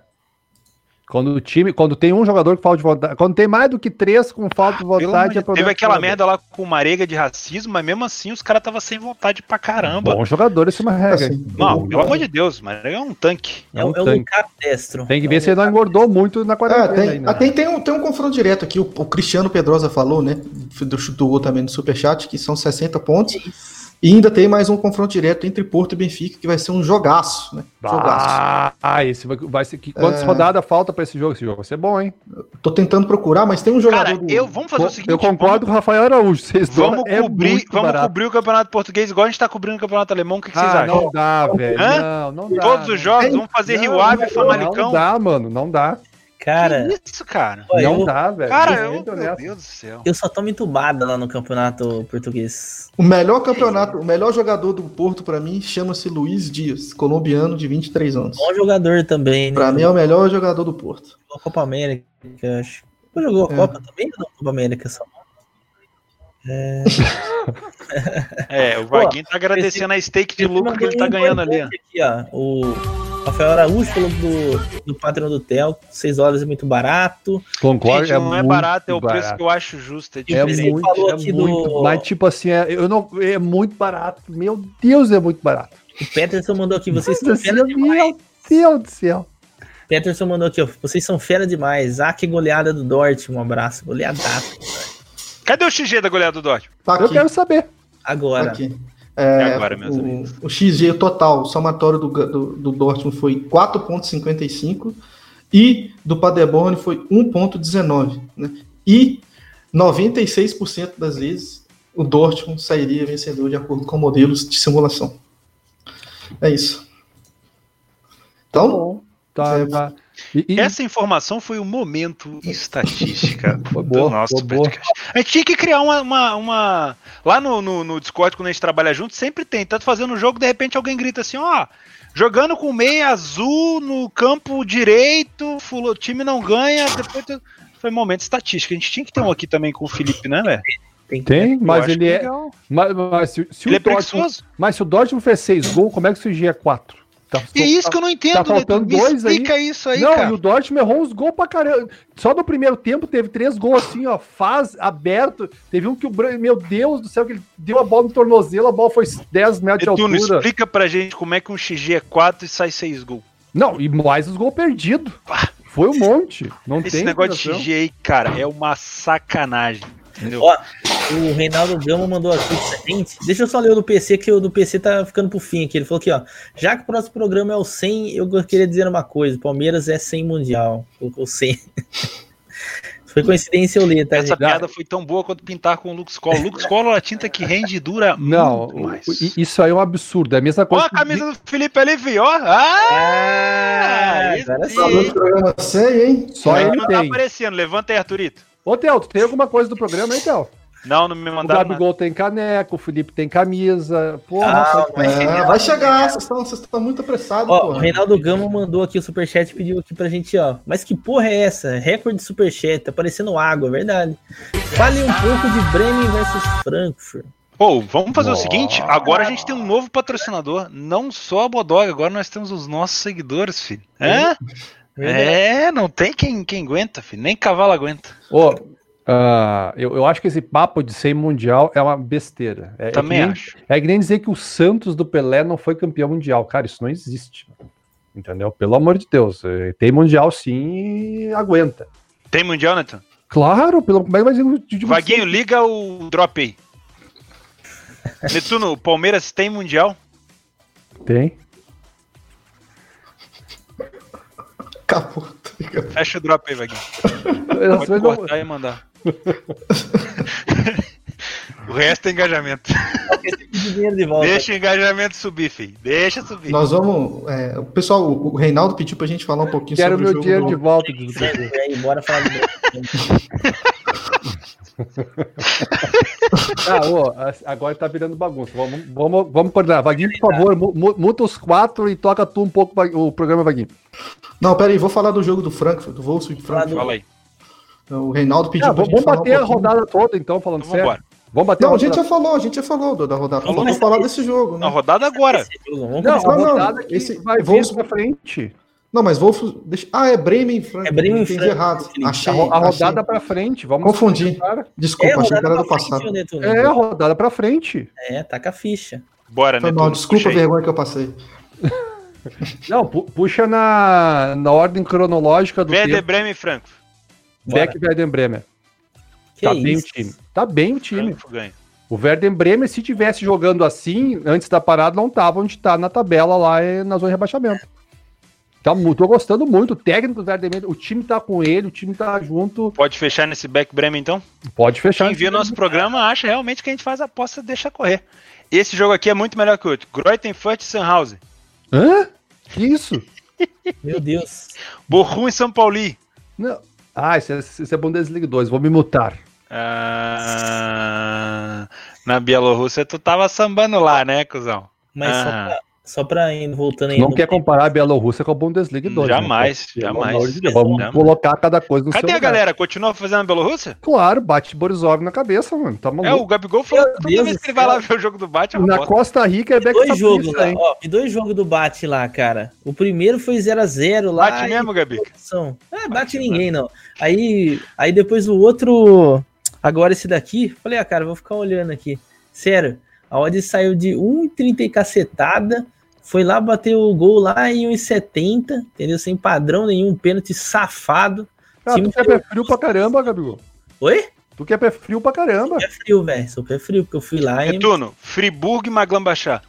Speaker 5: Quando o time, quando tem um jogador que falta de vontade, quando tem mais do que três com falta de
Speaker 1: Ah, Pelo amor
Speaker 5: vontade,
Speaker 1: de-
Speaker 5: é problema
Speaker 1: Teve
Speaker 5: do
Speaker 1: aquela
Speaker 5: jogador.
Speaker 1: merda lá com o Marega de racismo, mas mesmo assim os caras tava sem vontade pra caramba.
Speaker 5: Bom jogador, isso é uma
Speaker 4: que,
Speaker 5: regra.
Speaker 4: assim,
Speaker 1: Não,
Speaker 4: o-
Speaker 1: pelo amor de Deus, Marega é um tanque.
Speaker 3: É, o- é o
Speaker 5: Tem-
Speaker 3: Lucas Destro.
Speaker 5: Tem que ver se ele não engordou muito na
Speaker 4: É,
Speaker 5: quarentena.
Speaker 4: tem,
Speaker 5: ainda. né?
Speaker 4: ah, tem, tem um, tem um confronto direto aqui. O, o Cristiano Pedrosa falou, né? Do, do também no Superchat, que são 60 pontos. E ainda tem mais um confronto direto entre Porto e Benfica, que vai ser um jogaço, né? Jogaço. É.
Speaker 5: Ah, esse vai, vai ser. que- Quantas rodadas falta pra esse jogo? Esse jogo vai ser bom, hein?
Speaker 4: Tô tentando procurar, mas tem um jogador.
Speaker 1: Cara,
Speaker 4: do-
Speaker 1: eu vamos fazer o seguinte.
Speaker 5: eu concordo com o Rafael Araújo. Vocês
Speaker 1: Vamos,
Speaker 5: dólares é
Speaker 1: cobrir,
Speaker 5: muito
Speaker 1: vamos
Speaker 5: barato.
Speaker 1: cobrir o campeonato português igual a gente tá cobrindo o campeonato alemão. O que, que vocês
Speaker 5: Ah,
Speaker 1: acham?
Speaker 5: não dá, velho.
Speaker 1: Hã?
Speaker 5: Não, não dá.
Speaker 1: Todos os jogos, vamos fazer Rio Ave,
Speaker 5: Não
Speaker 1: Famalicão.
Speaker 5: dá, mano. Não dá.
Speaker 3: Cara,
Speaker 1: que isso, cara?
Speaker 3: ó,
Speaker 5: não
Speaker 3: eu,
Speaker 5: dá, velho.
Speaker 1: Cara,
Speaker 5: Não
Speaker 1: eu,
Speaker 5: entra
Speaker 1: meu
Speaker 5: nessa.
Speaker 1: Deus do céu.
Speaker 3: eu só tomo entubada lá no campeonato português.
Speaker 4: O melhor campeonato, o melhor jogador do Porto pra mim chama-se Luiz Dias, colombiano de 23 anos.
Speaker 3: Bom jogador também, né?
Speaker 4: Pra mim é o melhor jogador do Porto.
Speaker 3: Jogou a Copa América, eu acho. Você jogou a
Speaker 4: É.
Speaker 3: Copa também ou não? Copa América só?
Speaker 1: É, o Vaguinho tá agradecendo a steak de lucro que ele tá ganhando ali. ó.
Speaker 3: um Aqui, ó, o Rafael Araújo falou do, do patrão do Theo, 6 horas é muito barato.
Speaker 5: Concordo.
Speaker 1: Gente, não é
Speaker 5: muito
Speaker 1: barato, é o preço
Speaker 5: barato.
Speaker 1: que eu acho justo. É
Speaker 5: É
Speaker 1: diferente.
Speaker 3: Você
Speaker 5: muito,
Speaker 3: falou
Speaker 5: é
Speaker 3: aqui
Speaker 5: muito.
Speaker 3: do-
Speaker 5: Mas, tipo assim, é, eu não, é muito barato. Meu Deus, é muito barato.
Speaker 3: O Peterson mandou aqui, vocês
Speaker 5: Nossa
Speaker 3: são fera
Speaker 5: senhora,
Speaker 3: demais.
Speaker 5: meu Deus do céu.
Speaker 3: Peterson mandou aqui, ó, vocês são fera demais. Ah, que goleada do Dort, um abraço, goleadaço.
Speaker 1: Cadê o XG da goleada do Dodge?
Speaker 4: Tá
Speaker 5: Eu
Speaker 4: aqui,
Speaker 5: quero saber.
Speaker 4: tá
Speaker 3: Agora,
Speaker 4: aqui.
Speaker 1: É,
Speaker 4: É,
Speaker 1: agora, meus amigos.
Speaker 4: o, o XG total, somatório do, do, do Dortmund foi 4,55 e do Paderborn foi 1,19. né? E 96% das vezes o Dortmund sairia vencedor de acordo com modelos de simulação. É isso. Então,
Speaker 5: Tá,
Speaker 4: É.
Speaker 5: tá. E, e-
Speaker 1: Essa informação foi o momento estatística
Speaker 5: *laughs* Foi
Speaker 1: do
Speaker 5: boa,
Speaker 1: nosso
Speaker 5: foi boa.
Speaker 1: podcast. A gente tinha que criar uma. uma- uma- Lá no, no- no Discord, quando a gente trabalha junto, sempre tem. Tanto fazendo um jogo, de repente alguém grita assim: ó, jogando com meia azul no campo direito, fulo, o time não ganha. Depois tu- Foi momento estatístico. A gente tinha que ter um aqui também com o Felipe, né, velho?
Speaker 3: tem que
Speaker 5: tem, mas
Speaker 1: acho
Speaker 5: ele é.
Speaker 1: legal.
Speaker 5: Mas, mas se, se
Speaker 1: Ele é
Speaker 5: o Dortmund,
Speaker 1: preguiçoso.
Speaker 5: mas se o Dortmund fez seis gols, como é que o G é quatro? Tá,
Speaker 1: E é isso que eu não entendo,
Speaker 5: faltando
Speaker 1: Me
Speaker 5: dois aí.
Speaker 1: explica isso aí,
Speaker 5: não,
Speaker 1: cara.
Speaker 5: e o Dortmund errou uns gols pra caramba. Só no primeiro tempo teve três gols assim, ó, faz, aberto. Teve um que o Bran- meu Deus do céu, que ele deu a bola no tornozelo, a bola foi 10 metros de
Speaker 1: Etuno,
Speaker 5: altura.
Speaker 1: explica pra gente como é que um XG é 4 e sai 6 gols.
Speaker 5: Não, e mais os gols perdidos. Foi um monte. Não
Speaker 1: Esse
Speaker 5: tem
Speaker 1: negócio de
Speaker 5: explicação.
Speaker 1: XG aí, cara, é uma sacanagem. Entendeu?
Speaker 3: Ó, O Reinaldo Gama mandou aqui pra gente. Deixa eu só ler o do PC, que o do PC tá ficando pro fim aqui. Ele falou aqui, ó. Já que o próximo programa é o 100, eu go- queria dizer uma coisa. Palmeiras é 100 mundial. Colocou 100. *laughs* Foi coincidência eu ler, tá,
Speaker 1: Essa
Speaker 3: gente?
Speaker 1: piada foi tão boa quanto pintar com o Lux Cola. Lux Cola é a tinta que rende e dura
Speaker 5: *laughs* Não,
Speaker 1: é muito mais.
Speaker 5: o- i- isso aí é um absurdo. É a mesma
Speaker 1: Olha
Speaker 5: coisa.
Speaker 1: a camisa do Felipe ali, viu? ó. Ah!
Speaker 5: É,
Speaker 3: Ah,
Speaker 1: esse
Speaker 3: agora
Speaker 1: aí.
Speaker 4: falou do programa 100, hein?
Speaker 5: Só
Speaker 1: Ele
Speaker 5: ele
Speaker 1: não tá
Speaker 5: tem.
Speaker 1: aparecendo. Levanta aí, Arthurito.
Speaker 5: Ô, Theo, tu tem alguma coisa do programa aí, Theo?
Speaker 1: Não, não me
Speaker 5: O
Speaker 1: mandaram. nada.
Speaker 5: Gabigol tem caneco, o Felipe tem camisa. Pô,
Speaker 3: Ah,
Speaker 5: nossa,
Speaker 3: mas
Speaker 4: Ah, vai chegar, vocês estão, vocês estão muito apressados,
Speaker 3: Ó, o
Speaker 4: pô.
Speaker 3: Reinaldo Gama mandou aqui o superchat e pediu aqui pra gente, ó. Mas que porra é essa? Recorde de superchat, tá parecendo água, é verdade. Fale um pouco de Bremen versus Frankfurt.
Speaker 1: Pô, vamos fazer o seguinte: agora a gente tem um novo patrocinador, não só a Bodog, agora nós temos os nossos seguidores, filho. Hã? É, não tem quem, quem aguenta, filho. Nem cavalo aguenta.
Speaker 5: Ô, ah, eu, eu acho que esse papo de ser mundial é uma besteira. É, é
Speaker 1: Também
Speaker 5: que nem,
Speaker 1: acho.
Speaker 5: é que nem dizer que o Santos do Pelé não foi campeão mundial. Cara, isso não existe. Entendeu? Pelo amor de Deus. eh, Tem mundial sim e aguenta.
Speaker 1: Tem mundial, Neto?
Speaker 5: Claro, pelo, como é que vai dizer o de- de-
Speaker 1: Vaguinho, liga o drop aí. Netuno, o Palmeiras tem mundial?
Speaker 5: Tem.
Speaker 4: Acabou.
Speaker 1: Fecha o drop aí, Vaguinho.
Speaker 5: Essas
Speaker 1: Pode
Speaker 5: coisas não-
Speaker 1: cortar e mandar. *laughs* o resto é engajamento.
Speaker 3: De dinheiro de volta.
Speaker 1: É. Deixa o engajamento subir, filho. Deixa subir.
Speaker 4: Nós vamos. é, o pessoal, o o Reinaldo pediu pra gente falar um pouquinho
Speaker 5: Quero
Speaker 4: sobre o
Speaker 5: meu
Speaker 4: jogo.
Speaker 5: dinheiro
Speaker 4: do-
Speaker 5: de volta. diz o Pedro.
Speaker 3: Frankfurt aí, bora falar do Bremen.
Speaker 5: Ah, ô, a- agora tá virando bagunça. Vamos, vamos, vamos coordenar. Vaguinho, por favor, mu- mu- muta os quatro e toca tu um pouco Va- o programa, Vaguinho.
Speaker 4: Não, pera aí, vou falar do jogo do Frankfurt, do Wolfsburg Frankfurt. Então,
Speaker 1: Fala aí.
Speaker 4: O Reinaldo pediu
Speaker 5: Ah,
Speaker 4: pra
Speaker 5: vamos vamos
Speaker 4: gente falar um
Speaker 5: bater a
Speaker 4: pouquinho.
Speaker 5: rodada toda, então, falando
Speaker 1: Então,
Speaker 5: sério.
Speaker 1: vambora.
Speaker 5: Vamos bater
Speaker 4: Não, a
Speaker 5: a
Speaker 4: gente
Speaker 5: rodada.
Speaker 4: já falou, a gente já falou do- da rodada.
Speaker 3: Vamos
Speaker 4: Vamos
Speaker 3: começar
Speaker 4: falar
Speaker 3: esse-
Speaker 4: desse jogo,
Speaker 1: Na
Speaker 4: né?
Speaker 1: rodada agora.
Speaker 3: Esse jogo, Vamos
Speaker 5: Não,
Speaker 3: começar.
Speaker 5: a
Speaker 4: não,
Speaker 5: rodada que
Speaker 4: esse-
Speaker 5: vai vir
Speaker 4: vamos-
Speaker 5: pra frente.
Speaker 4: Não, mas Wolfsburg. deixa- Ah, é Bremen e Frankfurt.
Speaker 3: É Bremen e
Speaker 4: Entendi
Speaker 3: Frankfurt,
Speaker 4: errado.
Speaker 3: Felipe.
Speaker 5: A,
Speaker 4: Achei,
Speaker 5: ro- a rodada
Speaker 4: achei.
Speaker 5: pra frente. Vamos
Speaker 4: Confundi.
Speaker 5: Cara.
Speaker 4: Desculpa,
Speaker 3: a
Speaker 4: achei que era
Speaker 3: rodada tá
Speaker 4: do
Speaker 3: É, pra frente,
Speaker 4: passado.
Speaker 3: ô, Netuno.
Speaker 5: É a rodada pra frente.
Speaker 3: É, taca a ficha.
Speaker 1: Bora,
Speaker 4: Foi
Speaker 1: Netuno.
Speaker 4: mal, Tá desculpa
Speaker 1: puxa
Speaker 4: a
Speaker 1: aí.
Speaker 4: vergonha que eu passei.
Speaker 5: Não, pu- puxa na, na ordem cronológica do
Speaker 1: Werder
Speaker 5: tempo.
Speaker 1: Bremen e Franco.
Speaker 3: Bora.
Speaker 5: Beck e Werder Bremer.
Speaker 3: Que
Speaker 5: Tá bem o
Speaker 3: isso?
Speaker 5: time. Tá bem o time.
Speaker 1: Franco ganha.
Speaker 5: O Werder Bremer, se tivesse jogando assim, antes da parada, não tava onde tá na tabela lá eh, na zona de rebaixamento. Tá, mu- tô gostando muito, o técnico do Werder Bremer, o time tá com ele, o time tá junto.
Speaker 1: Pode fechar nesse back Bremen então?
Speaker 5: Pode fechar.
Speaker 1: Quem vê nosso programa acha realmente que a gente faz a aposta deixa correr. Esse jogo aqui é muito melhor que o outro. Greutenfurt e Sandhausen.
Speaker 5: Hã? Que isso?
Speaker 3: Meu Deus.
Speaker 1: Borrum e São Pauli.
Speaker 5: Não. Ah, isso é, isso é Bundesliga 2, vou me mutar.
Speaker 1: Ah, na Bielorrússia tu tava sambando lá, né, cuzão?
Speaker 3: Mas só
Speaker 1: Ah.
Speaker 3: pra- só pra ir voltando aí.
Speaker 5: Não
Speaker 3: no-
Speaker 5: quer comparar a Bielorrússia com a Bundesliga 2. né?
Speaker 1: Jamais,
Speaker 5: Pelo
Speaker 1: jamais.
Speaker 5: amor de Deus, Vamos
Speaker 1: Jamais.
Speaker 5: colocar cada coisa no
Speaker 1: Cadê
Speaker 5: seu
Speaker 1: a
Speaker 5: lugar.
Speaker 1: galera? Continua fazendo a Bielorrússia?
Speaker 5: Claro, bate Borisov na cabeça, mano. Tá maluco.
Speaker 1: É, o Gabigol falou
Speaker 3: Meu
Speaker 1: toda
Speaker 3: Deus
Speaker 1: vez
Speaker 3: do
Speaker 1: que ele vai
Speaker 3: céu.
Speaker 1: lá ver o jogo do Bate, é uma
Speaker 5: Na
Speaker 1: bosta.
Speaker 5: Costa Rica é Beck
Speaker 3: Dois jogos
Speaker 5: Sapista,
Speaker 3: lá,
Speaker 5: hein?
Speaker 3: ó. E dois jogos do bate lá, cara. O primeiro foi 0x0 lá.
Speaker 1: Bate
Speaker 3: e-
Speaker 1: mesmo, Gabi.
Speaker 5: Tá
Speaker 3: São. Ah, bate ninguém, não. Aí, aí depois o outro. Agora esse daqui, falei, ah, cara, vou ficar olhando aqui. Sério, a odd saiu de 1,30 e cacetada. Foi lá bater o gol lá em 1,70, entendeu? Sem padrão nenhum, pênalti safado.
Speaker 5: Ah, tu
Speaker 3: Time
Speaker 5: que é pé frio pra caramba, Gabigol.
Speaker 3: Oi?
Speaker 5: Tu que é pé frio pra caramba.
Speaker 3: Pé frio, velho. Sou pé frio, porque eu fui lá e.
Speaker 1: Netuno, Friburgo e Maglambachá.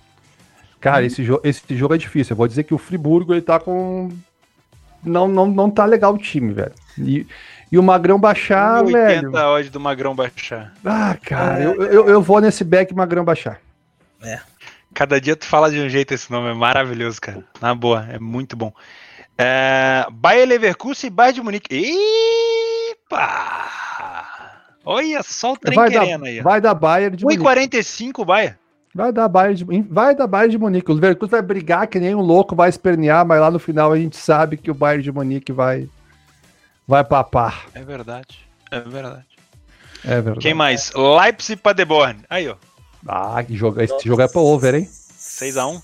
Speaker 5: Cara, esse, jo esse jogo é difícil. Eu vou dizer que o Friburgo, ele tá com... Não, não, não tá legal o time, velho. E, e o Magrão baixar, Tá,
Speaker 1: 80
Speaker 5: velho...
Speaker 1: Um odd do Magrão Baixá.
Speaker 5: Ah, cara, eu, eu, eu vou nesse back Magrão baixar.
Speaker 1: Cada dia tu fala de um jeito esse nome, é maravilhoso, cara. Na boa, é muito bom. É, Bayer Leverkusen e Bayern de Munique. Epa! Olha só o trem
Speaker 5: Vai dar,
Speaker 1: querendo aí. ó.
Speaker 5: vai dar Bayern de Munique.
Speaker 1: 1,45 Bayer.
Speaker 5: Vai dar Bayern de, vai dar Bayern de Munique. O Leverkusen vai brigar que nem um louco, vai espernear, mas lá no final a gente sabe que o Bayern de Munique vai... Vai papar.
Speaker 1: É verdade, é verdade.
Speaker 5: É verdade.
Speaker 1: Quem mais? Leipzig e Paderborn. Aí, ó.
Speaker 5: Ah, que jogo, esse jogo é pra over, hein?
Speaker 1: 6x1.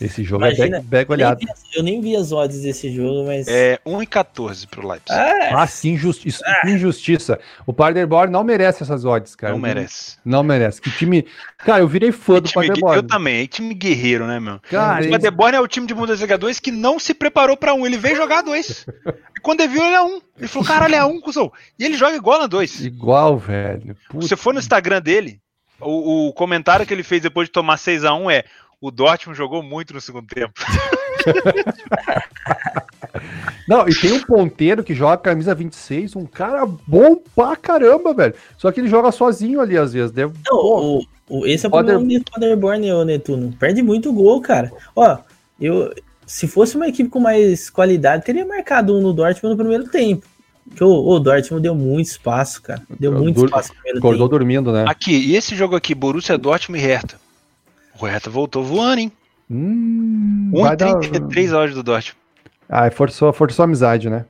Speaker 5: Esse jogo é
Speaker 3: Imagina,
Speaker 5: back, back
Speaker 3: Eu nem,
Speaker 5: olhado.
Speaker 3: vi, eu nem vi as odds desse jogo, mas.
Speaker 1: É 1,14 pro Leipzig.
Speaker 3: Ah,
Speaker 5: Ah, sim, injusti- isso- injustiça. O Paderborn não merece essas odds, cara.
Speaker 1: Não merece.
Speaker 5: Não merece. Que time. Cara, eu virei fã do
Speaker 1: Time gui-
Speaker 5: Paderborn.
Speaker 1: eu também, é time guerreiro, né, meu? O
Speaker 5: Cara, eles-
Speaker 1: Paderborn é o time de Bundesliga 2 que não se preparou pra um. Ele veio jogar dois. E quando ele viu, ele é um. Ele falou, caralho, é um, cuzão. E ele joga igual na dois.
Speaker 5: igual, velho. Puta,
Speaker 1: Se você for no Instagram dele, o, o comentário que ele fez depois de tomar 6x1 é o Dortmund jogou muito no segundo tempo.
Speaker 5: Não, e tem um ponteiro que joga camisa 26, um cara bom pra caramba, velho. Só que ele joga sozinho ali às vezes. Deve...
Speaker 3: Não, o, o- esse é o
Speaker 5: Pader-
Speaker 3: problema do Paderborn, ô Netuno. Perde muito gol, cara. Ó, eu, se fosse uma equipe com mais qualidade, teria marcado um no Dortmund no primeiro tempo. Porque o, o Dortmund deu muito espaço, cara. Deu muito
Speaker 5: Dur-
Speaker 3: espaço no primeiro
Speaker 5: Acordou
Speaker 3: tempo.
Speaker 5: dormindo, né?
Speaker 1: Aqui, e esse jogo aqui, Borussia Dortmund e Hertha. O Hertha voltou voando, hein?
Speaker 5: Hum, vai dar...
Speaker 1: 1,33 horas do Dortmund.
Speaker 5: Ah, forçou, forçou a amizade, né?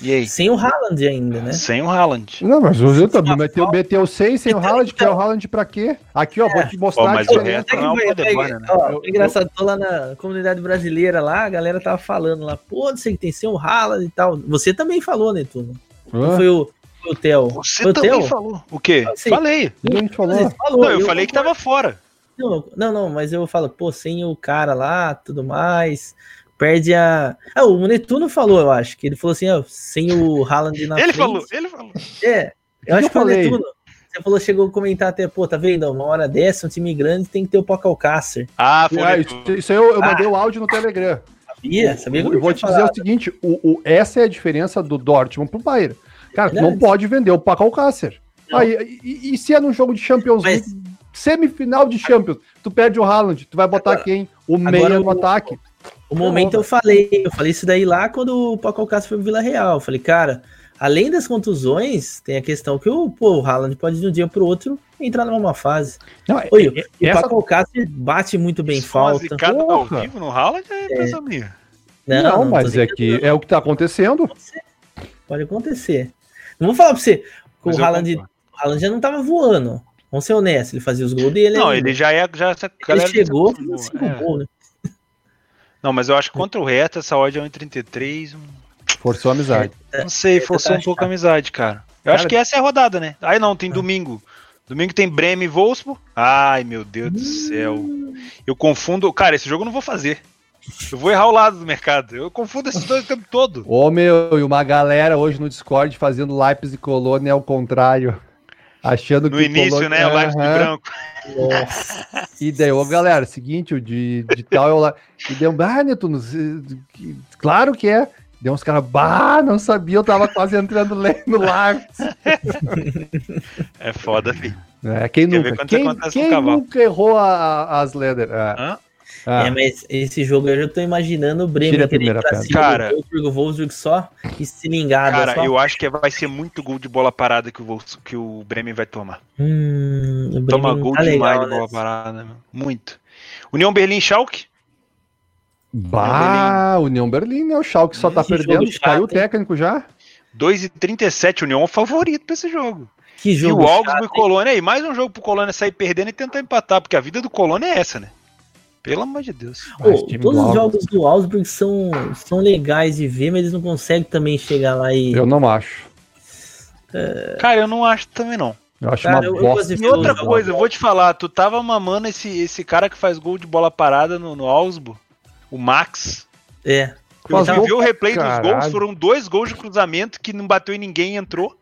Speaker 1: E aí?
Speaker 3: Sem o Haaland ainda,
Speaker 5: É.
Speaker 3: né?
Speaker 1: Sem o Haaland.
Speaker 5: Não, mas o Juta
Speaker 3: Ah,
Speaker 5: meteu, meteu seis sem o
Speaker 1: Então,
Speaker 5: Haaland, que é o Haaland pra quê? Aqui, ó, vou te
Speaker 1: Ó,
Speaker 5: mostrar.
Speaker 1: É. mas
Speaker 5: que
Speaker 1: o Hertha-
Speaker 3: Até que
Speaker 1: não,
Speaker 3: foi-
Speaker 1: pode
Speaker 3: é,
Speaker 1: embora, né?
Speaker 3: ó,
Speaker 5: Eu-
Speaker 3: é engraçado, tô lá na comunidade brasileira lá, a galera tava falando lá, pô, não sei o que tem, sem o Haaland e tal. Você também falou, né, Tuno? Não
Speaker 5: Hã?
Speaker 3: Foi o, foi o Theo.
Speaker 1: Você
Speaker 3: Foi o
Speaker 1: também
Speaker 3: Theo?
Speaker 1: falou. O quê?
Speaker 3: Ah, sim.
Speaker 1: Falei.
Speaker 5: O que a gente falou?
Speaker 3: Você falou,
Speaker 1: Não, eu, falei que tava fora.
Speaker 3: Não, não, não, mas eu falo, pô, sem o cara lá, tudo mais, perde a... Ah, o Netuno falou, eu acho, que ele falou assim, ó, sem o Haaland na
Speaker 1: ele
Speaker 3: frente.
Speaker 1: falou, ele falou.
Speaker 3: É, eu acho
Speaker 5: eu
Speaker 3: que foi o
Speaker 5: falei?
Speaker 3: Netuno. Você falou, chegou a comentar até, pô, tá vendo? Uma hora dessa, um time grande tem que ter o Paco Alcácer.
Speaker 1: Ah, foi.
Speaker 5: Ah,
Speaker 1: o
Speaker 5: isso, isso aí eu, eu mandei
Speaker 1: Ah.
Speaker 5: o áudio no Telegram.
Speaker 3: Sabia? É, Sabia que
Speaker 5: Eu vou te
Speaker 3: tinha
Speaker 5: dizer
Speaker 3: falado?
Speaker 5: o seguinte: o, o- essa é a diferença do Dortmund pro Bayern. Cara, tu não
Speaker 3: Verdade.
Speaker 5: pode vender o Paco Alcácer.
Speaker 3: Não.
Speaker 5: Aí, e, e se é num jogo de Champions
Speaker 3: Mas-
Speaker 5: League, semifinal de Champions, tu perde o Haaland, tu vai botar
Speaker 3: Agora-
Speaker 5: quem? O meia no
Speaker 3: o-
Speaker 5: ataque.
Speaker 3: O momento eu falei, eu falei isso daí lá quando o Paco Alcácer foi pro Vila Real. Eu falei, cara, além das contusões, tem a questão que o, pô, o Haaland pode de um dia pro outro entrar numa má fase.
Speaker 5: Não, é-
Speaker 3: Oi, o
Speaker 5: essa-
Speaker 3: Paco Alcácer bate muito bem falta.
Speaker 1: Cada ao
Speaker 5: Porra.
Speaker 1: vivo no Haaland é coisa minha.
Speaker 5: não,
Speaker 3: tô
Speaker 5: mas é
Speaker 3: dizendo,
Speaker 5: que é o que tá acontecendo.
Speaker 3: Pode acontecer. Não vou falar pra você que
Speaker 1: Mas
Speaker 3: o
Speaker 1: eu
Speaker 3: Haaland,
Speaker 1: concordo.
Speaker 3: o Haaland já não tava voando. Vamos ser honestos, ele fazia os gols dele.
Speaker 1: Não,
Speaker 3: ainda.
Speaker 1: ele já é. Já, essa
Speaker 3: Ele
Speaker 1: galera já
Speaker 3: chegou,
Speaker 1: se acostumou,
Speaker 3: fez cinco
Speaker 1: é.
Speaker 3: gols, né?
Speaker 1: Não, mas eu acho que contra o Reta, essa odd é 1,33. um-
Speaker 5: Forçou a amizade.
Speaker 3: É.
Speaker 1: Não sei, forçou um
Speaker 3: acho
Speaker 1: pouco a amizade, cara. Eu acho
Speaker 5: Cara-
Speaker 1: que essa é a rodada, né? Aí não,
Speaker 3: É.
Speaker 1: tem domingo. Domingo tem Bremen e Wolfsburg. Ai, meu Deus do céu. Eu confundo. Cara, esse jogo eu não vou fazer. Eu vou errar o lado do mercado. Eu confundo esses dois o tempo todo.
Speaker 5: Ô meu, e uma galera hoje no Discord fazendo Leipzig e Colônia ao contrário. *laughs* Achando que
Speaker 1: No
Speaker 5: *laughs* o
Speaker 1: início,
Speaker 5: Colônia-
Speaker 1: né? O Leipzig
Speaker 5: Aham.
Speaker 1: branco.
Speaker 5: E daí, ô galera, seguinte, o de, de tal eu lá. E deu, ah, Netuno, cê- que- claro que é. Deu uns caras, bah, não sabia, eu tava quase entrando *laughs* le- no lar.
Speaker 1: É foda, filho.
Speaker 5: É, quem
Speaker 1: Quer ver
Speaker 5: nunca,
Speaker 1: quando
Speaker 5: quem,
Speaker 1: acontece um
Speaker 5: quem
Speaker 1: cavalo.
Speaker 5: nunca errou a- a- as leather? Ah,
Speaker 1: Hã?
Speaker 5: ah,
Speaker 3: É, mas esse jogo eu já tô imaginando o Bremen
Speaker 5: Tira a
Speaker 3: querer ir
Speaker 5: primeira
Speaker 3: pra
Speaker 5: pedra.
Speaker 3: cima
Speaker 1: Cara.
Speaker 3: do Wolfsburg, o Wolfsburg só estilingado.
Speaker 1: Cara,
Speaker 3: só...
Speaker 1: eu acho que vai ser muito gol de bola parada que o, Wolfs- que o Bremen vai tomar.
Speaker 3: Hum, o Bremen
Speaker 1: Toma
Speaker 3: não
Speaker 1: gol
Speaker 3: tá
Speaker 1: demais
Speaker 3: legal,
Speaker 1: de bola
Speaker 3: né?
Speaker 1: parada. meu. Muito. União Berlim Schalke?
Speaker 5: bah, União Berlim, né? O Schalke só tá
Speaker 3: Esse jogo
Speaker 5: perdendo,
Speaker 3: chato,
Speaker 5: caiu o
Speaker 3: hein?
Speaker 5: técnico já.
Speaker 1: 2,37. União é o favorito pra esse jogo.
Speaker 3: Que
Speaker 1: E o
Speaker 3: jogo
Speaker 1: Augsburg e
Speaker 3: chato, hein?
Speaker 1: Colônia aí, mais um jogo pro Colônia sair perdendo e tentar empatar, porque a vida do Colônia é essa, né? Pelo amor de Deus.
Speaker 3: Pô,
Speaker 5: Mas time do
Speaker 3: todos os
Speaker 5: Augsburg.
Speaker 3: jogos do Augsburg são, são legais de ver, mas eles não conseguem também chegar lá e.
Speaker 5: Eu não acho.
Speaker 3: É.
Speaker 1: Cara, eu não acho também não.
Speaker 5: Eu acho
Speaker 3: Cara, eu-
Speaker 5: uma
Speaker 3: eu
Speaker 5: bosta.
Speaker 3: gosto de
Speaker 1: E
Speaker 3: ver
Speaker 1: outra
Speaker 3: os jogos.
Speaker 1: coisa, eu vou te falar, tu tava mamando esse, esse cara que faz gol de bola parada no, no Augsburg, o Max.
Speaker 3: É.
Speaker 1: Eu
Speaker 5: Faz
Speaker 1: vi
Speaker 5: gol
Speaker 1: o replay
Speaker 5: caralho.
Speaker 1: dos gols, foram dois gols de cruzamento que não bateu em ninguém e entrou.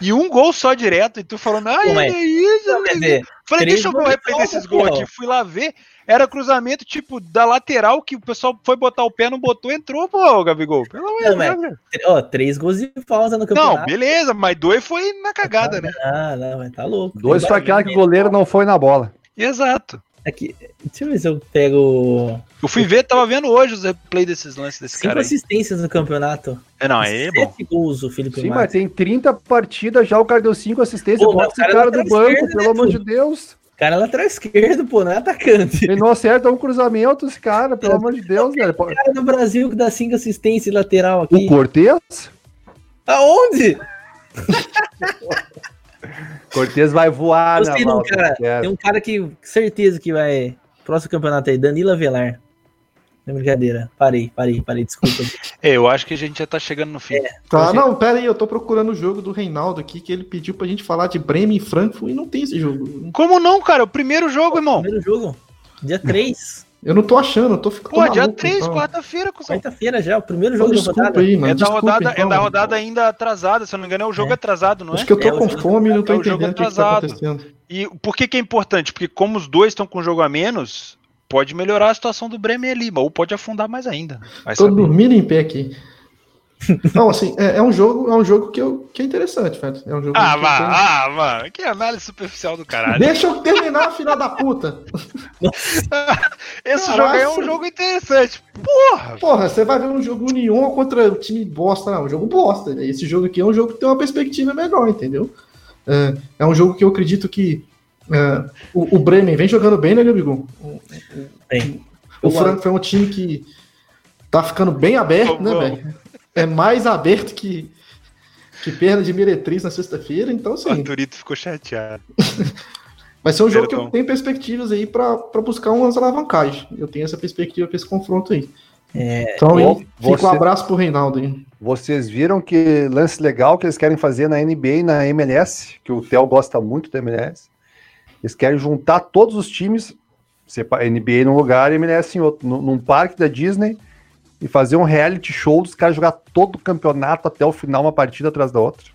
Speaker 1: E um gol só direto, e tu falando, ai,
Speaker 3: Pô, mas-
Speaker 1: olha isso,
Speaker 3: Não, quer
Speaker 1: olha
Speaker 3: dizer,
Speaker 1: Falei,
Speaker 3: Três
Speaker 1: deixa eu ver o
Speaker 3: gols
Speaker 1: replay
Speaker 3: de
Speaker 1: desses
Speaker 3: falta,
Speaker 1: gols
Speaker 3: pô.
Speaker 1: aqui. Fui lá ver, era cruzamento, tipo, da lateral, que o pessoal foi botar o pé, não botou, entrou, pô, Gabigol. Pelo amor de
Speaker 3: Não, mas-
Speaker 1: Deus. velho.
Speaker 3: ó, três gols de falta no campeonato.
Speaker 1: Não, beleza, mas dois foi
Speaker 3: É
Speaker 1: na cagada, né?
Speaker 3: Ah, não, mas tá louco.
Speaker 5: Dois
Speaker 3: Tem
Speaker 5: foi
Speaker 3: barulho
Speaker 5: aquela que o goleiro não foi na bola.
Speaker 1: Exato.
Speaker 3: Aqui, deixa eu ver se eu pego
Speaker 1: Eu fui ver, tava vendo hoje os replay desses lances desse
Speaker 3: cinco
Speaker 1: cara aí.
Speaker 3: assistências no campeonato.
Speaker 1: É, não, aí é bom.
Speaker 3: Sete gols o Felipe
Speaker 5: Sim, mas
Speaker 3: Massa.
Speaker 5: tem 30 partidas já, o cara deu 5 assistências.
Speaker 3: Pô, mas
Speaker 5: Bota
Speaker 3: o
Speaker 5: esse
Speaker 3: cara
Speaker 5: cara
Speaker 3: tá
Speaker 5: do
Speaker 3: na
Speaker 5: banco,
Speaker 3: esquerda, né,
Speaker 5: pelo amor de
Speaker 3: Dudu?
Speaker 5: Deus.
Speaker 3: O cara lateral esquerdo, pô, não é atacante.
Speaker 5: Ele não acerta um cruzamento, esse cara, pelo amor de Deus, velho.
Speaker 3: O cara do Brasil que dá cinco assistências lateral aqui.
Speaker 5: Cortez?
Speaker 3: Aonde?
Speaker 5: Cortez vai voar né, É.
Speaker 3: Eu
Speaker 5: na
Speaker 3: sei de um
Speaker 5: volta,
Speaker 3: cara.
Speaker 5: esquece.
Speaker 3: Tem um cara que certeza que vai. Próximo campeonato aí, Danilo Avelar. Não é brincadeira. Parei, parei, parei, desculpa.
Speaker 1: É, eu acho que a gente já tá chegando no
Speaker 3: É.
Speaker 1: fim.
Speaker 4: Tá, não, pera aí, eu tô procurando o jogo do Reinaldo aqui, que ele pediu pra gente falar de Bremen e Frankfurt e não tem esse jogo.
Speaker 1: Como não, cara? O primeiro jogo, irmão.
Speaker 3: Primeiro jogo, dia 3,
Speaker 4: Eu não tô achando, eu tô ficando.
Speaker 1: Pô, dia
Speaker 4: maluco,
Speaker 1: 3,
Speaker 4: então.
Speaker 1: quarta-feira, cuzão.
Speaker 3: quarta-feira já, o primeiro
Speaker 4: Então,
Speaker 3: jogo da
Speaker 4: Desculpa
Speaker 3: rodada.
Speaker 4: aí, mano.
Speaker 1: É da
Speaker 4: desculpa,
Speaker 1: rodada, é
Speaker 4: então.
Speaker 1: da rodada ainda atrasada, se eu não me engano, é o jogo
Speaker 3: É.
Speaker 1: atrasado, não é?
Speaker 4: Acho que eu tô
Speaker 3: É, o
Speaker 4: com
Speaker 3: jogo-
Speaker 4: fome e não tô
Speaker 1: é o jogo
Speaker 4: entendendo o que, que tá
Speaker 1: atrasado.
Speaker 4: acontecendo.
Speaker 1: E por que, que é importante? Porque como os dois estão com um jogo a menos, pode melhorar a situação do Bremen ali, mas- ou pode afundar mais ainda. Vai
Speaker 4: Tô
Speaker 1: saber.
Speaker 4: dormindo em pé aqui. Não, assim, é, é um jogo, é um jogo que, eu, que é interessante, velho. É um jogo
Speaker 1: Ah,
Speaker 4: que eu tenho-
Speaker 1: vá, ah, mano. Que análise superficial do caralho.
Speaker 4: Deixa eu terminar, filha da puta.
Speaker 1: Esse jogo aí é um
Speaker 4: Nossa.
Speaker 1: jogo interessante. Porra!
Speaker 4: Porra, você vai ver um jogo Union contra o time bosta, não. Um jogo bosta. né? Esse jogo aqui é um jogo que tem uma perspectiva melhor, entendeu? É, é um jogo que eu acredito que é, o, o Bremen vem jogando bem, né, Gabigol? O,
Speaker 3: Bem.
Speaker 4: o Franco é um time que tá ficando bem aberto, né,
Speaker 1: Vamos.
Speaker 4: velho? É mais aberto que, que perna de meretriz na sexta-feira, então
Speaker 1: O
Speaker 4: sim.
Speaker 1: Arthurito ficou chateado.
Speaker 4: Vai ser um jogo que
Speaker 1: Perdão.
Speaker 4: eu tenho perspectivas aí pra pra buscar umas alavancagens. Eu tenho essa perspectiva pra esse confronto aí. então,
Speaker 5: Bom,
Speaker 4: aí, fica
Speaker 5: você-
Speaker 4: um abraço pro Reinaldo aí.
Speaker 5: Vocês viram que lance legal que eles querem fazer na NBA e na MLS, que o Theo gosta muito da MLS. Eles querem juntar todos os times, sepa- NBA num lugar e MLS em outro, num, num parque da Disney, e fazer um reality show dos caras jogar todo o campeonato até o final, uma partida atrás da outra.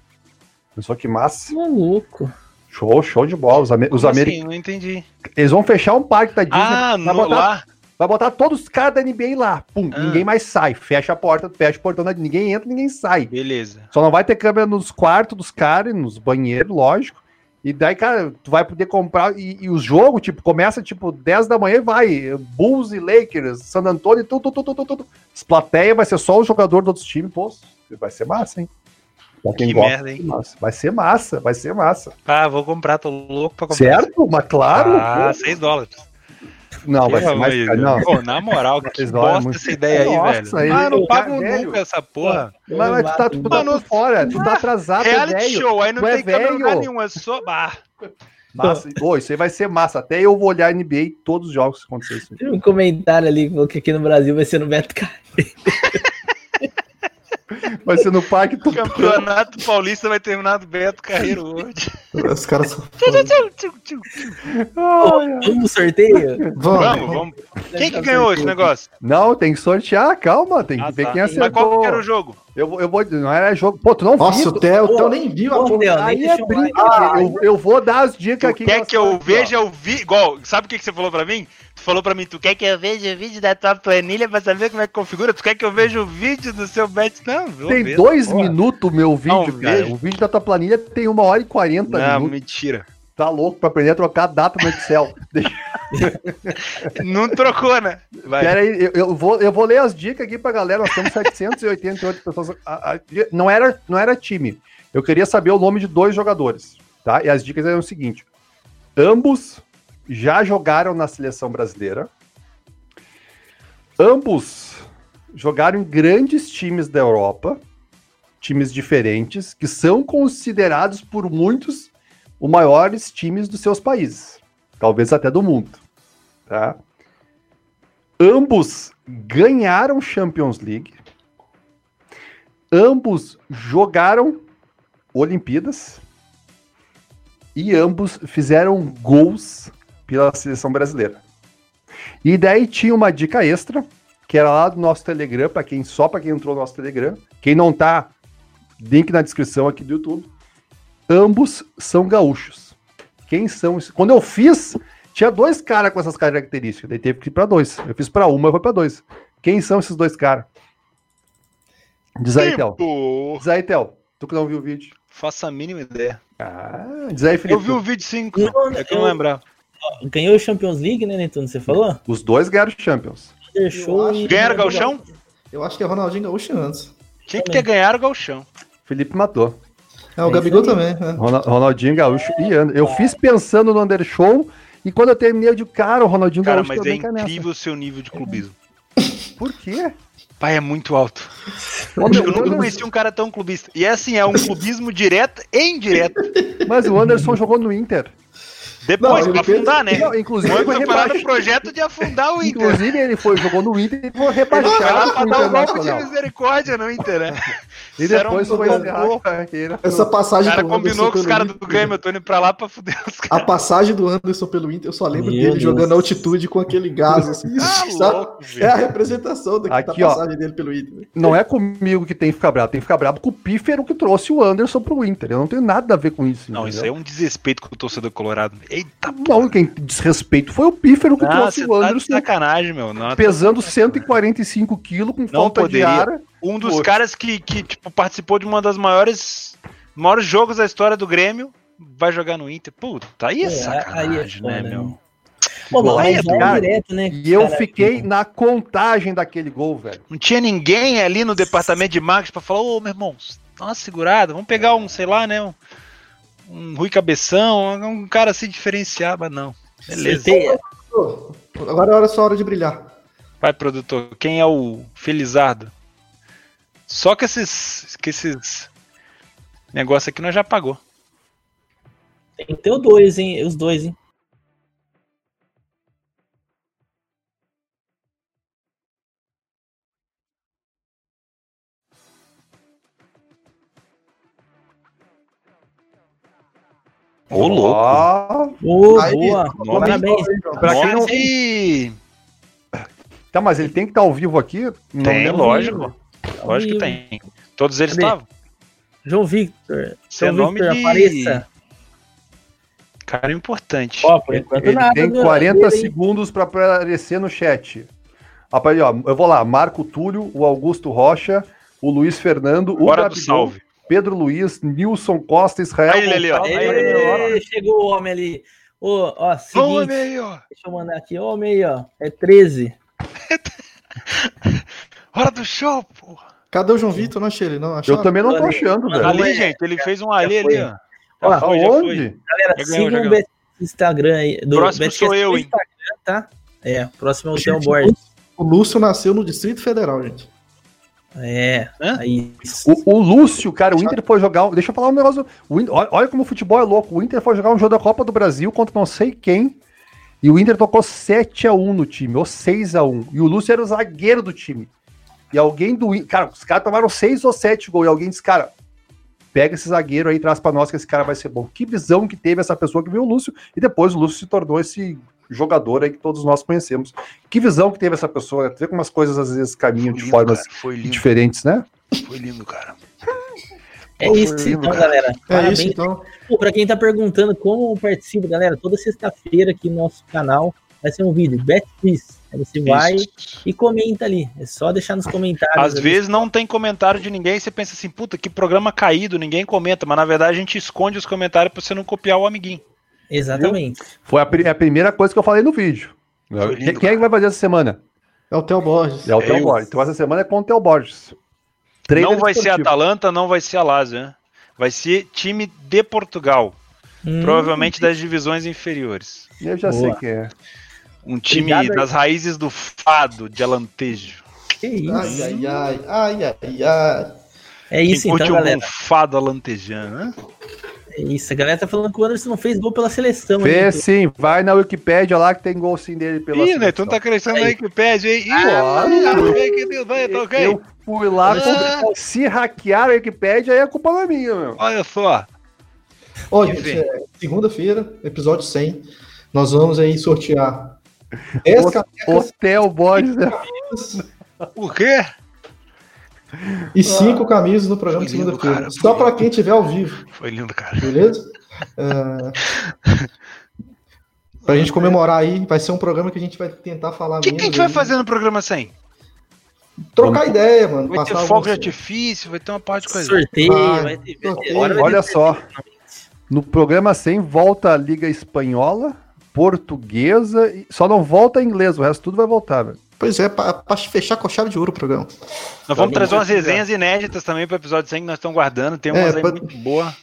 Speaker 5: Só que massa.
Speaker 3: Maluco.
Speaker 5: Show, show de bola. Os, ame- os
Speaker 1: Como
Speaker 5: ameri-
Speaker 1: assim? Não entendi.
Speaker 5: Eles vão fechar um parque da Disney.
Speaker 1: Ah, no,
Speaker 5: vai, botar,
Speaker 1: lá?
Speaker 5: vai botar todos os caras da NBA lá. Pum,
Speaker 1: Ah.
Speaker 5: ninguém mais sai. Fecha a porta, fecha o portão, da- ninguém entra, ninguém sai.
Speaker 1: Beleza.
Speaker 5: Só não vai ter câmera nos quartos dos caras, e nos banheiros, lógico. E daí, cara, tu vai poder comprar. E, e o jogo, tipo, começa tipo 10 da manhã e vai. Bulls e Lakers, San Antonio, tudo, tudo, tudo, tudo. As plateia vai ser só o jogador do outro time, pô. Vai ser massa, hein? Pra quem
Speaker 1: Que
Speaker 5: gosta,
Speaker 1: merda, hein?
Speaker 5: massa. Vai ser massa, vai ser massa.
Speaker 1: Ah, vou comprar, tô louco pra comprar.
Speaker 5: Certo? Mas claro.
Speaker 1: Ah,
Speaker 5: pô.
Speaker 1: 6 dólares.
Speaker 5: não, vai ser
Speaker 1: Pelo
Speaker 5: mais.
Speaker 1: amor de
Speaker 5: caro,
Speaker 1: Deus.
Speaker 5: Não,
Speaker 1: Pô, na moral, que
Speaker 5: Vocês olham
Speaker 1: bosta
Speaker 5: muito.
Speaker 1: essa ideia aí,
Speaker 5: Nossa,
Speaker 1: velho.
Speaker 5: aí-
Speaker 1: Ah, eu não
Speaker 5: Ô,
Speaker 1: pago
Speaker 5: velho.
Speaker 1: nunca essa porra.
Speaker 5: mas, mas tu tá, tu tá por fora, tu tá atrasado, é
Speaker 1: um Reality
Speaker 5: velho.
Speaker 1: show, aí não
Speaker 5: Tu é
Speaker 1: tem câmera em lugar
Speaker 5: velho.
Speaker 1: nenhum, é só bar.
Speaker 5: Massa. Pô, isso aí vai ser massa. Até eu vou olhar NBA todos os jogos que acontecer isso. aí.
Speaker 3: Tem um comentário ali que falou que aqui no Brasil vai ser no Beto Carreiro.
Speaker 5: Vai ser no parque
Speaker 1: O
Speaker 5: todo.
Speaker 1: Campeonato Paulista vai terminar do Beto Carreiro hoje.
Speaker 5: *laughs*
Speaker 4: Os caras *laughs* são
Speaker 3: Vamos no
Speaker 4: *laughs*
Speaker 3: sorteio?
Speaker 1: Vamos, vamos. Quem que ganhou esse negócio?
Speaker 5: Não, tem que sortear, calma, tem que
Speaker 1: Ah,
Speaker 5: ver
Speaker 1: tá.
Speaker 5: quem
Speaker 1: Mas
Speaker 5: acertou.
Speaker 1: qual que era o jogo?
Speaker 5: eu, vou- eu vou, não era jogo. Pô, tu não
Speaker 4: Nossa,
Speaker 5: viu?
Speaker 4: o Theo, o Theo nem viu a
Speaker 3: Pô,
Speaker 4: porra.
Speaker 3: Theo, nem
Speaker 5: Aí é
Speaker 3: deixou
Speaker 5: brincadeira.
Speaker 3: mais.
Speaker 5: eu, eu vou dar as dicas
Speaker 1: Tu
Speaker 5: aqui.
Speaker 1: quer que
Speaker 5: nós-
Speaker 1: eu veja o vídeo? Igual, sabe o que, que você falou pra mim? Tu falou pra mim, tu quer que eu veja o vídeo da tua planilha pra saber como é que configura? Tu quer que eu veja o vídeo do seu bet? Não, vou
Speaker 5: Tem
Speaker 1: ver.
Speaker 5: dois
Speaker 1: porra.
Speaker 5: minutos o meu
Speaker 1: Não,
Speaker 5: vídeo, cara.
Speaker 1: vejo.
Speaker 5: O vídeo da tua planilha tem uma hora e quarenta
Speaker 1: Não,
Speaker 5: minutos.
Speaker 1: mentira.
Speaker 5: Tá louco pra aprender a trocar data
Speaker 1: *laughs*
Speaker 5: no Excel. Deixa-
Speaker 1: Não trocou, né? Vai.
Speaker 5: Pera aí, eu, eu vou, eu vou ler as dicas aqui pra galera. Nós temos 788 *laughs* pessoas. A- a- não, era, não era time. Eu queria saber o nome de dois jogadores, tá? E as dicas eram o seguinte: ambos já jogaram na seleção brasileira. Ambos jogaram em grandes times da Europa, times diferentes, que são considerados por muitos os maiores times dos seus países, talvez até do mundo. Tá? Ambos ganharam Champions League. Ambos jogaram Olimpíadas. E ambos fizeram gols pela seleção brasileira. E daí tinha uma dica extra, que era lá do nosso Telegram, para quem só para quem entrou no nosso Telegram. Quem não tá, link na descrição aqui do YouTube. Ambos são gaúchos. Quem são? esses- Quando eu fiz, tinha dois caras com essas características. Daí teve que ir pra dois. Eu fiz pra uma, foi pra dois. Quem são esses dois caras? Diz aí, então? Théo.
Speaker 1: Tipo,
Speaker 5: Diz aí, Theo. Tu que não viu o vídeo.
Speaker 1: faço a mínima ideia.
Speaker 5: Ah, diz aí,
Speaker 1: Eu
Speaker 5: Felipe.
Speaker 1: vi o vídeo 5.
Speaker 3: Não,
Speaker 1: É que eu não
Speaker 3: eu-
Speaker 1: lembrava.
Speaker 3: Ganhou o Champions League, né, Netuno? Você falou?
Speaker 5: Os dois ganharam o Champions.
Speaker 3: Deixou.
Speaker 4: acho.
Speaker 1: Ganharam o Galchão?
Speaker 4: Eu acho que é Ronaldinho Gaúcho antes.
Speaker 1: Tinha que ter ganhado o Galchão.
Speaker 5: Felipe matou.
Speaker 4: É, o
Speaker 3: É
Speaker 4: Gabigol
Speaker 3: isso
Speaker 4: também. né?
Speaker 5: Rona- Ronaldinho Gaúcho e André. Eu fiz pensando no Under Show e quando eu terminei, eu digo, cara, o Ronaldinho
Speaker 1: Cara,
Speaker 5: Gaúcho
Speaker 1: mas é
Speaker 5: também cai nessa.
Speaker 1: incrível o seu nível de clubismo.
Speaker 5: Por quê?
Speaker 1: Pai, é muito alto.
Speaker 5: Quando-
Speaker 1: Eu nunca conheci um cara tão clubista. E é assim, é um clubismo direto e indireto.
Speaker 5: Mas o Anderson jogou no Inter.
Speaker 1: Depois,
Speaker 4: Não,
Speaker 1: pra
Speaker 4: ele fez-
Speaker 1: afundar, né?
Speaker 5: Não, inclusive,
Speaker 1: Foi
Speaker 5: foi
Speaker 1: preparado o
Speaker 5: rebaixado.
Speaker 1: projeto de afundar o Inter.
Speaker 5: Inclusive, ele foi, jogou no Inter e foi
Speaker 1: Vai lá
Speaker 5: rebaixado
Speaker 1: pra
Speaker 5: pro
Speaker 1: dar um golpe de
Speaker 5: Internacional.
Speaker 1: misericórdia no Inter, né?
Speaker 5: E depois
Speaker 1: Fizeram um
Speaker 5: foi
Speaker 1: gol.
Speaker 5: encerrar a carreira.
Speaker 4: Essa
Speaker 1: O
Speaker 4: passagem
Speaker 1: cara
Speaker 4: do Anderson
Speaker 1: combinou com os
Speaker 4: pelo
Speaker 1: caras do
Speaker 4: Inter-
Speaker 1: Grêmio, eu tô indo pra lá pra fuder os
Speaker 4: A
Speaker 1: caras.
Speaker 4: passagem do Anderson pelo Inter, eu só lembro
Speaker 3: Meu
Speaker 4: dele
Speaker 3: Deus.
Speaker 4: jogando altitude com aquele gás. assim,
Speaker 1: Tá
Speaker 4: *laughs* sabe?
Speaker 1: louco,
Speaker 4: É a
Speaker 1: velho.
Speaker 4: representação da,
Speaker 5: Aqui,
Speaker 4: da
Speaker 5: ó.
Speaker 4: passagem dele pelo Inter.
Speaker 5: Não é comigo que tem que ficar bravo, tem que ficar bravo com o pífero que trouxe o Anderson pro Inter. Eu não tenho nada a ver com isso.
Speaker 1: Não,
Speaker 5: entendeu?
Speaker 1: isso aí é um desrespeito com o torcedor colorado. Eita,
Speaker 5: Não, Tá quem desrespeito foi o Pífero que
Speaker 1: ah,
Speaker 5: trouxe
Speaker 1: você
Speaker 5: o
Speaker 1: tá de
Speaker 5: Anderson
Speaker 1: sacanagem, meu. Não,
Speaker 5: pesando 145 quilos com falta
Speaker 1: poderia.
Speaker 5: de ar.
Speaker 1: um dos
Speaker 5: Pô.
Speaker 1: caras que, que tipo, participou de uma das maiores maiores jogos da história do Grêmio vai jogar no Inter. Puta, aí é,
Speaker 3: É, aí é
Speaker 1: sacanagem,
Speaker 3: foda,
Speaker 1: né,
Speaker 3: né?
Speaker 1: meu?
Speaker 3: Bom, mas
Speaker 5: Aí,
Speaker 3: aí vai
Speaker 5: cara,
Speaker 3: direto, né?
Speaker 5: E eu
Speaker 3: cara?
Speaker 5: fiquei na contagem daquele gol, velho.
Speaker 1: Não tinha ninguém ali no departamento de marketing pra falar, ô, meu irmão, dá uma segurada, vamos pegar um, sei lá, né, um, um Rui Cabeção, um cara assim diferenciado, mas não. Beleza.
Speaker 3: Tem-
Speaker 4: Pô, Agora é hora, só a hora de brilhar.
Speaker 1: Vai, produtor, quem é o Felizardo? Só que esses, que esses negócio aqui nós já pagou.
Speaker 3: Tem que ter os dois, hein? Os dois, hein?
Speaker 1: Ô,
Speaker 5: Ó,
Speaker 3: Ô,
Speaker 4: Aí,
Speaker 3: boa!
Speaker 4: ó,
Speaker 3: Parabéns!
Speaker 5: pra quem não-
Speaker 1: Nove-
Speaker 5: Tá, mas ele tem que estar ao vivo aqui? Não
Speaker 1: Tem,
Speaker 5: lembro.
Speaker 1: lógico. Lógico que
Speaker 3: Vivo.
Speaker 1: tem. Todos eles
Speaker 3: Cadê?
Speaker 1: estavam.
Speaker 3: Tá João Victor,
Speaker 1: Seu
Speaker 3: João
Speaker 1: nome
Speaker 3: Victor,
Speaker 1: de-
Speaker 3: apareça.
Speaker 1: Cara importante.
Speaker 3: Ó, por enquanto
Speaker 5: Ele
Speaker 3: nada, né?
Speaker 5: tem
Speaker 3: meu
Speaker 5: 40
Speaker 3: amigo, hein?
Speaker 5: segundos pra aparecer no chat. Rapaz, ó, eu vou lá. Marco Túlio, o Augusto Rocha, o Luiz Fernando, o
Speaker 1: Hora do
Speaker 5: Gabigol,
Speaker 1: salve.
Speaker 5: Pedro Luiz, Nilson Costa, Israel.
Speaker 1: Olha ele ali, ó.
Speaker 5: Gonçalves.
Speaker 1: Aí,
Speaker 3: Ê,
Speaker 1: ó.
Speaker 3: chegou o homem ali. Ô, ó, seguinte,
Speaker 1: Nome aí, ó.
Speaker 3: deixa eu mandar aqui. Homem aí, ó. É 13.
Speaker 1: Hora do show, porra.
Speaker 4: Cadê o João Vitor? Não achei ele, não. Achei.
Speaker 5: Eu também não tô
Speaker 3: Olha,
Speaker 5: achando,
Speaker 3: mano,
Speaker 5: velho.
Speaker 1: ali,
Speaker 3: é,
Speaker 1: gente, ele fez um ali
Speaker 3: já
Speaker 1: ali,
Speaker 3: foi.
Speaker 1: ó.
Speaker 3: Ó,
Speaker 1: foi, já foi.
Speaker 5: Aonde?
Speaker 3: Galera,
Speaker 1: Já ganhou,
Speaker 3: sigam
Speaker 1: já
Speaker 3: o
Speaker 1: ganhou.
Speaker 3: Bet- Instagram aí. Do
Speaker 1: Próximo
Speaker 3: Betcast
Speaker 1: sou eu,
Speaker 3: no
Speaker 1: hein?
Speaker 3: Instagram, tá? É, próximo é o
Speaker 4: Gente,
Speaker 3: Theo Borges.
Speaker 4: O Lúcio nasceu no Distrito Federal, gente.
Speaker 3: É,
Speaker 1: Hã?
Speaker 3: aí.
Speaker 5: O, o Lúcio, cara, o Inter foi jogar. um- Deixa eu falar um negócio. o Inter- olha, olha como o futebol é louco. O Inter foi jogar um jogo da Copa do Brasil contra não sei quem. E o Inter tocou 7x1 no time, ou 6x1. E o Lúcio era o zagueiro do time. E alguém do. In- Cara, os caras tomaram 6 ou 7 gols. E alguém disse, cara, pega esse zagueiro aí e traz pra nós que esse cara vai ser bom. Que visão que teve essa pessoa que viu o Lúcio. E depois o Lúcio se tornou esse jogador aí que todos nós conhecemos. Que visão que teve essa pessoa. Tu vê como as coisas às vezes caminham de formas
Speaker 3: assim.
Speaker 1: cara, foi lindo,
Speaker 5: diferentes, né?
Speaker 1: foi lindo, cara.
Speaker 3: É
Speaker 1: Pô,
Speaker 3: isso
Speaker 1: foi lindo,
Speaker 3: então,
Speaker 1: cara.
Speaker 3: galera.
Speaker 4: É
Speaker 3: Parabéns.
Speaker 4: isso, então.
Speaker 3: Pô, pra quem tá perguntando como eu participo, galera, toda sexta-feira aqui no nosso canal vai ser um vídeo, Bet Quiz. Aí você vai
Speaker 1: Isso.
Speaker 3: e comenta ali. É só deixar nos comentários.
Speaker 1: Às
Speaker 3: ali.
Speaker 1: vezes não tem comentário de ninguém, você pensa assim, puta, que programa caído, ninguém comenta, mas na verdade a gente esconde os comentários pra você não copiar o amiguinho.
Speaker 3: Exatamente.
Speaker 5: Foi a, pri- é a primeira coisa que eu falei no vídeo.
Speaker 1: Foi
Speaker 5: Quem,
Speaker 1: lindo,
Speaker 5: quem é que vai fazer essa semana?
Speaker 4: É o Theo Borges.
Speaker 5: É o
Speaker 1: É
Speaker 5: Theo
Speaker 1: eu.
Speaker 5: Borges. Então essa semana é com o Theo Borges.
Speaker 1: não vai ser Atalanta, não vai ser a Lazio, né? Vai ser time de Portugal,
Speaker 3: Hum,
Speaker 1: provavelmente das divisões inferiores.
Speaker 5: Eu já
Speaker 3: Boa.
Speaker 5: sei quem é.
Speaker 1: Um time
Speaker 3: Obrigado aí.
Speaker 1: das raízes do fado de alantejo.
Speaker 3: que isso.
Speaker 4: Ai, ai, ai, ai, ai, ai.
Speaker 3: é isso
Speaker 1: Quem curte
Speaker 3: então,
Speaker 1: um
Speaker 3: galera.
Speaker 1: bom fado alantejano, né?
Speaker 3: É isso. A galera tá falando que o Anderson não fez gol pela seleção. hein,
Speaker 5: Vê
Speaker 3: Vitor?
Speaker 5: sim, vai na Wikipédia lá que tem gol sim dele pela
Speaker 1: Ih,
Speaker 5: seleção.
Speaker 1: Neto, tá crescendo
Speaker 3: Aí.
Speaker 1: aí que pede, hein? Ih,
Speaker 5: Claro.
Speaker 1: ai, que Deus, vai, tá ok?
Speaker 5: Eu fui lá.
Speaker 1: Ah.
Speaker 5: com- Se hackear a Wikipédia, aí a culpa não é minha, meu.
Speaker 1: Olha só.
Speaker 4: Ó,
Speaker 1: Enfim.
Speaker 4: gente, é, segunda-feira, episódio 100, nós vamos aí sortear 10
Speaker 5: O
Speaker 4: canecas
Speaker 5: Theo Borges é
Speaker 1: Por quê?
Speaker 4: e 5 camisas no programa de
Speaker 1: Foi lindo,
Speaker 4: segunda-feira.
Speaker 1: cara,
Speaker 4: Só
Speaker 1: foi
Speaker 4: para
Speaker 1: lindo.
Speaker 4: quem tiver ao vivo,
Speaker 1: Foi lindo, cara.
Speaker 4: beleza? É... Pra gente comemorar aí, vai ser um programa que a gente vai tentar falar
Speaker 1: O que, que a gente
Speaker 4: menos
Speaker 1: vai
Speaker 4: aí.
Speaker 1: fazer no programa 100?
Speaker 4: Trocar ideia, mano.
Speaker 1: Vai ter
Speaker 4: passar
Speaker 1: fogo de
Speaker 4: alguns-
Speaker 1: artifício, vai ter uma parte de coisa.
Speaker 3: Sorteio,
Speaker 4: Ah,
Speaker 3: vai ter.
Speaker 4: sorteio.
Speaker 3: Agora vai
Speaker 5: Olha
Speaker 3: ter-
Speaker 5: só, no programa 100 volta a Liga Espanhola, Portuguesa, e só não volta a inglesa, o resto tudo vai voltar, velho.
Speaker 4: Pois é, pra, pra fechar com a chave de ouro o programa.
Speaker 1: Nós vamos
Speaker 3: Tá
Speaker 1: trazer
Speaker 3: bom.
Speaker 1: umas resenhas inéditas também pro episódio 100 que nós estamos guardando. Tem
Speaker 4: É,
Speaker 1: umas aí
Speaker 4: pra-
Speaker 1: muito boa.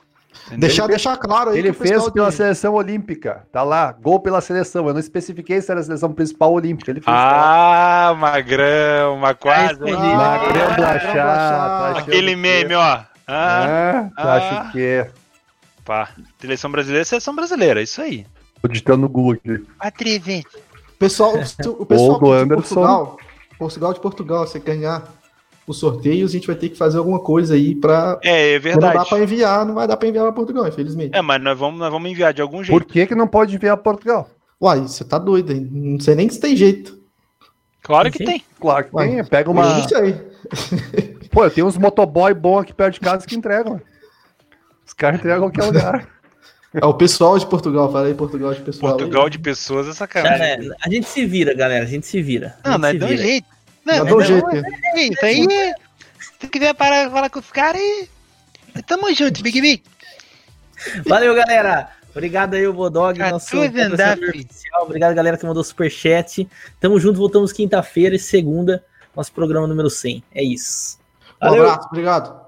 Speaker 1: Entendeu?
Speaker 4: Deixar, deixar claro aí
Speaker 5: Ele
Speaker 4: pro pessoal
Speaker 5: fez pela
Speaker 4: de-
Speaker 5: seleção olímpica, tá lá, gol pela seleção. Eu não especifiquei se era a seleção principal ou olímpica. Ele fez. tá lá.
Speaker 1: Ah, magrão, uma quase.
Speaker 3: respondi.
Speaker 1: hein?
Speaker 5: Na
Speaker 4: Ah,
Speaker 5: Grande
Speaker 4: Blachá,
Speaker 5: Blachá,
Speaker 4: Blachá.
Speaker 5: tá achando
Speaker 1: Aquele
Speaker 5: que-
Speaker 1: meme, ó. Ah,
Speaker 5: Ah,
Speaker 1: Ah.
Speaker 5: tá, acho que é.
Speaker 1: pá. Seleção brasileira, é seleção brasileira, isso aí.
Speaker 5: Tô digitando no Google aqui.
Speaker 1: Atreve.
Speaker 4: o pessoal, o pessoal
Speaker 5: Ou do
Speaker 4: aqui
Speaker 5: Anderson.
Speaker 4: Portugal, Portugal de Portugal, se ganhar os sorteios, a gente vai ter que fazer alguma coisa aí pra.
Speaker 1: É, é
Speaker 4: Não dá
Speaker 1: verdade.
Speaker 4: pra enviar, não vai dar pra enviar pra Portugal, infelizmente.
Speaker 1: É, mas nós vamos, nós vamos enviar de algum jeito.
Speaker 5: Por que que não pode enviar pra Portugal?
Speaker 4: Uai, você tá doido, hein? Não sei nem se tem jeito.
Speaker 1: Claro que
Speaker 3: Sim.
Speaker 1: tem.
Speaker 5: Claro que
Speaker 4: Ué,
Speaker 5: tem, pega
Speaker 4: Eu
Speaker 5: uma...
Speaker 4: não sei.
Speaker 5: Pô, eu tenho uns motoboy bom aqui perto de casa que entregam. Os caras entregam em qualquer é um lugar.
Speaker 4: É o pessoal de Portugal, falei Portugal de pessoal.
Speaker 1: Portugal de pessoas é sacanagem.
Speaker 3: Cara, a gente se vira, galera. A gente se vira.
Speaker 1: não,
Speaker 3: A gente
Speaker 1: não é
Speaker 3: se
Speaker 1: de um
Speaker 3: vira.
Speaker 1: jeito.
Speaker 4: Dá
Speaker 1: Não,
Speaker 4: um
Speaker 5: né?
Speaker 1: não,
Speaker 4: jeito.
Speaker 1: é isso aí. é- Se tu quiser parar falar com os caras, e... tamo junto, Big Big.
Speaker 3: Valeu, galera. Obrigado aí, o Bodog,
Speaker 1: A
Speaker 3: nosso
Speaker 1: tua
Speaker 3: patrocinador
Speaker 1: Zendaf.
Speaker 3: oficial. Obrigado, galera, que mandou superchat. Tamo junto, voltamos quinta-feira e segunda, nosso programa número 100. É isso.
Speaker 4: Um
Speaker 3: Valeu.
Speaker 4: abraço, obrigado.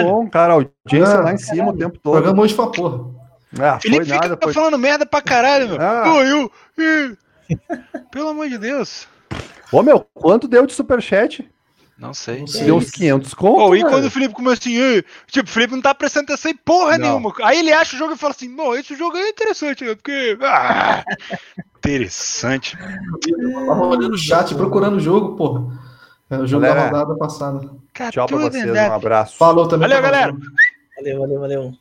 Speaker 5: Bom, cara, a audiência
Speaker 4: Ah,
Speaker 5: lá em cima o tempo todo.
Speaker 4: Programa hoje pra porra.
Speaker 5: Ah,
Speaker 1: Felipe tá
Speaker 5: foi
Speaker 1: fica
Speaker 5: nada, foi...
Speaker 1: falando merda pra caralho, meu.
Speaker 5: Ah.
Speaker 1: Pô, eu... ih. Pelo amor de Deus.
Speaker 5: Ô, meu, quanto deu de superchat?
Speaker 1: Não sei.
Speaker 4: sei.
Speaker 5: Deu uns 500 conto, né?
Speaker 1: Pô, e
Speaker 5: velho.
Speaker 1: quando o Felipe começa assim, "Ei", tipo, o Felipe não tá prestando atenção em porra
Speaker 5: Não.
Speaker 1: nenhuma. Aí ele acha o jogo e fala assim, não, esse jogo aí é interessante, né? Porque. Ah, *laughs* interessante.
Speaker 4: Tava olhando o chat procurando o jogo, porra. É, o jogo
Speaker 5: Galera.
Speaker 4: da rodada passada.
Speaker 5: Tchau pra
Speaker 1: Catuda,
Speaker 5: vocês,
Speaker 1: né?
Speaker 5: um abraço.
Speaker 4: Falou também.
Speaker 1: Valeu,
Speaker 4: pra
Speaker 1: galera.
Speaker 3: Valeu, valeu, valeu.